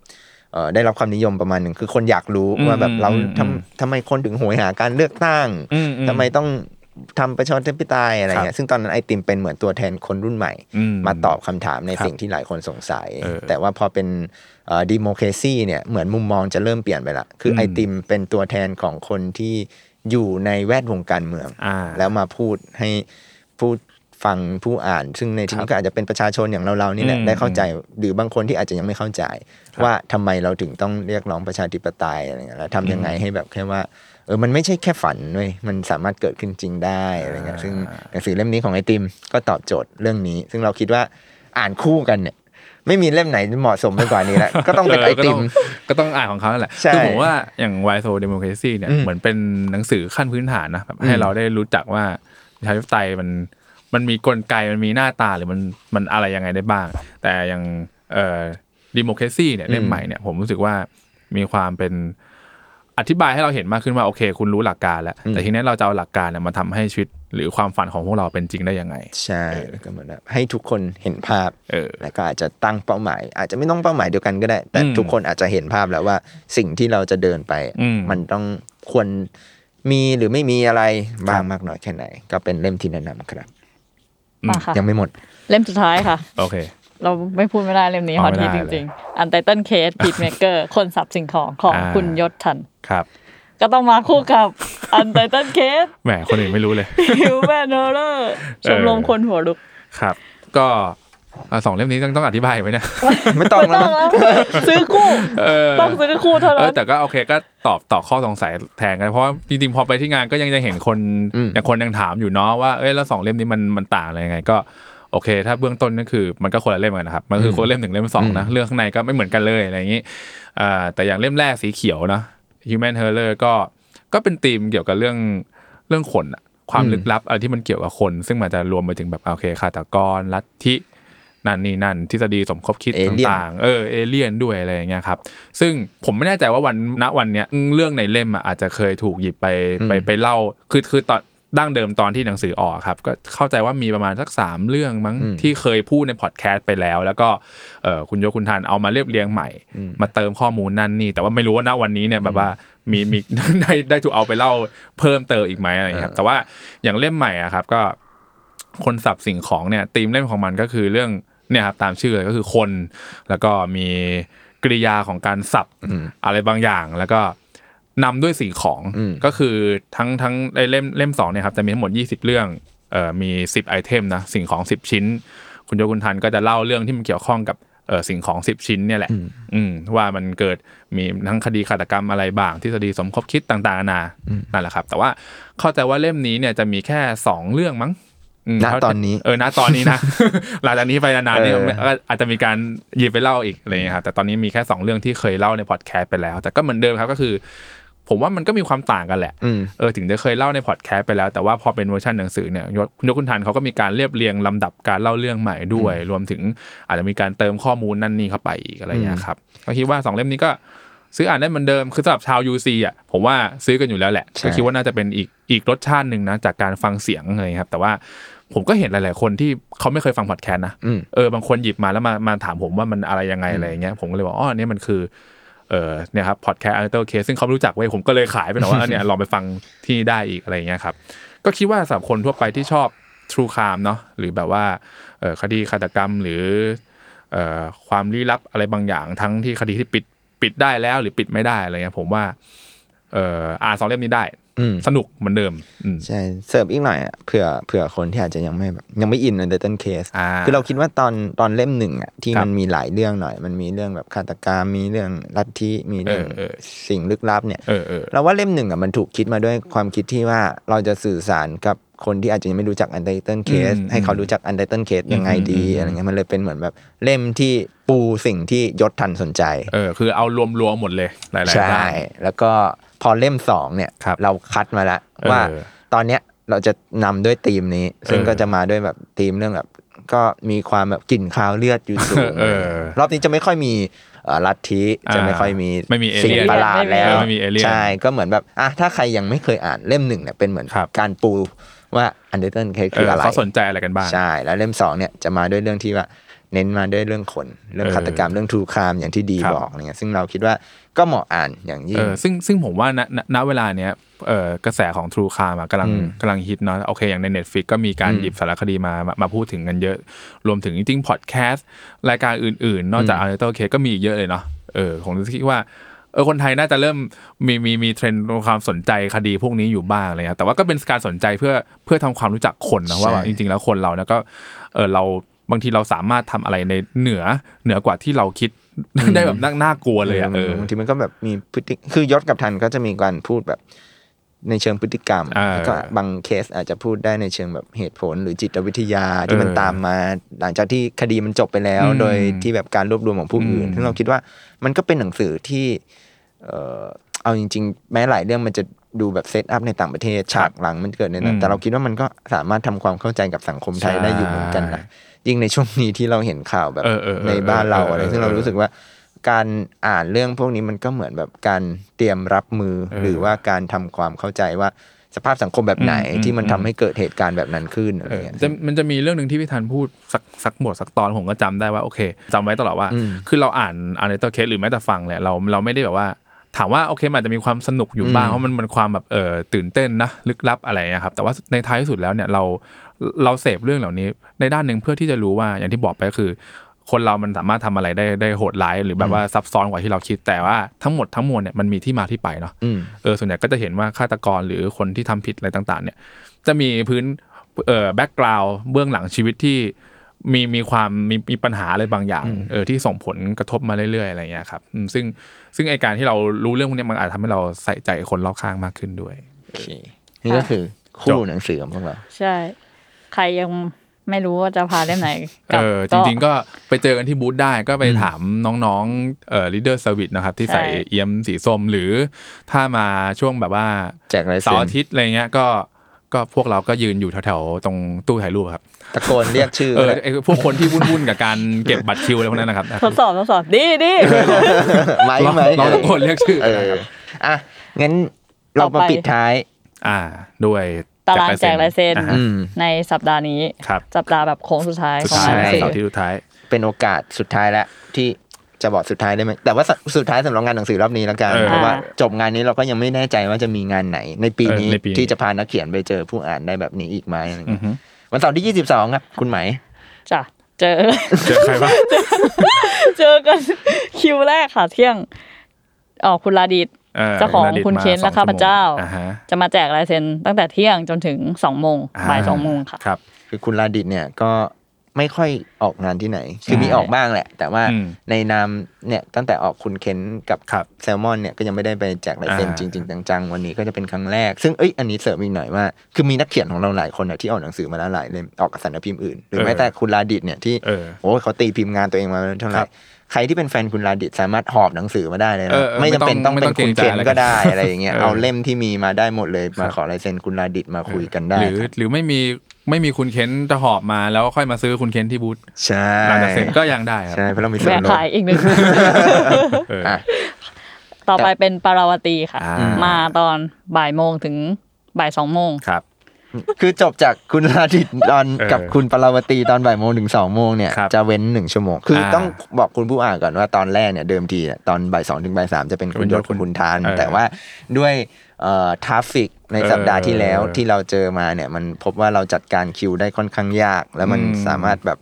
Speaker 4: เอ่อได้รับความนิยมประมาณหนึ่งคือคนอยากรู้ว่าแบบ
Speaker 5: อืม
Speaker 4: เรา
Speaker 5: อืมอืม
Speaker 4: ทำทำไมคนถึงโหยหาการเลือกตั้ง
Speaker 5: อืมอื
Speaker 4: ทำไมต้องทำประชาธิปไตยอะไร
Speaker 5: ครับ
Speaker 4: เงี้ย ซึ่งตอนนั้นไอติมเป็นเหมือนตัวแทนคนรุ่นใหม่
Speaker 5: อืม
Speaker 4: มาตอบคำถามใน
Speaker 5: ครับ
Speaker 4: สิ่งที่หลายคนสงสัย
Speaker 5: เออ
Speaker 4: แต่ว่าพอเป็นดิโมครซีเนี่ยเหมือนมุมมองจะเริ่มเปลี่ยนไปละ คืออ
Speaker 5: ม
Speaker 4: ไอติมเป็นตัวแทนของคนที่อยู่ในแวดวงการเมือง
Speaker 5: อ่า
Speaker 4: แล้วมาพูดให้พูดฟังผู้อ่าน ซึ่งในที่นี้ก็อาจจะเป็นประชาชนอย่างเราๆนี่แหละ
Speaker 5: อืม
Speaker 4: ได้เข้าใจ หรือบางคนที่อาจจะยังไม่เข้าใจ ว่าทำไมเราถึงต้องเรียกร้องประชาธิปไตยอะไรเงี้ยแล้วทำยังไงให้แบบแค่ว่า เออ มันไม่ใช่แค่ฝันเว้ย มันสามารถเกิดขึ้นจริงได้อะไรเงี้ย ซึ่งหนังสือเล่มนี้ของไอติมก็ตอบโจทย์เรื่องนี้ ซึ่งเราคิดว่าอ่านคู่กันเนี่ย ไม่มีเล่มไหนเหมาะสมไปกว่านี้แล้ว ก็ต้องเป็นไอติม
Speaker 5: ก็ต้องอ่านของเขานั่นแหละ
Speaker 4: ใช่
Speaker 5: คือผมว่าอย่าง Why So Democracy เนี่ย
Speaker 4: อืม
Speaker 5: เหมือนเป็นหนังสือขั้นพื้นฐานนะแบบให้
Speaker 4: อืม
Speaker 5: เราได้รู้จักว่าประชาธิปไตยมัน มันมีกลไกมันมีหน้าตาหรือมันมันอะไรยังไงได้บ้าง แต่อย่างเอ่อดิโมครซีเนี่ยเล่มใหม่เนี่ยผมรู้สึกว่ามีความเป็นอธิบายให้เราเห็นมากขึ้นว่าโอเค คุณรู้หลักการแล้ว แต่ทีนี้เราจะเอาหลักการเนี่ยมาทำให้ชีวิตหรือความฝันของพวกเราเป็นจริงได้ยังไง
Speaker 4: ใช่ก็เหมือนแบบให้ทุกคนเห็นภาพ
Speaker 5: เออ
Speaker 4: แล้วก็อาจจะตั้งเป้าหมาย อาจจะไม่ต้องเป้าหมายเดียวกันก็ได้ แต่
Speaker 5: อืม
Speaker 4: ทุกคนอาจจะเห็นภาพแล้วว่าสิ่งที่เราจะเดินไป
Speaker 5: อืม
Speaker 4: มันต้องควรมีหรือไม่มีอะไรบ้า
Speaker 5: ค
Speaker 4: ง
Speaker 5: รับ
Speaker 4: มากน้อยแค่ไหน ก็เป็นเล่มที่แนะนำครับ
Speaker 6: มาค่ะ
Speaker 4: ยังไม่ หมด
Speaker 6: เล่มสุดท้ายค่ะ
Speaker 5: โอเค
Speaker 6: เราไม่พูดไม่ได้เล่มนี้
Speaker 5: อ๋อ
Speaker 6: ฮอตฮิต
Speaker 5: ไม่
Speaker 6: จ
Speaker 5: ได้เลย
Speaker 6: ริงๆ อันไตเติลเคสพีทเม เกอร์คนสับสิ่งของของ
Speaker 5: อ่า
Speaker 6: คุณยศชัน
Speaker 5: ครับ
Speaker 6: ก็ต้องมาคู่ กับอันไตเติลเคส
Speaker 5: แหมคนอื่นไม่รู้เลย
Speaker 6: ฮิวแมนเนอร์ชมรมคนหัวลุก
Speaker 5: ครับ ก็อ่ะสองเล่มนี้ต้องต้องอธิบายไหมเนี่ย
Speaker 4: ไม่ต้องแล้ว
Speaker 6: ต้อ
Speaker 4: มั้
Speaker 6: ง
Speaker 4: ง
Speaker 6: เอาซื้อคู่
Speaker 5: เออ
Speaker 6: ต้องซื้อคู่เท่า
Speaker 5: เอ
Speaker 6: นั้
Speaker 5: อน แต่ก็โอเคก็ตอบตอบข้อสงสัยแทนกันเพราะว่าจริงๆพอไปที่งานก็ยังยังเห็นคน
Speaker 4: อืม
Speaker 5: ยังคนยังถามอยู่เนาะว่าเอ้ยแล้วสองเล่มนี้มันมันต่างอะไรยังไง ก็โอเค ถ้าเบื้องต้นก็คือมันก็คนละเล่มกันนะครับมันคือคนละเล่มหนึ่งเล่มสองนะเรื่องข้างในก็ไม่เหมือนกันเลยอะไรอย่างนี้อ่าแต่อย่างเล่มแรกสีเขียวเนาะ Human h e r l e r ก็ก็เป็นธีมเกี่ยวกับเรื่องเรื่องคนอะความลึกลับอะไรที่มันเกี่ยวกับคน ซึ่งมันจะรวมไปถึงแบบโอเคฆาตกรลัทธินั่นนี่นั่นทฤษฎีสมคบคิด
Speaker 4: Alien
Speaker 5: ต่างๆ เออเอเลี่ยนด้วยอะไรอย่างเงี้ยครับ ซึ่งผมไม่แน่ใจว่าวันณวันเนี้ยเรื่องในเล่มอะอาจจะเคยถูกหยิบไปไปไปเล่า คือคือตอนดั้งเดิมตอนที่หนังสือออกครับ ก็เข้าใจว่ามีประมาณสักสามเรื่องมั้งที่เคยพูดในพอดแคสต์ไปแล้ว แล้วก็เออคุณโยคุณทานเอามาเรียบเรียงใหม่ มาเติมข้อมูลนั่นนี่ แต่ว่าไม่รู้ว่าณวันนี้เนี่ยแบบว่ามีมี ได้ได้ถูกเอาไปเล่าเพิ่มเติมอีกไหมอะไรอย่างเงี้ยครับแต่ว่าอย่างเล่มใหม่อะครับก็ คนสับสิ่งของเนี่ยธีมเล่มของมันก็คือเรื่องเนี่ยครับตามชื่อเลยก็คือคน แล้วก็มีกริยาของการสับอะไรบางอย่าง แล้วก็นำด้วยสิ่งของก็คือทั้งทั้งไอ้เล่มเล่มสองเนี่ยครับจะมีทั้งหมด 20 เรื่องเอ่อมี 10ไอเทมนะสิ่งของ 10 ชิ้น คุณโยคุณทันก็จะเล่าเรื่องที่มันเกี่ยวข้องกับเอ่อสิ่งของ 10 ชิ้นเนี่ยแหละอืมว่ามันเกิดมีทั้งคดีฆาตกรรมอะไรบ้างทฤษฎีสมคบคิดต่างๆนานานั่นแหละครับ แต่ว่าเข้าใจว่าเล่มนี้เนี่ยจะมีแค่สองเรื่องมั้งม
Speaker 4: ณตอนนี้
Speaker 5: เออณตอน นี้นะ หลังจากนี้ไปนานๆเนี่ย
Speaker 4: เออ
Speaker 5: ก็อาจจะมีการหยิบไปเล่าอีกอะไรอย่างเงี้ยครับแต่ตอนนี้มีแค่ 2 เรื่องที่เคยเล่าในพอดแคสต์ไปแล้ว แต่ก็เหมือนเดิมครับก็คือ ผมว่ามันก็มีความต่างกันแหละ
Speaker 4: อืม
Speaker 5: เออถึงจะเคยเล่าในพอดแคสต์ไปแล้ว แต่ว่าพอเป็นเวอร์ชันหนังสือเนี่ยยศยศคุณทันเขาก็มีการเรียบเรียงลำดับการเล่าเรื่องใหม่ด้วย รวมถึงอาจจะมีการเติมข้อมูลนั่นนี่เข้าไปอีกอะไรอย่างเงี้ยครับก็คิดว่าสองเล่มนี้ก็ซื้ออ่านได้เหมือนเดิมคือสำหรับชาว UC อ่ะผมว่าซื้อกันอยู่แล้วแหละ
Speaker 4: ใช่
Speaker 5: ก็คิดว่าน่าจะเป็นอีกอีกรสชาติหนึ่งนะจากการฟังเสียงอะไรอย่างเลยครับ แต่ว่าผมก็เห็นหลาย ๆ คนที่เขาไม่เคยฟังพอดแคสต์นะ
Speaker 4: อืม
Speaker 5: เออบางคนหยิบมาแล้วมามาถามผมว่ามันอะไรยังไงอะไรอย่างเงี้ยผมก็เลยบอกอ๋ออันนี่มันคือเออเนี่ยครับพอดแคสต์อัลเทอร์เคสซึ่งเขาไม่รู้จักเว้ยผมก็เลยขายไปหน่อยว่า อันเนี้ยลองไปฟังที่นี่ได้อีกอะไรอย่างเงี้ยครับ ก็คิดว่าสำหรับคนทั่วไปที่ชอบทรูคามเนาะหรือแบบว่าเออคดีฆาตกรรมหรือเอ่อความลี้ลับอะไรบางอย่างทั้งที่คดีที่ปิดปิดได้แล้วหรือปิดไม่ได้อะไรเงี้ยผมว่าเอออ่านสองเล่มนี้ได้
Speaker 4: อืม
Speaker 5: สนุกเหมือนเดิมอืม
Speaker 4: ใช่เสิร์ฟอีกหน่อยอะเผื่อเผื่อคนที่อาจจะยังไม่แบบยังไม่อินในเดตันเคส
Speaker 5: อ่า
Speaker 4: คือเราคิดว่าตอนตอนเล่มหนึ่งอ่ะที่
Speaker 5: ครับ
Speaker 4: มันมีหลายเรื่องหน่อย มันมีเรื่องแบบฆาตกรรมมีเรื่องลัทธิมีเรื่อง
Speaker 5: เออเออ
Speaker 4: สิ่งลึกลับเนี่ย
Speaker 5: เออเออ
Speaker 4: เราว่าเล่มหนึ่งอ่ะมันถูกคิดมาด้วยความคิดที่ว่าเราจะสื่อสารกับคนที่อาจจะยังไม่รู้จักอันไดเติลเคส
Speaker 5: อืม
Speaker 4: ให้เขารู้จักอันไดเติลเคสยังไงดี
Speaker 5: อืม
Speaker 4: อะไรเงี้ยมันเลยเป็นเหมือนแบบเล่มที่ปูสิ่งที่ยศทันสนใจ
Speaker 5: เออคือเอารวมๆหมดเลยหลายๆ
Speaker 4: ใช่
Speaker 5: ด้าน
Speaker 4: แล้วก็พอเล่มสองเนี่ย
Speaker 5: ครับ
Speaker 4: เราคัดมาแล้ว
Speaker 5: เออ
Speaker 4: ว่าตอนเนี้ยเราจะนำด้วยธีมนี้ ซึ่ง
Speaker 5: เออ
Speaker 4: ก็จะมาด้วยแบบธีมเรื่องแบบ ก็มีความแบบกลิ่นคาวเลือดอยู่สูง
Speaker 5: เออ
Speaker 4: รอบนี้จะไม่ค่อยมีเอ่อลัทธิจะไม่ค่อยมี
Speaker 5: ไม่มี
Speaker 4: สิ่ง
Speaker 5: alien
Speaker 4: ประหลาดแล้ว
Speaker 5: เออไม่มี alien
Speaker 4: ใช่ก็เหมือนแบบอ่ะถ้าใครยังไม่เคยอ่านเล่มหนึ่งเนี่ยเป็นเหมือน
Speaker 5: ครับ
Speaker 4: การปูว่าอันเดอร์เทนเค
Speaker 5: เอ
Speaker 4: คือ
Speaker 5: อ
Speaker 4: อะไร
Speaker 5: เขาสนใจอะไรกันบ้าง
Speaker 4: ใช่แล้วเล่มสองเนี่ยจะมาด้วยเรื่องที่ว่าเน้นมาด้วยเรื่องคนเรื่องฆาตกรรมเรื่องทรูคามอย่างที่ดี
Speaker 5: ครับ
Speaker 4: บอกเนี่ยซึ่งเราคิดว่าก็เหมาะอ่านอย่างยิ่
Speaker 5: เอง อซึ่งซึ่งผมว่าณณณเวลาเนี้ยเออกระแสของ True Crime อะกำลัง
Speaker 4: อืม
Speaker 5: กำลังฮิตเนาะโอเค อย่างใน Netflix ก็มีการ
Speaker 4: อืม
Speaker 5: หยิบสารคดีมามามาพูดถึงกันเยอะ รวมถึงจริงๆพอดแคสต์รายการอื่นๆ นอกจาก a n a t o l Case ก็มีอีกเยอะเลยเนาะเออผมคิดว่าเออคนไทยน่าจะเริ่มมีมีมีเทรนด์ความสนใจคดีพวกนี้อยู่บ้างอะไรเลยครับแต่ว่าก็เป็นการสนใจเพื่อเพื่อทำความรู้จักคนนะ
Speaker 4: ใช่
Speaker 5: ว่าแบบจริงๆแล้วคนเราเนี่ยก็เออเราบางทีเราสามารถทำอะไรในเหนือเหนือกว่าที่เราคิดได้แบบน่าน่ากลัวเลยอะเออ
Speaker 4: บางทีมันก็แบบมีพฤติคือยศกับทันก็จะมีการพูดแบบในเชิงพฤติกรรม
Speaker 5: อ่า
Speaker 4: แล้วก็บางเคสอาจจะพูดได้ในเชิงแบบเหตุผลหรือจิตวิทยาที่มัน
Speaker 5: เออ
Speaker 4: ตามมา หลังจากที่คดีมันจบไปแล้ว
Speaker 5: อืม
Speaker 4: โดยที่แบบการรวบรวมของผู้อื่น
Speaker 5: อืม
Speaker 4: ซึ่งเราคิดว่ามันก็เป็นหนังสือที่ เออเอาจริง ๆ แม้หลายเรื่องมันจะ ดูแบบเซตอัพในต่างประเทศฉากหลังมันเกิดในนั้น
Speaker 5: อืม
Speaker 4: แต่เราคิดว่ามันก็สามารถทำความเข้าใจกับสังคมไทยได้อยู่เหมือนกันนะยิ่งในช่วงนี้ที่เราเห็นข่าวแบบ
Speaker 5: เออเออเออ
Speaker 4: ในบ้านเรา
Speaker 5: เออเออ
Speaker 4: อะไรซึ่งเรา
Speaker 5: เออ
Speaker 4: รู้สึกว่า การอ่านเรื่องพวกนี้มันก็เหมือนแบบการเตรียมรับมือ
Speaker 5: เออ
Speaker 4: หรือว่าการทำความเข้าใจว่าสภาพสังคมแบบไหน
Speaker 5: อืม
Speaker 4: ที่มัน
Speaker 5: อืม
Speaker 4: ทำให้เกิดเหตุการณ์แบบนั้นขึ้นอะไร
Speaker 5: เออ
Speaker 4: เงี้ย
Speaker 5: จะมันจะมีเรื่องหนึ่งที่พี่ธันพูดสักสักหมวดสักตอนผมก็จำได้ว่าโอเคจำไว้ตลอดว่า
Speaker 4: อืม
Speaker 5: คือเราอ่านอ่านในตัวเคสหรือแม้แต่ฟังแหละเราเราไม่ได้แบบว่า ถามว่าโอเคมันอาจจะมีความสนุกอยู่บ้าง
Speaker 4: อืม
Speaker 5: เพราะมันมันความแบบเออตื่นเต้นนะลึกลับอะไรนะครับแต่ว่าในท้ายที่สุดแล้วเนี่ยเราเราเสพเรื่องเหล่านี้ในด้านหนึ่งเพื่อที่จะรู้ว่าอย่างที่บอกไปก็คือ คนเรามันสามารถทำอะไรได้ได้โหดร้ายหรือแบบว่าซับซ้อนกว่าที่เราคิดแต่ว่าทั้งหมดทั้งมวลเนี่ยมันมีที่มาที่ไปเนาะ
Speaker 4: อืม
Speaker 5: เออส่วนใหญ่ก็จะเห็นว่าฆาตกรหรือคนที่ทำผิดอะไรต่างๆ เนี่ย จะมีพื้นเอ่อแบ็กกราวด์เบื้องหลังชีวิตที่มีมีความมีมีปัญหาอะไรบางอย่างเออที่ส่งผลกระทบมาเรื่อยๆอะไรเงี้ยครับอืมซึ่งซึ่งไอการที่เรารู้เรื่องพวกเนี้ยมันอาจทำให้เราใส่ใจคนรอบข้างมากขึ้นด้วย
Speaker 4: โอเคนี่ก็คือคู่หนังสือของพวกเรา
Speaker 6: ใช่ ใครยังไม่รู้ว่าจะพาเล่มไหนก
Speaker 5: เอ
Speaker 6: ลับ
Speaker 5: อจริงๆก็ไปเจอกันที่บูธได้ก็ไปถามน้องๆเอ่อลีดเดอร์สวิตนะครับที่ใส่
Speaker 6: ใช่
Speaker 5: เอี่ยมสีส้มหรือถ้ามาช่วงแบบว่า
Speaker 4: แจกลายเซ็น
Speaker 5: เสาร์อาทิตย์อะไรเงี้ยก็ก็พวกเราก็ยืนอยู่แถวๆตรงตู้ถ่ายรูปครับ
Speaker 4: ตะโกนเรียกชื่อ
Speaker 5: เออไอพวกคนที่วุ่นๆกับการเก็บบัตรคิวอะไรพวกนั้นนะครับ
Speaker 6: ทดสอบทดสอบดี ดี
Speaker 4: ไหม
Speaker 5: ลอง
Speaker 4: ไหม
Speaker 5: ลองตะโกนเรียกชื่อ
Speaker 4: เอ
Speaker 5: นะ
Speaker 4: อ
Speaker 5: ครับ
Speaker 4: อ่ะงั้นเรามาปิดท้าย
Speaker 5: อ่า ด้วย
Speaker 6: ตารางแจกลายเซ็น
Speaker 5: อ่าฮะ
Speaker 4: อืม
Speaker 6: ในสัปดาห์นี้
Speaker 5: ครับ
Speaker 6: สัปดาห์แบบโค้งสุดท้าย
Speaker 5: สุด
Speaker 6: ของ
Speaker 5: ท้าย
Speaker 6: งานหนังสือ
Speaker 5: เสาร์ที่สุดท้าย
Speaker 4: เป็นโอกาสสุดท้ายแล้วที่จะบอกสุดท้ายได้ไหมแต่ว่าสสุดท้ายสำหรับงานหนังสือรอบนี้แล้วกัน
Speaker 5: เออ
Speaker 4: เพราะว่าจบงานนี้เราก็ยังไม่แน่ใจว่าจะมีงานไหน ในปีนี้
Speaker 5: เออในปีนี้
Speaker 4: ที่จะพานักเขียนไปเจอผู้อ่านได้แบบนี้อีกไหมอะไรเงี้ยวันเสาร์ที่ 22 ครับคุณไหม
Speaker 6: จ้ะเจอ
Speaker 5: เจอใครบ้าง
Speaker 6: เจอกันคิวแรกค่ะเที่ยงอ๋อคุณลาดิต
Speaker 5: ออ
Speaker 6: เจ้าของ
Speaker 5: ดิต
Speaker 6: คุณ
Speaker 5: มา
Speaker 6: เคน
Speaker 5: สอ
Speaker 6: และ
Speaker 5: ง
Speaker 6: ข้าพเจ้า
Speaker 5: ชั่วโมงอ่าฮะ
Speaker 6: จะมาแจกลายเซ็นตั้งแต่เที่ยงจนถึงสองโมงบ่ายสองโมงค่ะ
Speaker 5: ครับ
Speaker 4: คือคุณลาดิตเนี่ยก็ไม่ค่อยออกงานที่ไหน คือมีออกบ้างแหละ แต่ว่า
Speaker 5: อืม
Speaker 4: ในนามเนี่ยตั้งแต่ออกคุณเค้นกับ
Speaker 5: ครับ
Speaker 4: แซลมอนเนี่ยก็ยังไม่ได้ไปแจกลายเซ็น
Speaker 5: อ่า
Speaker 4: จริง ๆ จังๆ วันนี้ก็จะเป็นครั้งแรก ซึ่งเอ้ยอันนี้เสริมอีกหน่อยว่า คือมีนักเขียนของเราหลายคนอะที่ออกหนังสือมาแล้วหลายเล่มออกกับสำนักพิมพ์อื่น หรือแม้แต่คุณลาดิตเนี่ยที่
Speaker 5: เออ
Speaker 4: โอ้ยเขาตีพิมพ์งานตัวเองมาเท่าไห
Speaker 5: ครั
Speaker 4: ร่
Speaker 5: บ
Speaker 4: ใครที่เป็นแฟนคุณลาดิตสามารถหอบหนังสือมาได้เลยนะ
Speaker 5: เออเออ
Speaker 4: ไม่จำเป็นต้อง
Speaker 5: ไม่
Speaker 4: เป็
Speaker 5: ต้อน ง
Speaker 4: คุณ
Speaker 5: เกร
Speaker 4: เค้
Speaker 5: ง
Speaker 4: น
Speaker 5: ใจ
Speaker 4: ก็ได้อะไรอย่างเงี้ย
Speaker 5: เออ
Speaker 4: เอาเล่มที่มีมาได้หมดเลยมาขอลายเซ็นคุณลาดิตมาคุยกันได้
Speaker 5: หรือหรือไม่มีไม่มีคุณเคนจะหอบมาแล้วค่อยมาซื้อคุณเคนที่บูธ
Speaker 4: ใช่
Speaker 5: หลังจากเซ็นก็ยังได้ครับ
Speaker 4: ใช่เพราะเรามีส่ว
Speaker 6: แวะ
Speaker 4: นลด
Speaker 6: ขายอีก หนึ่ง
Speaker 5: เออ
Speaker 4: อ่ะ
Speaker 6: ต่อไปเป็นปาราวตีค่ะ
Speaker 5: อ่า
Speaker 6: มาตอนบ่ายโมงถึงบ่ายสองโมง
Speaker 5: ครับ
Speaker 4: คือจบจากคุณลาดิตตอน
Speaker 5: เออ
Speaker 4: กับคุณปราวตีตอนบ่ายโมงถึงสองโมงเนี่ย
Speaker 5: ครับ
Speaker 4: จะเว้นหนึ่งชั่วโมง คืออา ต้องบอกคุณผู้อ่านก่อนว่าตอนแรกเนี่ยเดิมทีเนี่ยตอนบ่ายสองถึงบ่ายสามจะเป็นคุณยศคุณทาน
Speaker 5: เออ
Speaker 4: แต่ว่าด้วยทราฟฟิกในสัปดาห์ที่แล้ว
Speaker 5: เออ
Speaker 4: ที่เราเจอมาเนี่ยมันพบว่าเราจัดการคิวได้ค่อนข้างยาก แล้วมัน
Speaker 5: อืม
Speaker 4: สามารถแบบ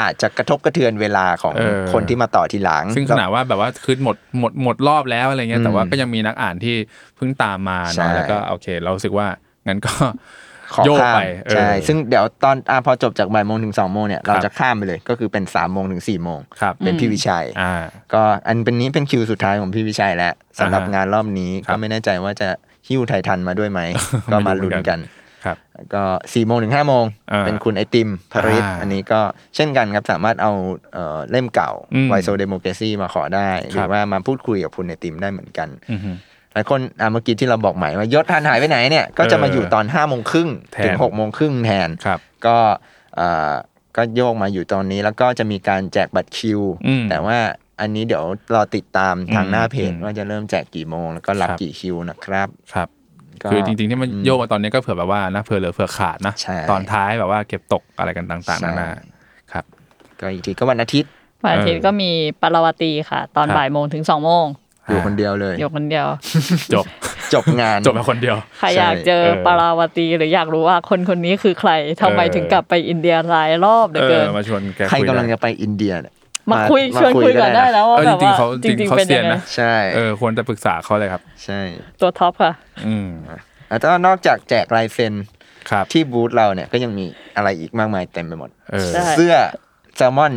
Speaker 4: อาจจะกระทบกระเทือนเวลาของ
Speaker 5: เออ
Speaker 4: คนที่มาต่อทีหลัง
Speaker 5: ซึ่งขนาดว่าแบบว่าคือหมดหมดหมดรอบแล้วอะไรเงี้ย
Speaker 4: อืม
Speaker 5: แต่ว่าก็ยังมีนักอ่านที่เพิ่งตามมา
Speaker 4: ใช่
Speaker 5: เนาะแล้วก็โอเค เรารู้สึกว่างั้นก็
Speaker 4: ขอ
Speaker 5: โยก
Speaker 4: ข้าม
Speaker 5: ไปเออ
Speaker 4: ใช่ซึ่งเดี๋ยวตอนอะพอจบจากบ่ายโมงถึงสองโมงเนี่ยเราจะข้ามไปเลยก็คือเป็นสามโมงถึงสี่โมง
Speaker 5: ครับ
Speaker 4: เป็นพี่วิชัย
Speaker 5: อ่า
Speaker 4: ก็อันเป็นนี้เป็นคิวสุดท้ายของพี่วิชัยแล้วสำหรับ
Speaker 5: อ่าฮะ
Speaker 4: งานรอบนี้
Speaker 5: ครั
Speaker 4: ก็
Speaker 5: บ
Speaker 4: ไม่แน่ใจว่าจะหิ้วไทยทันมาด้วย ไหม ก็มาลุ้นกัน
Speaker 5: ครับ
Speaker 4: ก็สี่โมงถึงห้าโมง
Speaker 5: อ่า
Speaker 4: เป็นคุณไอติมพริษ
Speaker 5: อ่า
Speaker 4: อันนี้ก็เช่นกันครับสามารถเอาเอ่อเล่มเก่า
Speaker 5: อืม
Speaker 4: ไวโซเดโมเ a ซีมาขอได้ หรื
Speaker 5: ครั
Speaker 4: อบ ว่ามาพูดคุยกับคุณไอติมได้เหมือนกัน
Speaker 5: อือฮึ
Speaker 4: หลายคนอ่ะเมื่อกี้ที่เราบอกหมายว่ายศทานหายไปไหนเนี่ยก็จะมาอยู่ตอนห้าโมงครึ่ง
Speaker 5: แทน
Speaker 4: ถึงหกโมงครึ่งแทน
Speaker 5: ครับ
Speaker 4: ก็เอ่อก็โยกมาอยู่ตอนนี้แล้วก็จะมีการแจกบัตรคิว
Speaker 5: อืม
Speaker 4: แต่ว่าอันนี้เดี๋ยวรอติดตามทางหน้าเพจ
Speaker 5: อืม
Speaker 4: ว่าจะเริ่มแจกกี่โมง แล้วก็รับ
Speaker 5: ครับ
Speaker 4: กี่คิวนะครับ
Speaker 5: ครับ
Speaker 4: ก็
Speaker 5: คือจริงๆที่มัน
Speaker 4: อืม
Speaker 5: โยกมาตอนนี้ก็เผื่อแบบว่านะเผื่อเหลือเผื่อขาดนะ
Speaker 4: ใช่
Speaker 5: ตอนท้ายแบบว่าเก็บตกอะไรกันต่างๆ
Speaker 4: ใช่
Speaker 5: นานาครับ
Speaker 4: ก็อีกทีก็วันอาทิตย์
Speaker 6: วันอาทิตย์ก็มีปาราวตีค่ะ ตอน
Speaker 5: ครับ
Speaker 6: บ่ายโมงถึงสองโมง
Speaker 4: อยู่คนเดียวเลย
Speaker 6: อยู่คน เดียว
Speaker 5: จบ
Speaker 4: จบงาน
Speaker 5: จบมาคนเดียว
Speaker 6: ใคร
Speaker 4: ใช่
Speaker 6: อยากเจอ
Speaker 5: เออ
Speaker 6: ปาราวตีหรืออยากรู้ว่าคนคนนี้คือใครทำไมถึงกลับไปอินเดียหลายรอบเหลือ
Speaker 5: เอ
Speaker 6: เกิ
Speaker 5: อน มาชวนแก
Speaker 4: ใคร
Speaker 5: คุย
Speaker 4: กำลัง
Speaker 5: ได้
Speaker 4: จะไปอินเดียเนี่ย
Speaker 6: มาคุย
Speaker 4: มา
Speaker 6: ชวนคุยกันได้แล้วว่า
Speaker 5: เออ
Speaker 6: แบบ
Speaker 5: จริง
Speaker 6: ว่า
Speaker 5: ๆเขา
Speaker 6: จริง
Speaker 5: เขา
Speaker 6: ๆ เป็น
Speaker 5: เซีย
Speaker 6: ยั
Speaker 5: น
Speaker 6: งไง
Speaker 5: นะ
Speaker 4: ใช่
Speaker 5: เออควรจะปรึกษาเขาเลยครับ
Speaker 4: ใช่
Speaker 6: ตัวท็อปค่ะ
Speaker 5: อืม
Speaker 4: แล้วก็นอกจากแจกลายเซ็น
Speaker 5: ครับ
Speaker 4: ที่บูธเราเนี่ยก็ยังมีอะไรอีกมากมายเต็มไปหมด
Speaker 5: เออ
Speaker 6: ใช่
Speaker 4: เสื้อแซลมอน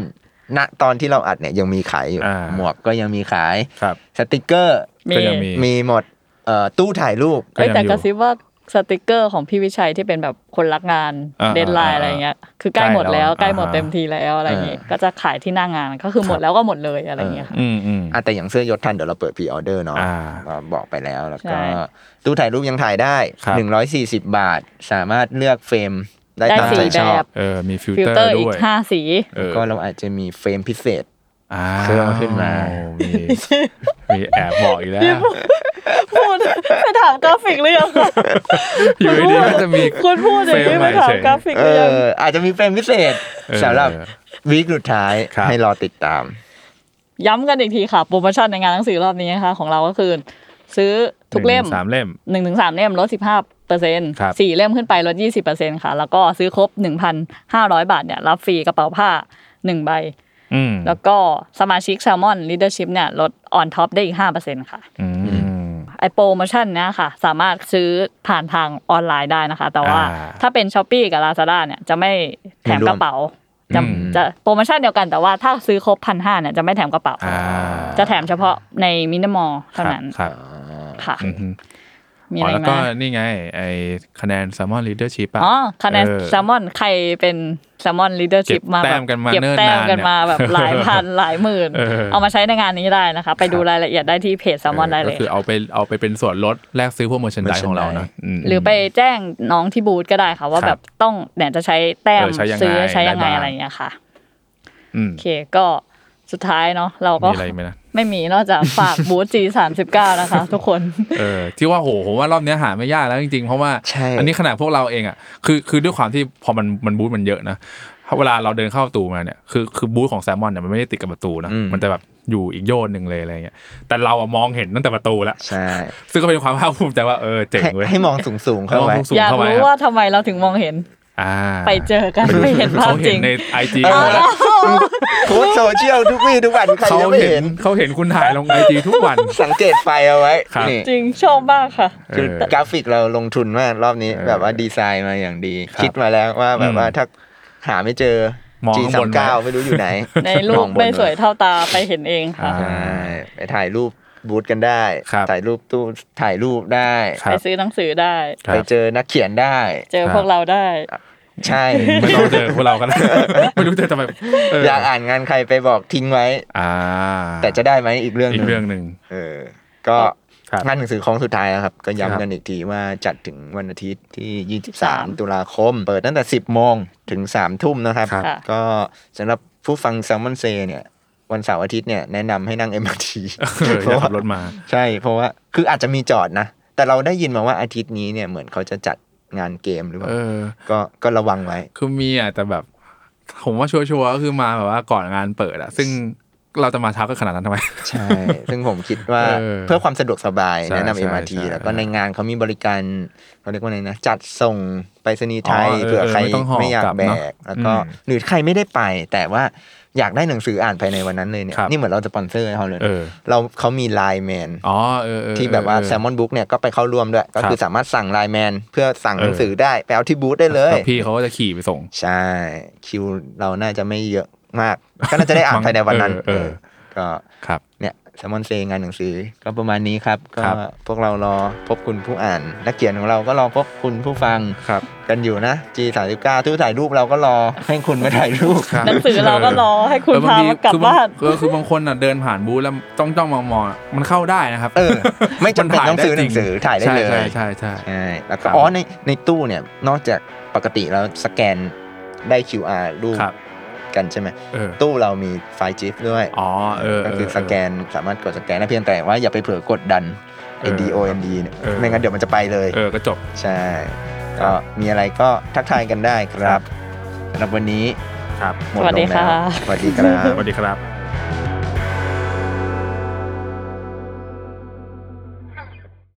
Speaker 4: ณตอนที่เราอัดเนี่ยยังมีขายอยู่
Speaker 5: อ่า
Speaker 4: หมวกก็ยังมีขาย
Speaker 5: ครับ
Speaker 4: สติกเกอร์
Speaker 6: มี
Speaker 5: ก็ยังมี
Speaker 4: มีหมดเอ่อตู้ถ่ายรูป
Speaker 6: เอ้
Speaker 5: ก็
Speaker 6: ย
Speaker 5: ยัง
Speaker 6: แต่
Speaker 5: อยู่
Speaker 6: กระซิบว่า สติกเกอร์ของพี่วิชัยที่เป็นแบบคนรักงาน
Speaker 5: อ่า
Speaker 6: เดนไลน์อะไรเงี้ยคือใกล้หมดแล้ว
Speaker 5: ใก
Speaker 6: ใก
Speaker 5: ล้
Speaker 6: ล้
Speaker 5: แล้ว
Speaker 6: หมดเต็มทีแล้วอะไรเงี้ยก็จะขายที่หน้างานก็คือหม
Speaker 5: ค
Speaker 6: ด
Speaker 5: รับ
Speaker 6: แล้วก็หมดเลยอะไรเงี้ยค่ะ
Speaker 5: อืมอืม
Speaker 4: อ่ะแต่อย่างเสื้อยศทันเดี๋ยวเราเปิดพรีออเดอร์เนาะ
Speaker 5: อ่า
Speaker 4: ก็บอกไปแล้วแล้วก็
Speaker 6: ใช่
Speaker 4: ตู้ถ่ายรูปยังถ่ายได้
Speaker 5: ครับ
Speaker 4: 140 บาท สามารถเลือกเฟรมได้
Speaker 6: ได้
Speaker 4: ตาม
Speaker 6: สี
Speaker 4: ใจช
Speaker 6: แบ
Speaker 4: อบบ
Speaker 5: เออมีฟิล
Speaker 6: ฟิล
Speaker 5: เตอ
Speaker 6: เตอ
Speaker 5: ร์
Speaker 6: ร์อี
Speaker 5: ด้
Speaker 6: ก
Speaker 5: วย
Speaker 6: ห้าสี
Speaker 5: เออ
Speaker 4: แล้วก็เราอาจจะมีเฟรมพิเศษ
Speaker 5: อ่า
Speaker 4: เครื่องขึ้นมา
Speaker 5: มีมีแอบบอกอีกแล้ว
Speaker 6: พูดไปถามกราฟิกหรือยังคะ
Speaker 5: อยู่ดีๆก็จะมี
Speaker 6: คุณพูดอย่างนี้ไปถามกราฟิก
Speaker 4: เอ
Speaker 6: หรือยัง
Speaker 4: ออาจจะมีเฟรมพิเศษ
Speaker 5: เออ
Speaker 4: สำหรับวีคสุดท้าย
Speaker 5: ครับ
Speaker 4: ให้รอติดตาม
Speaker 6: ย้ำกันอีกทีค่ะ โปรโมชั่นในงานหนังสือรอบนี้นะคะ ของเราก็คือ ซื้อทุกเล่
Speaker 5: ห
Speaker 6: ม
Speaker 5: นึ่งสามเล่ม
Speaker 6: หนึ่งถึงสามเล่มลดสิบห้าเปอร์เซ็นต์
Speaker 5: ครับ
Speaker 6: สี่เล่มขึ้นไปลดยี่สิบเปอร์เซ็นต์ค่ะ แล้วก็ซื้อครบหนึ่งพันห้าร้อยบาทเนี่ย รับฟรีกระเป๋าผ้าหนึ่งใบ
Speaker 5: อืม
Speaker 6: แล้วก็สมาชิกแซลมอนลีดเดอร์ชิพเนี่ยลดออนท็อปได้อีกห้าเปอร์เซ็นต์ค่ะ
Speaker 5: อืม
Speaker 6: ไอโปรโมชั่นเนี้ยค่ะ สามารถซื้อผ่านทางออนไลน์ได้นะคะ แต่ว่า
Speaker 5: อ่า
Speaker 6: ถ้าเป็นช้อปปีกับ Lazada เนี่ยจะไม่แถม
Speaker 4: ไม่ร่วม
Speaker 6: กระเป๋าจะ
Speaker 5: อืม
Speaker 6: จะโปรโมชั่นเดียวกันแต่ว่าถ้าซื้อครบพันห้าเนี่ยจะไม่แถมกระเป๋า
Speaker 5: อ่า
Speaker 6: จะแถมเฉพาะในมินิมอลเท่านั้น
Speaker 5: ครับ
Speaker 6: ค่ะ
Speaker 5: อืม
Speaker 6: มี
Speaker 5: อ๋
Speaker 6: อะ
Speaker 5: อ
Speaker 6: ไร
Speaker 5: แล้ว
Speaker 6: ไห
Speaker 5: ก็
Speaker 6: ม
Speaker 5: นี่ไง ไอคะแนน s ซ lมอน leadership อ่ะ
Speaker 6: อ๋อคะแนน
Speaker 5: เออ
Speaker 6: แซลมอนใครเป็นแซลมอนลีดเดอร์ชิพ
Speaker 5: เก็บ
Speaker 6: มา
Speaker 5: แต้
Speaker 6: แบบ
Speaker 5: มกันมา
Speaker 6: เก็บ
Speaker 5: เนิ่น
Speaker 6: แต้ม
Speaker 5: นาน
Speaker 6: กันมา
Speaker 5: เนี่ย
Speaker 6: แบบหลายพันหลายหมื่น
Speaker 5: เออ
Speaker 6: เอามาใช้ในงานนี้ได้นะคะ ไปดูรายละเอียดได้ที่เพจแซลมอนได้เลย
Speaker 5: ก็คือเอาไปเอาไปเป็นส่วนลดแลกซื้อพวก merchandise ของเรานะม
Speaker 6: หรือไปแจ้งน้องที่บูธก็ได้ค่ะ ว่า
Speaker 5: ครับ
Speaker 6: แบบต้องเนี่ยจะใช้แต้ม
Speaker 5: เออใช้ยังไง
Speaker 6: ซื้อใช้ยังไง
Speaker 5: ได้บ้าง
Speaker 6: อะไรอย่างเงี้ยค่ะ
Speaker 5: อืม
Speaker 6: โอเคก็สุดท้ายเนาะเราก็
Speaker 5: มีอะไรไหมนะ
Speaker 6: ไม่มีนอกจากฝากบูธ G 3 9นะคะ ทุกคน
Speaker 5: เออที่ว่าโหผมว่ารอบเนี้ยหาไม่ยากแล้วจริงๆ เพราะว่า
Speaker 4: ใช่
Speaker 5: อันนี้ขนาดพวกเราเองอ่ะคือคือด้วยความที่พอมันมันบูธมันเยอะนะเวลาเราเดินเข้าประตูมาเนี่ยคือคือบูธของแซมมอนเนี่ยมันไม่ได้ติดกับประตูนะมันจะแบบอยู่อีกโยนหนึ่งเลยอะไรเงี้ยแต่เราอะมองเห็นตั้งแต่ประตูแล้ว
Speaker 4: ใช่
Speaker 5: ซึ่งก็เป็นความภาคภูมิใจว่าเออเจ๋ง
Speaker 4: ให้
Speaker 5: เว้ย
Speaker 4: ให้มองสูงๆเข้าม
Speaker 5: อง
Speaker 4: ไว้
Speaker 5: สูง
Speaker 6: อ
Speaker 5: ๆ
Speaker 6: ยาก
Speaker 5: เข้าไป
Speaker 6: รู้
Speaker 5: ค
Speaker 6: ว่า
Speaker 5: รับ
Speaker 6: ทำไมเราถึงมองเห็น
Speaker 5: อ่า
Speaker 6: ไปเจอกันไปเห็นภาพ
Speaker 5: เขาเห็
Speaker 6: จริ
Speaker 5: น
Speaker 6: ง
Speaker 5: ในไอจี
Speaker 4: เอาละ โพสต์โซเชียลทุกวี่ทุกวันใคร
Speaker 5: เขา
Speaker 4: จะไม่
Speaker 5: เห็
Speaker 4: เห็
Speaker 5: น
Speaker 4: น
Speaker 5: เขาเห็นคุณถ่ายลงไอจีทุกวัน
Speaker 4: สังเกตไฟเอาไว้
Speaker 5: ครับ
Speaker 4: นี่
Speaker 6: จริงชอบมากค่ะ
Speaker 4: คือ
Speaker 5: เออก
Speaker 4: ราฟิกเราลงทุนมากรอบนี้
Speaker 5: เออ
Speaker 4: แบบว่าดีไซน์มาอย่างดี
Speaker 5: ครับ
Speaker 4: คิดมาแล้วว่าแบ
Speaker 5: อื
Speaker 4: บ
Speaker 5: ม
Speaker 4: ว่าถ้าหาไม่เจอ
Speaker 5: มอง
Speaker 4: G
Speaker 5: ข้าง
Speaker 4: สา
Speaker 5: บน
Speaker 4: ม
Speaker 5: ไหม
Speaker 4: เก้าไม่รู้อยู่ไหน
Speaker 6: ในรู
Speaker 4: ม
Speaker 6: ป
Speaker 4: องบน
Speaker 6: ไม่สวยเท่าตาไปเห็นเองค่ะ
Speaker 5: อ่า
Speaker 4: ใช่ไปถ่ายรูปบูธกันได้
Speaker 5: ครับ
Speaker 4: ถ่ายรูปตู้ถ่ายรูปได้
Speaker 5: ครั
Speaker 6: ไป
Speaker 5: บ
Speaker 6: ซื้อหนังสือได้
Speaker 5: ครั
Speaker 4: ไป
Speaker 5: บ
Speaker 4: เจอนักเขียนได้
Speaker 6: เจอ
Speaker 5: ครับ
Speaker 6: พวกเราได้
Speaker 4: ใช่
Speaker 5: ไม่ต้องเจอพวกเราก็ได้ไม่รู้จะ ทำไมเ
Speaker 4: อยากอ่านงานใครไปบอกทิ้งไว้
Speaker 5: อ่า
Speaker 4: แต่จะได้ไหมอีกเรื่องห
Speaker 5: อี
Speaker 4: นึ่
Speaker 5: กเรื่องหนึ่ง
Speaker 4: เออ ก็
Speaker 5: ครับ
Speaker 4: งานหนังสือของสุดท้ายแล้วครับ ก็
Speaker 5: ครับ
Speaker 4: ย้ำกันอีกทีว่าจัดถึงวันอาทิตย์ที่ 23 ตุลาคม เปิดตั้งแต่ 10 โมงถึง 3 ทุ่มนะครับ
Speaker 6: ครับ
Speaker 4: ก็สำหรับผู้ฟังแซมมอนเซเนี่ย วันเสาร์อาทิตย์เนี่ยแนะนำให้นั่ง MRT
Speaker 5: เออ
Speaker 4: เพ
Speaker 5: อยาก
Speaker 4: ราะว่า
Speaker 5: ขับรถ มา
Speaker 4: ใช่เพราะว่าคืออาจจะมีจอดนะ แต่เราได้ยินมาว่าอาทิตย์นี้เนี่ยเหมือนเขาจะจัดงานเกมหรือเปล่า
Speaker 5: เออ
Speaker 4: ก็ก็ระวังไว้
Speaker 5: คือมีอ่ะแต่แบบ ผมว่าชัวร์ๆก็คือมาแบบว่าก่อนงานเปิดอ่ะ ซึ่งเราจะมาเช้าก็ขนาดนั้นทำไม
Speaker 4: ใช่ ซึ่งผมคิดว่า
Speaker 5: เออ
Speaker 4: เพื่อความสะดวกสบาย
Speaker 5: ใช่
Speaker 4: แนะนำ
Speaker 5: ใช่
Speaker 4: MRT
Speaker 5: ใช่
Speaker 4: แล้วก็ในงานเขามีบริการเขาเรียกว่าไงนะ จัดส่งไปรษณีย์ไทย
Speaker 5: อ๋อเออ
Speaker 4: เผื่อใคร
Speaker 5: ไม่ต้องห่อ
Speaker 4: ไม่อยาก
Speaker 5: กลับ
Speaker 4: แบ
Speaker 5: เนอะ
Speaker 4: ก แล้วก็
Speaker 5: อืม
Speaker 4: หรือใครไม่ได้ไป แต่ว่าอยากได้หนังสืออ่านภายในวันนั้นเลยเนี่ย
Speaker 5: ครับ
Speaker 4: นี่เหมือนเราจะสปอนเซอร์ให้เขาเลยนะ
Speaker 5: เออ
Speaker 4: เราเขามีไลน์แมน
Speaker 5: อ๋อเออเออ
Speaker 4: ที่แบบว่า
Speaker 5: เออ
Speaker 4: แซมมอนบุ๊กเนี่ยก็ไปเข้าร่วมด้วย ก็คือ
Speaker 5: ครับ
Speaker 4: สามารถสั่งไลน์แมนเพื่อสั่ง
Speaker 5: เอ
Speaker 4: ห
Speaker 5: อ
Speaker 4: นังสือได้ไปเอาที่บูธได้เลย
Speaker 5: แล้วพี่เขาก็จะขี่ไปส่ง
Speaker 4: ใช่คิวเราน่าจะไม่เยอะมาก ก็น่าจะได้อ่านภายในวันนั้น
Speaker 5: เออเอ
Speaker 4: เอ
Speaker 5: อ
Speaker 4: อก็
Speaker 5: ครับ
Speaker 4: เนี่ยแซมมอนเซงานหนังสือก็ประมาณนี้ครับ ก็
Speaker 5: ครับ
Speaker 4: พวกเรารอพบคุณผู้อ่าน นักเขียนของเราก็รอพบคุณผู้ฟัง
Speaker 5: ครับ
Speaker 4: กันอยู่นะ G39 ทุกถ่ายรูปเราก็รอให้คุณมาถ่ายรูป
Speaker 6: หนังสือเราก็รอให้คุณ
Speaker 5: เออบง
Speaker 6: พา
Speaker 5: ที
Speaker 6: มากลับ
Speaker 5: คือบง
Speaker 6: บ้าน
Speaker 5: เออคือบางคนอ่ะเดินผ่านบูธแล้วต้องจ้องมองมองอ่ะมันเข้าได้นะครับ
Speaker 4: เออไม่จำเป็น
Speaker 5: ถ่าย
Speaker 4: ต้องซื้อ
Speaker 5: ได้จริ
Speaker 4: หนังสือถ่ายได้เลย
Speaker 5: ใช่ใช่ใช่
Speaker 4: ใช่แล้วก็
Speaker 5: ครับ
Speaker 4: อ๋อในในตู้เนี่ยนอกจากปกติแล้วสแกนได้ QR รูป
Speaker 5: ครับ
Speaker 4: กันใช่ไหม
Speaker 5: เออ
Speaker 4: ตู้เรามีไฟล์จิฟด้วย
Speaker 5: อ๋อเออเ
Speaker 4: ก็คือสแกนสามารถกดสแกนได้เพียงแต่ว่าอย่าไปเผื่อกดดัน
Speaker 5: เออ
Speaker 4: ADOND เนี่ย
Speaker 5: เออ
Speaker 4: ไม่งั้นเดี๋ยวมันจะไปเลย
Speaker 5: เออก็จบ
Speaker 4: ใช่ ก็มีอะไรก็ทักทายกันได้ครับสำหรับวันนี้
Speaker 5: ครับ
Speaker 4: หมดลงแล้ว
Speaker 6: ะ
Speaker 4: สวัสดีครับ
Speaker 5: สวัสดีครับ